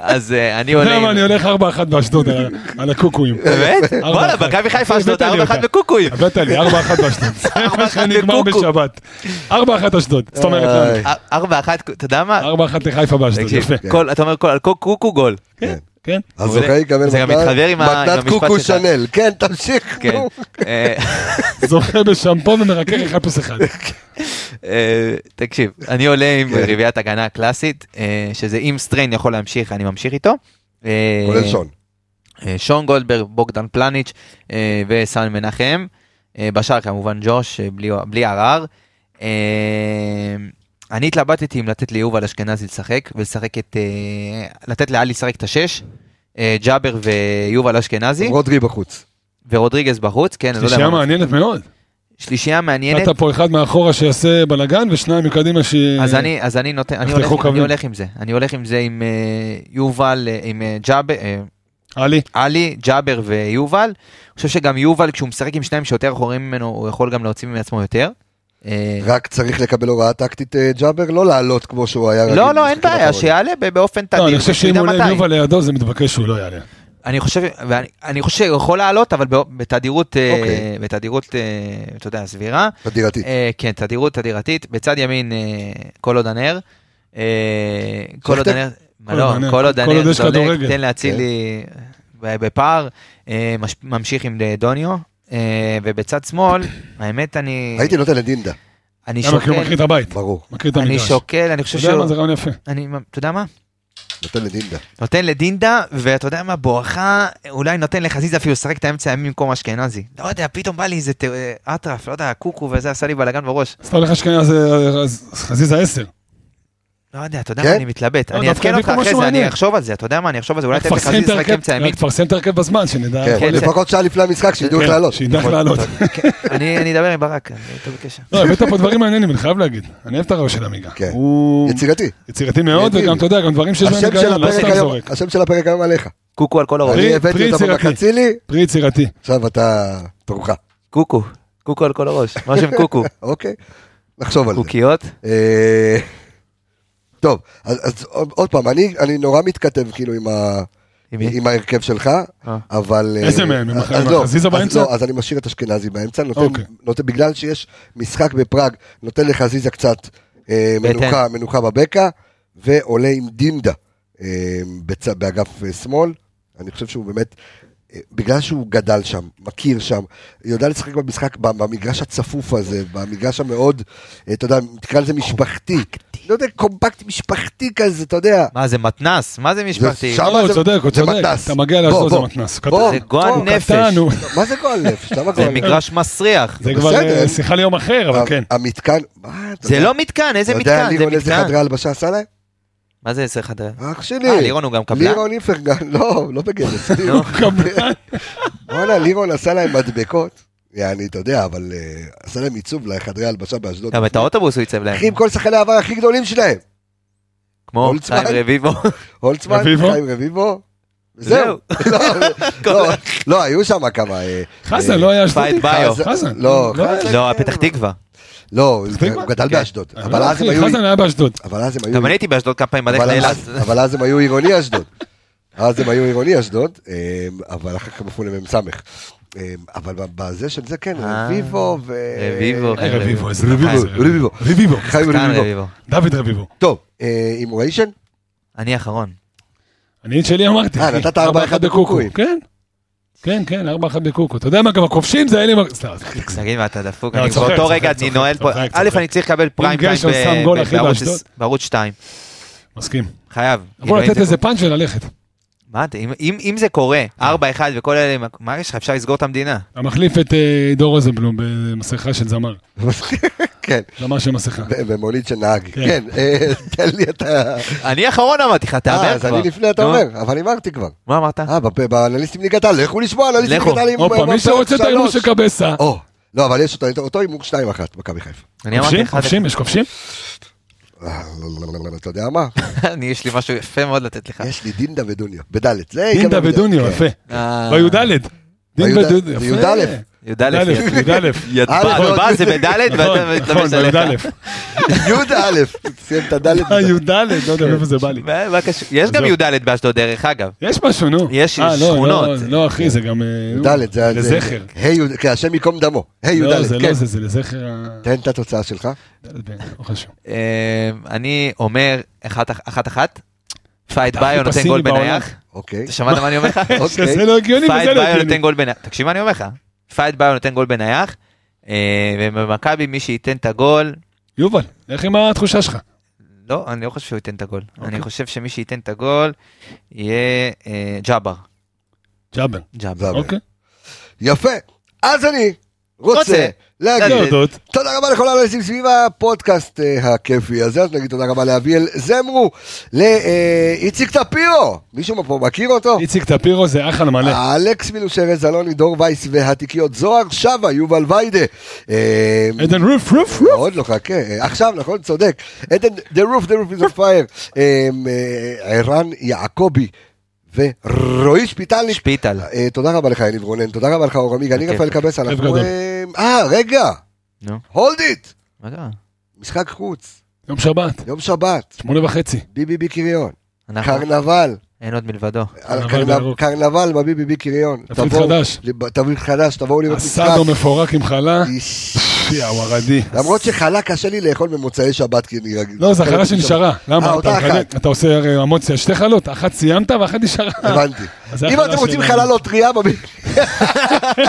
Speaker 4: אז אה, אני
Speaker 5: אתה
Speaker 4: עולה...
Speaker 5: יודע
Speaker 4: עם-
Speaker 5: מה, אני הולך 4-1 באשדוד על ה- על הקוקויים.
Speaker 4: באמת?
Speaker 5: ארבע
Speaker 4: וואלה,
Speaker 5: אחת.
Speaker 4: מכבי חיפה אשדוד,
Speaker 5: הבאת לי
Speaker 4: ארבע אחת
Speaker 5: אותה.
Speaker 4: בקוקויים.
Speaker 5: הבאת לי, 4-1 באשדוד. זה מה שנגמר
Speaker 4: בקוקו.
Speaker 5: בשבת. 4-1 אשדוד, זאת אומרת,
Speaker 1: איי.
Speaker 5: לנו.
Speaker 4: אה, ארבע אחת, אתה יודע מה?
Speaker 5: 4-1 לחיפה באשדוד,
Speaker 4: תקשיב,
Speaker 5: יפה.
Speaker 4: כל- אתה אומר כל- על קוק- קוקו גול.
Speaker 5: כן, כן.
Speaker 1: אז
Speaker 4: מעולה.
Speaker 1: זוכה יקבל
Speaker 4: זה גם
Speaker 1: מתנת-
Speaker 4: מתחבר עם ה- עם
Speaker 1: מתנת
Speaker 4: המשפט
Speaker 1: קוקו
Speaker 4: שלך.
Speaker 1: שנל. כן, תמשיך.
Speaker 4: כן.
Speaker 1: נו.
Speaker 4: אה,
Speaker 5: זוכה בשמפו ומרקר 1 פלוס 1.
Speaker 4: אה, תקשיב, אני עולה עם
Speaker 1: כן.
Speaker 4: רביעיית הגנה הקלאסית, אה, שזה אם סטריין יכול להמשיך, אני ממשיך איתו. אה,
Speaker 1: כולל שון.
Speaker 4: אה, שון גולדברג, בוגדן פלניץ' אה, וסן מנחם. אה, בשאר כמובן ג'וש, אה, בלי- בלי ערר. אה, אני התלבטתי אם לתת ליובל אשכנזי לשחק, ולשחק את... אה, לתת לאלי לשחק את השש. אה, ג'אבר ויובל אשכנזי,
Speaker 1: רודרי בחוץ.
Speaker 4: ורודריגז בחוץ, כן, אני לא יודע
Speaker 5: שלישייה
Speaker 4: מה.
Speaker 5: מעניינת מאוד.
Speaker 4: שלישייה מעניינת,
Speaker 5: אתה פה אחד מאחורה שיעשה בלאגן ושניים מקדימה ש...
Speaker 4: אז אני, אז אני נותן, אני
Speaker 5: יפתחו
Speaker 4: הולך, אני
Speaker 5: קווים.
Speaker 4: הולך עם זה, אני הולך עם זה עם אה, יובל, אה, עם אה, ג'אבר, אה,
Speaker 5: עלי,
Speaker 4: עלי, ג'אבר ויובל. אני חושב שגם יובל, כשהוא משחק עם שניים שיותר אחורים ממנו, הוא יכול גם להוציא מעצמו יותר. אה,
Speaker 1: רק צריך לקבל הוראה טקטית, אה, ג'אבר, לא לעלות כמו שהוא היה. רגיל
Speaker 4: לא, לא, אין
Speaker 1: במשחקים
Speaker 4: בעיה,
Speaker 1: האחרונים.
Speaker 4: שיעלה ב- באופן תדיר.
Speaker 5: לא, אני חושב שאם
Speaker 4: שידע
Speaker 5: עולה עם
Speaker 4: מתי.
Speaker 5: יובל לידו זה מתבקש שהוא לא יעלה.
Speaker 4: אני חושב, ואני אני חושב שהוא יכול לעלות, אבל בא- בתדירות, אה,
Speaker 1: אוקיי.
Speaker 4: בתדירות, אה, אתה יודע, סבירה.
Speaker 1: בדירתי.
Speaker 4: אה, כן, תדירות תדירתית. בצד ימין, אה, כל עוד הנר. אה, כל עוד
Speaker 1: שכטר?
Speaker 4: הנר, מה
Speaker 5: כל
Speaker 4: לא,
Speaker 5: עוד הנר.
Speaker 4: כל עוד
Speaker 5: כל
Speaker 4: הנר
Speaker 5: עוד יש
Speaker 4: זולג,
Speaker 5: כדורגל. כן.
Speaker 4: תן להצילי ב- בפער. אה, מש- ממשיך עם דוניו. אה, ובצד שמאל, האמת, אני
Speaker 1: הייתי נותן לדינדה,
Speaker 4: אני
Speaker 5: למה? כי הוא
Speaker 4: שוקל,
Speaker 5: מקריא את הבית,
Speaker 1: ברור.
Speaker 5: מקריא את
Speaker 4: אני
Speaker 5: המגרש. אתה
Speaker 4: שוקל, אני חושב ש...
Speaker 5: יודע מה, זה רעיון יפה.
Speaker 4: אני, אתה יודע מה?
Speaker 1: נותן לדינדה.
Speaker 4: נותן לדינדה, ואתה יודע מה, בואכה, אולי נותן לחזיזה אפילו לשחק את האמצע הימי במקום אשכנזי. לא יודע, פתאום בא לי איזה ת- אה, אטרף, לא יודע, קוקו וזה עשה לי בלאגן בראש.
Speaker 5: אז אתה הולך אשכנזי, אז- אז חזיזה 10.
Speaker 4: לא יודע, אתה יודע
Speaker 1: כן?
Speaker 4: מה, אני מתלבט.
Speaker 5: לא,
Speaker 4: אני
Speaker 5: דווקא
Speaker 4: אעדכן
Speaker 5: הביא
Speaker 4: אותך
Speaker 5: פה
Speaker 4: אחרי
Speaker 5: משהו
Speaker 4: זה, אני
Speaker 5: מעניין.
Speaker 4: אחשוב על זה, אתה יודע מה, אני אחשוב על זה, אולי
Speaker 5: רק
Speaker 4: תן
Speaker 5: תפרסם את
Speaker 4: לחזיזה לשחק
Speaker 5: ההרכב-
Speaker 4: אמצע
Speaker 5: רק
Speaker 4: ימין.
Speaker 5: תפרסם את ההרכב בזמן, שנדע.
Speaker 1: כן,
Speaker 4: כן,
Speaker 1: לפחות שעה לפני המשחק, שידעו
Speaker 5: כן,
Speaker 1: איך לעלות. נכון.
Speaker 5: שידע איך לעלות.
Speaker 4: אני אני אדבר עם ברק, אני איתו בקשר.
Speaker 5: לא, הבאת פה דברים מעניינים, אני חייב להגיד. אני אוהב את הרעיון של עמיגה.
Speaker 1: כן.
Speaker 5: הוא
Speaker 1: יצירתי.
Speaker 5: יצירתי מאוד,
Speaker 1: יצירתי.
Speaker 5: וגם, אתה יודע, גם דברים שיש בהם
Speaker 1: השם של
Speaker 5: היגיון, לא
Speaker 1: הפרק
Speaker 5: סתם
Speaker 1: היום-
Speaker 5: זורק.
Speaker 1: השם של הפרק היום עליך.
Speaker 4: קוקו על כל הראש.
Speaker 1: אני
Speaker 5: פרי-
Speaker 1: הבאתי
Speaker 5: פרי
Speaker 1: אותו
Speaker 5: יצירתי.
Speaker 1: במחצילי,
Speaker 5: פרי יצירתי.
Speaker 1: עכשיו אתה תורך.
Speaker 4: קוקו, קוקו על כל הראש. משהו עם קוקו.
Speaker 1: אוקיי? נחשוב על זה.
Speaker 4: קוקיות.
Speaker 1: אה, טוב, אז, אז עוד, עוד פעם, אני, אני נורא מתכתב כאילו עם, ה,
Speaker 4: עם מי?
Speaker 1: עם ההרכב שלך,
Speaker 4: אה.
Speaker 1: אבל... אה,
Speaker 5: איזה מהם? עם
Speaker 1: אז
Speaker 5: הח- עם
Speaker 1: לא,
Speaker 5: החזיזה
Speaker 1: אז
Speaker 5: באמצע?
Speaker 1: לא, אז אני משאיר את אשכנזי באמצע, נותן,
Speaker 5: אוקיי.
Speaker 1: נותן, בגלל שיש משחק בפראג, נותן לחזיזה קצת אה,
Speaker 4: בטן.
Speaker 1: מנוחה, מנוחה בבקע, ועולה עם דינדה אה, בצ, באגף אה, שמאל. אני חושב שהוא באמת, אה, בגלל שהוא גדל שם, מכיר שם, יודע לשחק במשחק, ב- במגרש הצפוף הזה, במגרש המאוד, אה, אתה יודע, תקרא לזה משפחתי. לא יודע, קומפקט משפחתי כזה, אתה יודע.
Speaker 4: מה זה מתנס? מה זה משפחתי?
Speaker 1: שם-
Speaker 5: לא, הוא
Speaker 1: זה-
Speaker 5: צודק, הוא
Speaker 1: זה
Speaker 5: צודק.
Speaker 1: מתנ"ס.
Speaker 5: אתה מגיע
Speaker 1: בוא,
Speaker 5: לאשדוד זה
Speaker 1: בוא.
Speaker 5: מתנ"ס.
Speaker 1: בוא,
Speaker 4: זה
Speaker 1: בוא,
Speaker 4: גועל
Speaker 1: קטן,
Speaker 4: נפש.
Speaker 5: קטן, הוא-
Speaker 1: מה זה גועל נפש? למה גועל
Speaker 4: זה
Speaker 1: נפש?
Speaker 4: מגרש מסריח.
Speaker 5: זה כבר
Speaker 1: בסדר.
Speaker 5: אה, שיחה ליום אחר, אבל כן.
Speaker 1: המתקן, מה, אתה
Speaker 4: זה
Speaker 1: יודע-
Speaker 4: לא מתקן, איזה
Speaker 1: אתה יודע,
Speaker 4: מתקן? זה
Speaker 1: לירון, איזה
Speaker 4: מתקן.
Speaker 1: חדרי הלבשה עשה להם?
Speaker 4: מה זה עשר חדרי?
Speaker 1: אח שלי.
Speaker 4: אה, לירון הוא גם קבלן?
Speaker 1: לירון איפרגן, לא, לא בגנס. לירון.
Speaker 5: קבלן.
Speaker 1: וואלה, לירון עשה להם מדבקות. יעני, אתה יודע, אבל אה, עשה להם עיצוב לחדרי הלבשה באשדוד.
Speaker 4: גם את האוטובוס הוא ייצב להם.
Speaker 1: אחי, עם כל שחקני העבר הכי גדולים שלהם.
Speaker 4: כמו
Speaker 1: הולצמן.
Speaker 4: חיים רביבו.
Speaker 1: הולצמן,
Speaker 5: רביבו?
Speaker 1: חיים רביבו.
Speaker 4: זהו.
Speaker 1: זהו. לא, לא, לא, היו שם כמה. אה,
Speaker 5: חסן לא היה אשדודי.
Speaker 4: פייט ביו.
Speaker 1: חזן-
Speaker 5: חזן.
Speaker 1: לא,
Speaker 5: לא,
Speaker 1: חזן-
Speaker 4: לא, הפתח תקווה.
Speaker 1: לא,
Speaker 5: תקווה?
Speaker 1: הוא גדל
Speaker 4: כן.
Speaker 1: באשדוד.
Speaker 5: אה,
Speaker 1: אבל
Speaker 5: לא,
Speaker 1: אז הם
Speaker 5: אחי,
Speaker 1: היו...
Speaker 5: חזן היה באשדוד.
Speaker 1: אבל אז הם היו...
Speaker 4: גם אני הייתי באשדוד כמה פעמים בדרך
Speaker 1: אבל
Speaker 4: לאילת.
Speaker 1: אז- אבל אז הם היו עירוני אשדוד. אז הם היו עירוני אשדוד, אמ, אבל אחר כך הם הפכו למ"ס. אמ, אבל בזה של זה כן,
Speaker 4: אה,
Speaker 1: רביבו ו...
Speaker 4: רביבו,
Speaker 5: אה, רביבו, איזה
Speaker 1: כן, רביבו,
Speaker 5: חזן.
Speaker 1: רביבו.
Speaker 5: רביבו.
Speaker 1: חיים
Speaker 4: כאן
Speaker 1: רביבו.
Speaker 4: רביבו.
Speaker 5: דוד רביבו.
Speaker 1: טוב, אה, עם ריישן?
Speaker 4: אני האחרון.
Speaker 5: אני את שלי אמרתי.
Speaker 1: אה,
Speaker 5: אחי.
Speaker 1: נתת ארבע אחד בקוקוים.
Speaker 5: כן. כן, כן, 4-1 בקוקו. אתה יודע מה, גם הכובשים זה אלה... עם ה- סליחה, סליחה.
Speaker 4: תגיד מה, אתה דפוק.
Speaker 5: לא,
Speaker 4: אני
Speaker 5: צוחק,
Speaker 4: באותו
Speaker 5: צוחק,
Speaker 4: רגע
Speaker 5: צוחק,
Speaker 4: אני נועל פה.
Speaker 5: צוחק,
Speaker 4: א',
Speaker 5: צוחק.
Speaker 4: אני צריך לקבל פריים טיים
Speaker 5: גשם שם
Speaker 4: ב-
Speaker 5: גול,
Speaker 4: ב-
Speaker 5: אחי,
Speaker 4: בערוץ-
Speaker 5: באשדוד.
Speaker 4: בערוץ 2.
Speaker 5: מסכים.
Speaker 4: חייב. כאילו,
Speaker 5: אמור
Speaker 4: אם
Speaker 5: לתת
Speaker 4: זה-
Speaker 5: איזה אה. פאנץ' וללכת.
Speaker 4: מה, אתה- אם- אם אם זה קורה, 4-1 וכל אלה, מה יש לך? אפשר לסגור את המדינה.
Speaker 5: אתה מחליף את אה, עידו רוזנבלום במסכה של זמר.
Speaker 1: כן,
Speaker 5: זמר של מסכה.
Speaker 1: ב- במונית של נהג.
Speaker 5: כן.
Speaker 1: כן, אה, תן לי את ה...
Speaker 4: אני האחרון אמרתי לך,
Speaker 1: אה,
Speaker 4: תהמר
Speaker 1: אז
Speaker 4: כבר.
Speaker 1: אני לפני אתה
Speaker 4: נו,
Speaker 1: אומר, אבל הימרתי כבר.
Speaker 4: מה אמרת?
Speaker 1: אה, בפ- באנליסטים ליגת העל, לכו לשמוע אנליסטים
Speaker 4: לכו.
Speaker 1: ליגת העל עם... אה,
Speaker 5: עוד פעם, מי שרוצה את ההימור של קבסה.
Speaker 1: או, לא, אבל יש אותו- אותו הימור 2-1, מכבי חיפה.
Speaker 4: אני אמרתי
Speaker 5: כובשים?
Speaker 4: לך,
Speaker 5: כובשים? יש כובשים?
Speaker 1: אה, לא, לא, לא, לא, אתה יודע מה?
Speaker 4: אני, יש לי משהו יפה מאוד לתת לך.
Speaker 1: יש לי דינדה ודוניו, בדלת. זה
Speaker 5: דינדה
Speaker 1: יקבל
Speaker 5: ודוניו,
Speaker 1: בדלת.
Speaker 5: יפה.
Speaker 4: אה,
Speaker 5: בי"ד.
Speaker 1: לא,
Speaker 5: דין
Speaker 1: בי"ד,
Speaker 5: ודוניו, יפה.
Speaker 1: בי"א.
Speaker 4: י"א. י"א.
Speaker 5: י"א, י"א.
Speaker 1: אה, לא,
Speaker 4: י"א. זה בדלת ואתה
Speaker 5: נכון, נכון,
Speaker 4: מתלבש עליך.
Speaker 5: בי"א.
Speaker 1: י' א', סיים את הדלת.
Speaker 5: אה, י"ד, לא יודע מאיפה זה בא לי.
Speaker 4: מה- מה קשור? יש גם
Speaker 5: עזוב.
Speaker 4: י"ד באשדוד דרך אגב.
Speaker 5: יש משהו, נו.
Speaker 4: יש
Speaker 5: אה, לא, לא,
Speaker 4: שכונות.
Speaker 5: לא, אחי, זה גם... אה, נו,
Speaker 1: ד' זה... זה-
Speaker 5: לזכר.
Speaker 1: ה' י', כן, השם ייקום דמו. ה' י'
Speaker 5: לא, זה
Speaker 1: ד',
Speaker 5: לא
Speaker 1: כן.
Speaker 5: זה, זה לזכר ה...
Speaker 1: תן את התוצאה שלך.
Speaker 5: ד', לא חשוב.
Speaker 4: אה, אני אומר אחת- אחת אחת. פייט ביו נותן
Speaker 5: פסימי
Speaker 4: גול
Speaker 5: בעולם.
Speaker 4: בנייח.
Speaker 1: אוקיי.
Speaker 4: אתה שמעת מה אני אומר לך?
Speaker 1: אוקיי.
Speaker 5: זה לא הגיוני וזה
Speaker 4: פייט
Speaker 5: לא
Speaker 1: כן.
Speaker 4: ביו נותן
Speaker 5: הגיוני.
Speaker 4: גול בנייח. תקשיב מה אני אומר לך. פייט ביו נותן גול בנייח. אה, ובמכבי מי שייתן את הגול.
Speaker 5: יובל, לך עם התחושה שלך.
Speaker 4: לא, אני לא חושב שהוא ייתן את הגול. אני
Speaker 5: אוקיי.
Speaker 4: חושב שמי שייתן את הגול יהיה אה, ג'אבר.
Speaker 5: ג'אבר.
Speaker 4: ג'אבר.
Speaker 1: זהו.
Speaker 5: אוקיי.
Speaker 1: יפה. אז אני
Speaker 4: רוצה.
Speaker 1: רוצה
Speaker 5: לא
Speaker 1: להגיד
Speaker 5: יודעות.
Speaker 1: תודה רבה לכל האנשים סביב הפודקאסט אה, הכיפי הזה, אז נגיד תודה רבה לאביאל זמרו, לאיציק טפירו, מישהו פה מכיר אותו?
Speaker 5: איציק טפירו זה אח על מלא.
Speaker 1: אה. אלכס מילושרז, אלוני, דור וייס והתיקיות זוהר שבה, יובל ויידה. אה,
Speaker 5: עדן רוף, רוף, רוף.
Speaker 1: עוד לא, חכה, אה, עכשיו, נכון? צודק. עדן, the roof, the roof is on fire. אה, אה, ערן יעקבי ורועי שפיטלניק.
Speaker 4: שפיטל.
Speaker 1: אה, תודה רבה לך, יניב רונן, תודה רבה לך, אור עמיג, אני
Speaker 4: בכיף,
Speaker 1: רפאל קבס,
Speaker 5: בכיף
Speaker 1: אנחנו...
Speaker 5: גדול.
Speaker 1: אה, אה, רגע,
Speaker 4: נו,
Speaker 1: הולד איט,
Speaker 4: מה קרה?
Speaker 1: משחק חוץ,
Speaker 5: יום שבת,
Speaker 1: יום שבת,
Speaker 5: שמונה וחצי.
Speaker 1: ביבי בקריון,
Speaker 4: אנחנו,
Speaker 1: קרנבל,
Speaker 4: אין עוד מלבדו.
Speaker 1: על-
Speaker 5: קרנבל
Speaker 1: קרנב-
Speaker 5: בירוק.
Speaker 1: קרנבל בביבי בקריון.
Speaker 5: תפריט
Speaker 1: תבואו-
Speaker 5: חדש.
Speaker 1: לב- תבריט חדש, תבואו לראות משחק.
Speaker 5: הסאדו מפורק עם חלה.
Speaker 1: איש.
Speaker 5: יא וורדי.
Speaker 1: למרות שחלה קשה לי לאכול במוצאי שבת, כי אני...
Speaker 5: לא, זו החלה שנשארה.
Speaker 1: אה,
Speaker 5: למה?
Speaker 1: אותה
Speaker 5: אתה
Speaker 1: אחת.
Speaker 5: מחלק- אתה עושה הרי אמוציה, שתי חלות, אחת סיימת ואחת נשארה.
Speaker 1: הבנתי.
Speaker 5: אז זה
Speaker 1: אם
Speaker 5: החלה
Speaker 1: אתם רוצים
Speaker 5: שלנו.
Speaker 1: חלה לא טריה, בב-
Speaker 5: לא.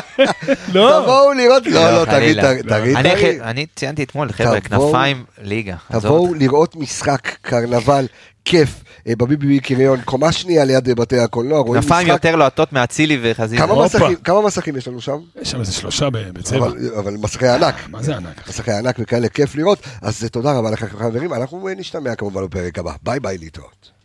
Speaker 1: תבואו לראות, לא,
Speaker 4: לא,
Speaker 1: לא, תגיד,
Speaker 4: חלילה.
Speaker 1: תגיד, תגיד,
Speaker 4: אני הכי- אני ציינתי אתמול, חבר'ה,
Speaker 1: תבואו-
Speaker 4: כנפיים ליגה. עזוב
Speaker 1: תבואו
Speaker 4: אותך.
Speaker 1: לראות משחק, קרנבל, כיף, אה, בביבי בקריון, קומה שנייה ליד אה, בתי הקולנוע, רואים
Speaker 4: כנפיים
Speaker 1: משחק.
Speaker 4: יותר לוהטות מאצילי וחזיזה.
Speaker 1: כמה
Speaker 5: הופה.
Speaker 1: מסכים- כמה מסכים יש לנו שם?
Speaker 5: יש שם איזה שלושה ב- בצבע.
Speaker 1: אבל- אבל מסכי ענק.
Speaker 5: מה זה ענק? אחי?
Speaker 1: מסכי ענק וכאלה, כיף לראות. אז אה, תודה רבה לכם חברים, אנחנו אה, נשתמע כמובן בפרק הבא. ביי ביי להתראות.